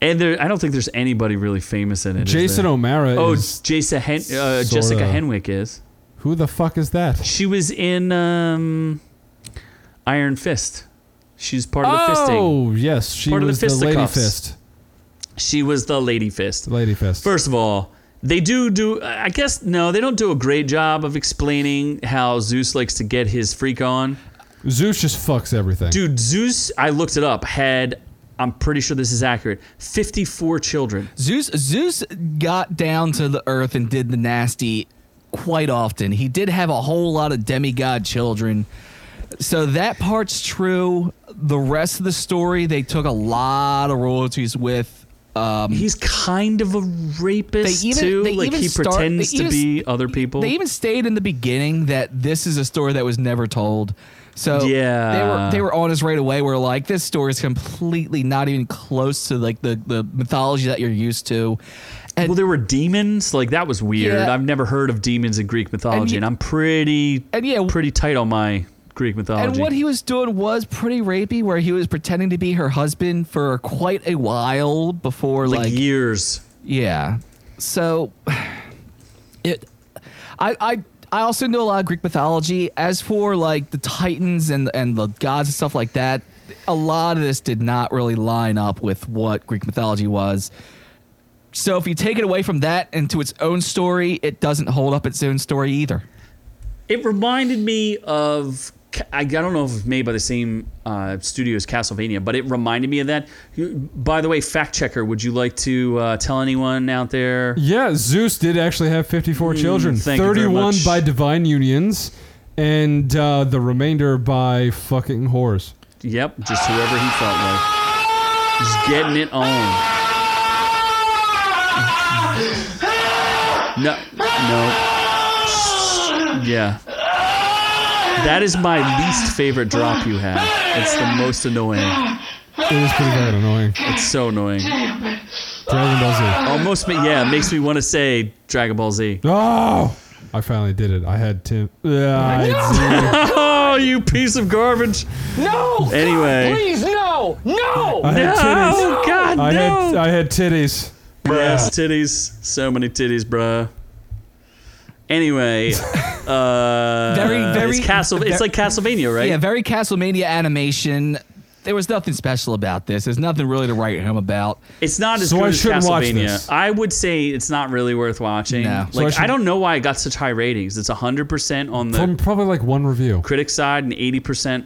[SPEAKER 1] And there, I don't think there's anybody really famous in it. is
[SPEAKER 5] Jason
[SPEAKER 1] there?
[SPEAKER 5] O'Mara
[SPEAKER 1] Oh,
[SPEAKER 5] is.
[SPEAKER 1] Jason Hen- uh, Jessica
[SPEAKER 5] sorta.
[SPEAKER 1] Henwick is.
[SPEAKER 5] Who the fuck is that?
[SPEAKER 1] She was in um, Iron Fist. She's part of the fisting.
[SPEAKER 5] Oh, yes. She
[SPEAKER 1] Part of the
[SPEAKER 5] was the, Lady
[SPEAKER 1] fisticuffs.
[SPEAKER 5] Fist.
[SPEAKER 1] She was the Lady Fist.
[SPEAKER 5] Lady Fist.
[SPEAKER 1] First of all, they do do. I guess no, they don't do a great job of explaining how Zeus likes to get his freak on.
[SPEAKER 5] Zeus just fucks everything.
[SPEAKER 1] Dude, Zeus. I looked it up. Had I'm pretty sure this is accurate. 54 children.
[SPEAKER 4] Zeus Zeus got down to the earth and did the nasty quite often. He did have a whole lot of demigod children. So that part's true. The rest of the story they took a lot of royalties with um
[SPEAKER 1] He's kind of a rapist
[SPEAKER 4] They even-
[SPEAKER 1] too.
[SPEAKER 4] they
[SPEAKER 1] like
[SPEAKER 4] even
[SPEAKER 1] he
[SPEAKER 4] start-
[SPEAKER 1] pretends
[SPEAKER 4] they
[SPEAKER 1] to
[SPEAKER 4] even-
[SPEAKER 1] be other people.
[SPEAKER 4] they even stated in the beginning that this is a story that was never told. So
[SPEAKER 1] Yeah.
[SPEAKER 4] they were they were on us right away. We're like, this story is completely not even close to like the, the mythology that you're used to. And
[SPEAKER 1] well, there were demons. Like that was weird.
[SPEAKER 4] Yeah.
[SPEAKER 1] I've never heard of demons in Greek mythology, and,
[SPEAKER 4] you-
[SPEAKER 1] I'm pretty
[SPEAKER 4] and yeah,
[SPEAKER 1] pretty tight on my Greek mythology.
[SPEAKER 4] And what he was doing was pretty rapey, where he was pretending to be her husband for quite a while before,
[SPEAKER 1] like,
[SPEAKER 4] like,
[SPEAKER 1] years.
[SPEAKER 4] yeah. So, it, I, I, I also know a lot of Greek mythology. As for like the Titans and and the gods and stuff like that, a lot of this did not really line up with what Greek mythology was. So if you take it away from that into its own story, it doesn't hold up its own story either.
[SPEAKER 1] It reminded me of I I don't know if it's made by the same uh, studio as Castlevania, but it reminded me of that. You- By the way, fact checker, would you like to uh, tell anyone out there?
[SPEAKER 5] yeah, Zeus did actually have 54 children,
[SPEAKER 1] Mm, thank you very
[SPEAKER 5] 31
[SPEAKER 1] much.
[SPEAKER 5] by divine unions, and uh, the remainder by fucking whores.
[SPEAKER 1] Yep, just whoever he felt like. He's getting it on. No, no. Yeah. That is my least favorite drop you have. It's the most annoying.
[SPEAKER 5] It is pretty bad annoying.
[SPEAKER 1] It's so annoying.
[SPEAKER 5] Dragon Ball Z.
[SPEAKER 1] Almost, ma- yeah, makes me want to say Dragon Ball Z.
[SPEAKER 5] Oh! I finally did it. I had Tim. Yeah, I had Zeus.
[SPEAKER 1] Oh, you piece of garbage.
[SPEAKER 9] No!
[SPEAKER 1] Anyway.
[SPEAKER 9] Please, no! No!
[SPEAKER 5] I had titties.
[SPEAKER 1] Oh, God,
[SPEAKER 5] I had
[SPEAKER 1] no.
[SPEAKER 5] I had titties.
[SPEAKER 1] Yes, titties. So many titties, bruh. Anyway, uh,
[SPEAKER 4] Very, very-
[SPEAKER 1] it's, Castle, it's like Castlevania, right?
[SPEAKER 4] Yeah, very Castlevania animation. There was nothing special about this. There's nothing really to write home about.
[SPEAKER 1] It's not as
[SPEAKER 5] So
[SPEAKER 1] good
[SPEAKER 5] I
[SPEAKER 1] as
[SPEAKER 5] shouldn't watch
[SPEAKER 1] Castlevania.
[SPEAKER 5] this.
[SPEAKER 1] I would say it's not really worth watching.
[SPEAKER 4] No. So
[SPEAKER 1] Like
[SPEAKER 5] I
[SPEAKER 1] I, don't know why it got such high ratings. It's 100% on the
[SPEAKER 5] From probably like one review.
[SPEAKER 1] critic side and 80%.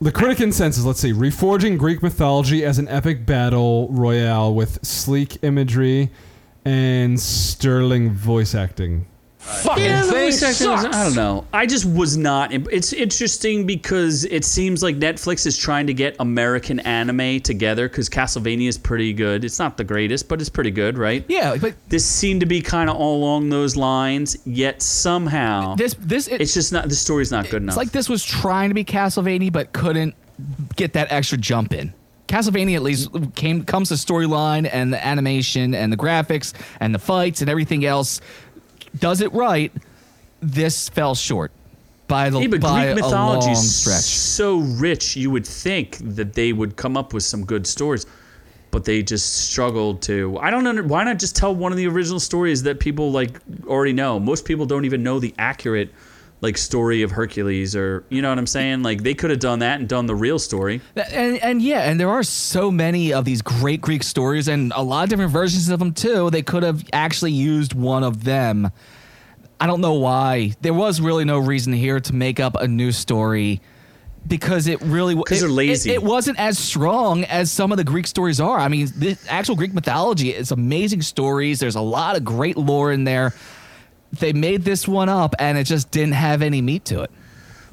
[SPEAKER 5] The critic consensus, let's see, reforging Greek mythology as an epic battle royale with sleek imagery and sterling voice acting.
[SPEAKER 9] Fucking thing sucks!
[SPEAKER 1] I don't know. I just was not im- it's interesting because it seems like Netflix is trying to get American anime together cuz Castlevania is pretty good. It's not the greatest, but it's pretty good, right?
[SPEAKER 4] Yeah, but
[SPEAKER 1] This seemed to be kind of all along those lines, yet somehow
[SPEAKER 4] this this it,
[SPEAKER 1] it's
[SPEAKER 4] it's,
[SPEAKER 1] just not the story's not good enough.
[SPEAKER 4] like this was trying to be Castlevania but couldn't get that extra jump in. Castlevania at least came comes the storyline and the animation and the graphics and the fights and everything else does it right. This fell short by the
[SPEAKER 1] Yeah, but
[SPEAKER 4] by
[SPEAKER 1] Greek
[SPEAKER 4] a
[SPEAKER 1] mythology
[SPEAKER 4] long
[SPEAKER 1] is
[SPEAKER 4] stretch.
[SPEAKER 1] so rich, you would think that they would come up with some good stories, but they just struggled to. I don't know. Why not just tell one of the original stories that people like already know? Most people don't even know the accurate like story of Hercules, or you know what I'm saying? Like they could have done that and done the real story.
[SPEAKER 4] And, and yeah, and there are so many of these great Greek stories and a lot of different versions of them too. They could have actually used one of them. I don't know why. There was really no reason here to make up a new story because it really was.
[SPEAKER 1] 'Cause they're lazy.
[SPEAKER 4] It, wasn't as strong as some of the Greek stories are. I mean, the actual Greek mythology is amazing stories. There's a lot of great lore in there. They made this one up and it just didn't have any meat to it.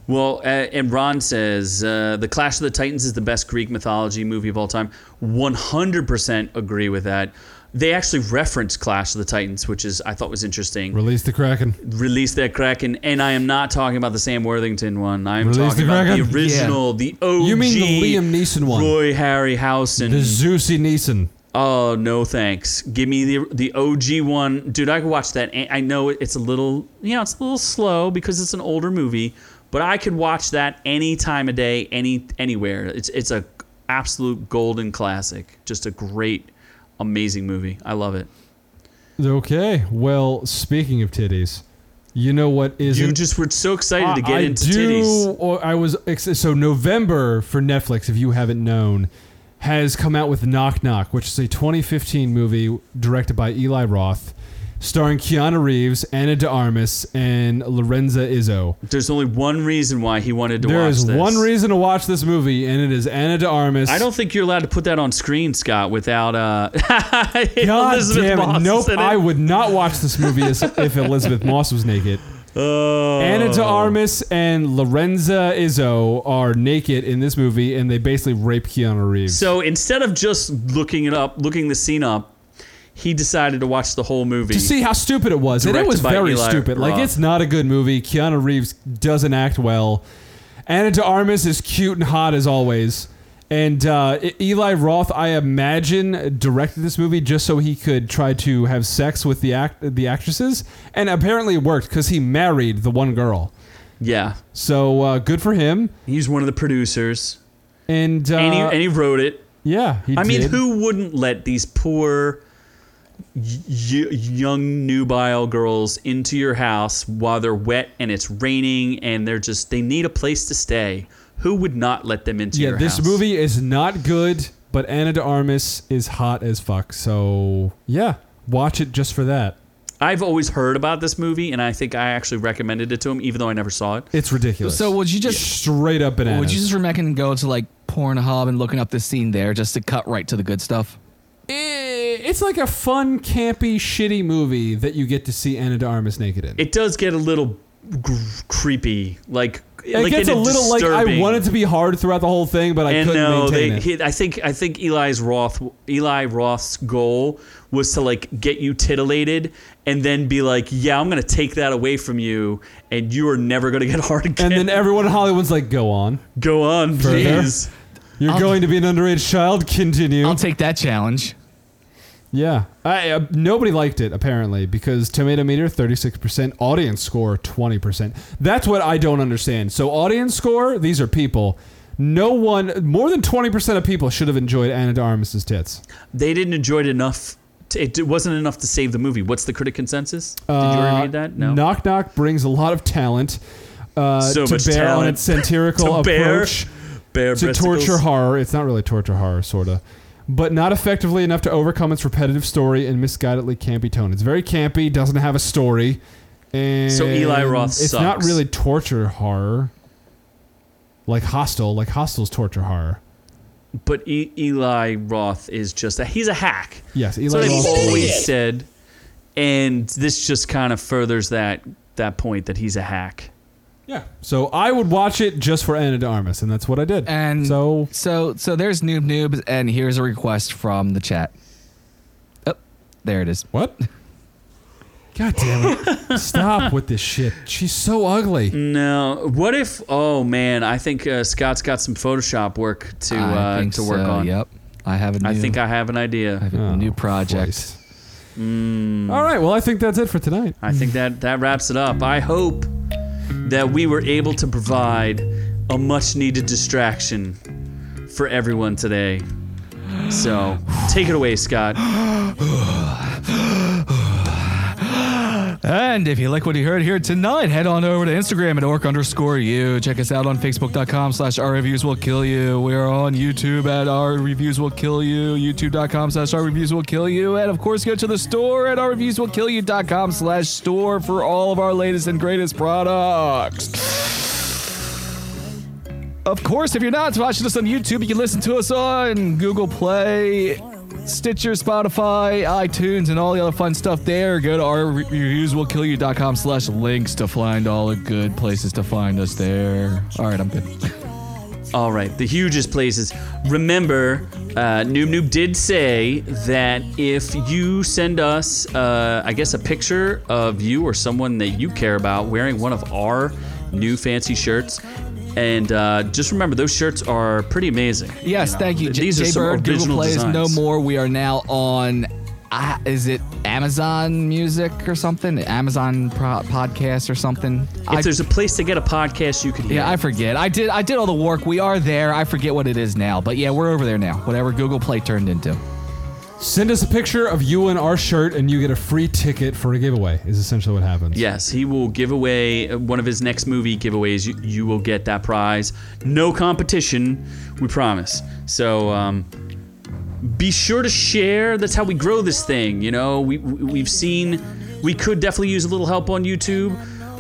[SPEAKER 1] Well, uh, and Ron says uh, the Clash of the Titans is the best Greek mythology movie of all time. One hundred percent agree with that. They actually reference Clash of the Titans, which is I thought was interesting.
[SPEAKER 5] Release the Kraken.
[SPEAKER 1] Release that Kraken, and I am not talking about the Sam Worthington one. I'm
[SPEAKER 5] Release
[SPEAKER 1] talking
[SPEAKER 5] the
[SPEAKER 1] about
[SPEAKER 5] Kraken?
[SPEAKER 1] the original, the OG.
[SPEAKER 5] You mean the Liam Neeson one?
[SPEAKER 1] Roy Harryhausen.
[SPEAKER 5] The Zeusy Neeson.
[SPEAKER 1] oh no, thanks. Give me the the OG one, dude. I could watch that. And I know it's a little, you know, it's a little slow because it's an older movie, but I could watch that any time of day, any anywhere. It's it's a absolute golden classic. Just a great, amazing movie. I love it.
[SPEAKER 5] Okay. Well, speaking of titties, you know what isn't
[SPEAKER 1] You just were so excited to get
[SPEAKER 5] Uh, I
[SPEAKER 1] into
[SPEAKER 5] do,
[SPEAKER 1] titties.
[SPEAKER 5] or I was ex- so November for Netflix. If you haven't known, has come out with Knock Knock, which is a 2015 movie directed by Eli Roth, starring Keanu Reeves, Anna De Armas, and Lorenza Izzo.
[SPEAKER 1] There's only one reason why he wanted to
[SPEAKER 5] There
[SPEAKER 1] watch
[SPEAKER 5] is
[SPEAKER 1] this.
[SPEAKER 5] one reason to watch this movie, and it is Anna De Armas.
[SPEAKER 1] I don't think you're allowed to put that on screen, Scott, without uh,
[SPEAKER 5] God
[SPEAKER 1] Elizabeth
[SPEAKER 5] damn it.
[SPEAKER 1] Moss
[SPEAKER 5] Nope,
[SPEAKER 1] in it.
[SPEAKER 5] I would not watch this movie as, if Elizabeth Moss was naked.
[SPEAKER 1] Oh.
[SPEAKER 5] Anna de Armas and Lorenza Izzo are naked in this movie, and they basically rape Keanu Reeves.
[SPEAKER 1] So instead of just looking it up, looking the scene up, he decided to watch the whole movie.
[SPEAKER 5] to see how stupid it was, and it
[SPEAKER 1] Directed
[SPEAKER 5] was
[SPEAKER 1] by
[SPEAKER 5] very
[SPEAKER 1] Eli
[SPEAKER 5] stupid. Like
[SPEAKER 1] Roth.
[SPEAKER 5] it's not a good movie. Keanu Reeves doesn't act well. Anna de Armas is cute and hot as always. And uh, E- Eli Roth, I imagine, directed this movie just so he could try to have sex with the act- the actresses, and apparently it worked because he married the one girl.
[SPEAKER 1] yeah,
[SPEAKER 5] So uh, good for him.
[SPEAKER 1] he's one of the producers,
[SPEAKER 5] And, uh,
[SPEAKER 1] and, he, and he wrote it.
[SPEAKER 5] yeah, he
[SPEAKER 1] I mean,
[SPEAKER 5] did.
[SPEAKER 1] who wouldn't let these poor y- y- young nubile girls into your house while they're wet and it's raining and they're just they need a place to stay? Who would not let them into
[SPEAKER 5] Yeah,
[SPEAKER 1] your
[SPEAKER 5] this
[SPEAKER 1] house?
[SPEAKER 5] movie is not good, but Anna de Armas is hot as fuck. So yeah, watch it just for that.
[SPEAKER 1] I've always heard about this movie, and I think I actually recommended it to him, even though I never saw it.
[SPEAKER 5] It's ridiculous.
[SPEAKER 4] So would you just-
[SPEAKER 5] straight up bananas?
[SPEAKER 4] Would you just recommend go to like Pornhub and looking up this scene there just to cut right to the good stuff?
[SPEAKER 5] Eh, It's like a fun, campy, shitty movie that you get to see Anna de Armas naked in.
[SPEAKER 1] It does get a little gr- creepy, like
[SPEAKER 5] It
[SPEAKER 1] like
[SPEAKER 5] gets a
[SPEAKER 1] in
[SPEAKER 5] little like I
[SPEAKER 1] disturbing-
[SPEAKER 5] wanted to be hard throughout the whole thing, but I
[SPEAKER 1] and
[SPEAKER 5] couldn't
[SPEAKER 1] no,
[SPEAKER 5] maintain
[SPEAKER 1] they.
[SPEAKER 5] it.
[SPEAKER 1] He, I think I think Eli's Roth Eli Roth's goal was to like get you titillated and then be like, yeah, I'm gonna take that away from you, and you are never gonna get hard again.
[SPEAKER 5] and then everyone in Hollywood's like, "Go on,
[SPEAKER 1] go on,
[SPEAKER 5] Further?
[SPEAKER 1] please.
[SPEAKER 5] you're
[SPEAKER 4] I'll-
[SPEAKER 5] going to be an underage child." Continue.
[SPEAKER 4] I'll take that challenge.
[SPEAKER 5] yeah, I, uh, nobody liked it apparently because tomato meter thirty six percent, audience score twenty percent. That's what I don't understand. So audience score, these are people. No one, more than twenty percent of people should have enjoyed Anna de Armas's tits.
[SPEAKER 1] They didn't enjoy it enough. To, it wasn't enough to save the movie. What's the critic consensus? Did you already
[SPEAKER 5] Uh,
[SPEAKER 1] read that? No.
[SPEAKER 5] Knock Knock brings a lot of talent uh,
[SPEAKER 1] So
[SPEAKER 5] to
[SPEAKER 1] much
[SPEAKER 5] bear on
[SPEAKER 1] talent.
[SPEAKER 5] its satirical
[SPEAKER 1] To bear
[SPEAKER 5] approach
[SPEAKER 1] Bare
[SPEAKER 5] to
[SPEAKER 1] breasticles.
[SPEAKER 5] torture horror. It's not really torture horror, sort of. But not effectively enough to overcome its repetitive story and misguidedly campy tone. It's very campy, doesn't have a story, and
[SPEAKER 1] So Eli Roth
[SPEAKER 5] It's not
[SPEAKER 1] sucks.
[SPEAKER 5] really torture horror, like Hostel. Like Hostel's torture horror.
[SPEAKER 1] But e- Eli Roth is just a, he's a hack.
[SPEAKER 5] Yes, Eli
[SPEAKER 1] That's what I've
[SPEAKER 5] Roth.
[SPEAKER 1] always said, and this just kind of furthers that that point that he's a hack.
[SPEAKER 5] Yeah. So I would watch it just for Anna de Armas, and that's what I did.
[SPEAKER 4] And
[SPEAKER 5] so
[SPEAKER 4] so so there's noob noobs and here's a request from the chat. Oh, there it is.
[SPEAKER 5] What? God damn it. Stop with this shit. She's so ugly.
[SPEAKER 1] Mm. No, what if? Oh man, I think uh, Scott's got some Photoshop work to
[SPEAKER 4] I
[SPEAKER 1] uh,
[SPEAKER 4] think
[SPEAKER 1] to work
[SPEAKER 4] so,
[SPEAKER 1] on.
[SPEAKER 4] Yep. I have a new
[SPEAKER 1] I think
[SPEAKER 4] I
[SPEAKER 1] I have an idea.
[SPEAKER 4] have a new project.
[SPEAKER 5] Christ.
[SPEAKER 1] Mm.
[SPEAKER 5] All right. Well, I think that's it for tonight.
[SPEAKER 1] I think that that wraps it up. I hope that we were able to provide a much needed distraction for everyone today. So take it away, Scott.
[SPEAKER 4] And if you like what you heard here tonight, head on over to Instagram at orc underscore you. Check us out on facebook.com slash our reviews will kill you. We are on YouTube at our reviews will kill you. YouTube.com slash our reviews will kill you. And of course, go to the store at our reviews will kill you.com slash store for all of our latest and greatest products. Of course, if you're not watching us on YouTube, you can listen to us on Google Play, Stitcher, Spotify, iTunes, and all the other fun stuff there. Go to our reviewswillkillyou.com slash links to find all the good places to find us there. All right, I'm good.
[SPEAKER 1] All right, the hugest places. Remember, uh, Noob Noob did say that if you send us, uh, I guess, a picture of you or someone that you care about wearing one of our new fancy shirts, and uh, just remember those shirts are pretty amazing.
[SPEAKER 4] Yes, thank you. J-
[SPEAKER 1] These are some
[SPEAKER 4] Jaybird, Google
[SPEAKER 1] original
[SPEAKER 4] Play is no
[SPEAKER 1] designs.
[SPEAKER 4] more. We are now on, uh, is it Amazon Music or something? Amazon pro- Podcast or something?
[SPEAKER 1] If
[SPEAKER 4] I-
[SPEAKER 1] there's a place to get a podcast, you could hear.
[SPEAKER 4] Yeah, I
[SPEAKER 1] it.
[SPEAKER 4] forget. I did. I did all the work. We are there. I forget what it is now, but yeah, we're over there now. Whatever Google Play turned into.
[SPEAKER 5] Send us a picture of you in our shirt, and you get a free ticket for a giveaway, is essentially what happens.
[SPEAKER 1] Yes, he will give away uh, one of his next movie giveaways. You, you will get that prize. No competition, we promise. So um, be sure to share. That's how we grow this thing. You know, we we- we've seen we could definitely use a little help on YouTube.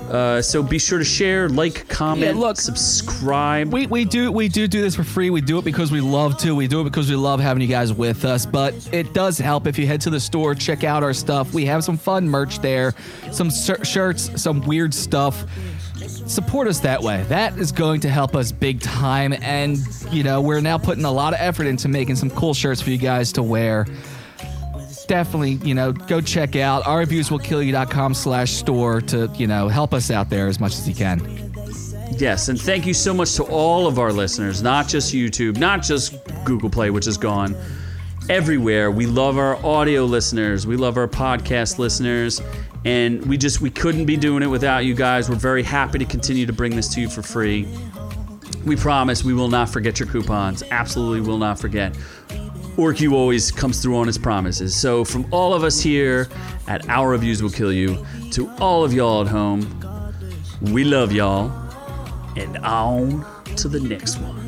[SPEAKER 1] Uh, so be sure to share, like, comment,
[SPEAKER 4] Yeah, look.
[SPEAKER 1] subscribe.
[SPEAKER 4] we, we do we do do this for free. We do it because we love to. We do it because we love having you guys with us. But it does help if you head to the store, check out our stuff. We have some fun merch there, some shir- shirts, some weird stuff. Support us that way. That is going to help us big time. And you know we're now putting a lot of effort into making some cool shirts for you guys to wear. Definitely, you know, go check out ourreviewswillkillyou.com slash store to, you know, help us out there as much as you can.
[SPEAKER 1] Yes, and thank you so much to all of our listeners, not just YouTube, not just Google Play, which is gone. Everywhere. We love our audio listeners. We love our podcast listeners. And we just we couldn't be doing it without you guys. We're very happy to continue to bring this to you for free. We promise we will not forget your coupons. Absolutely will not forget. Orcu always comes through on his promises. So from all of us here at Our Reviews Will Kill You to all of y'all at home, we love y'all and on to the next one.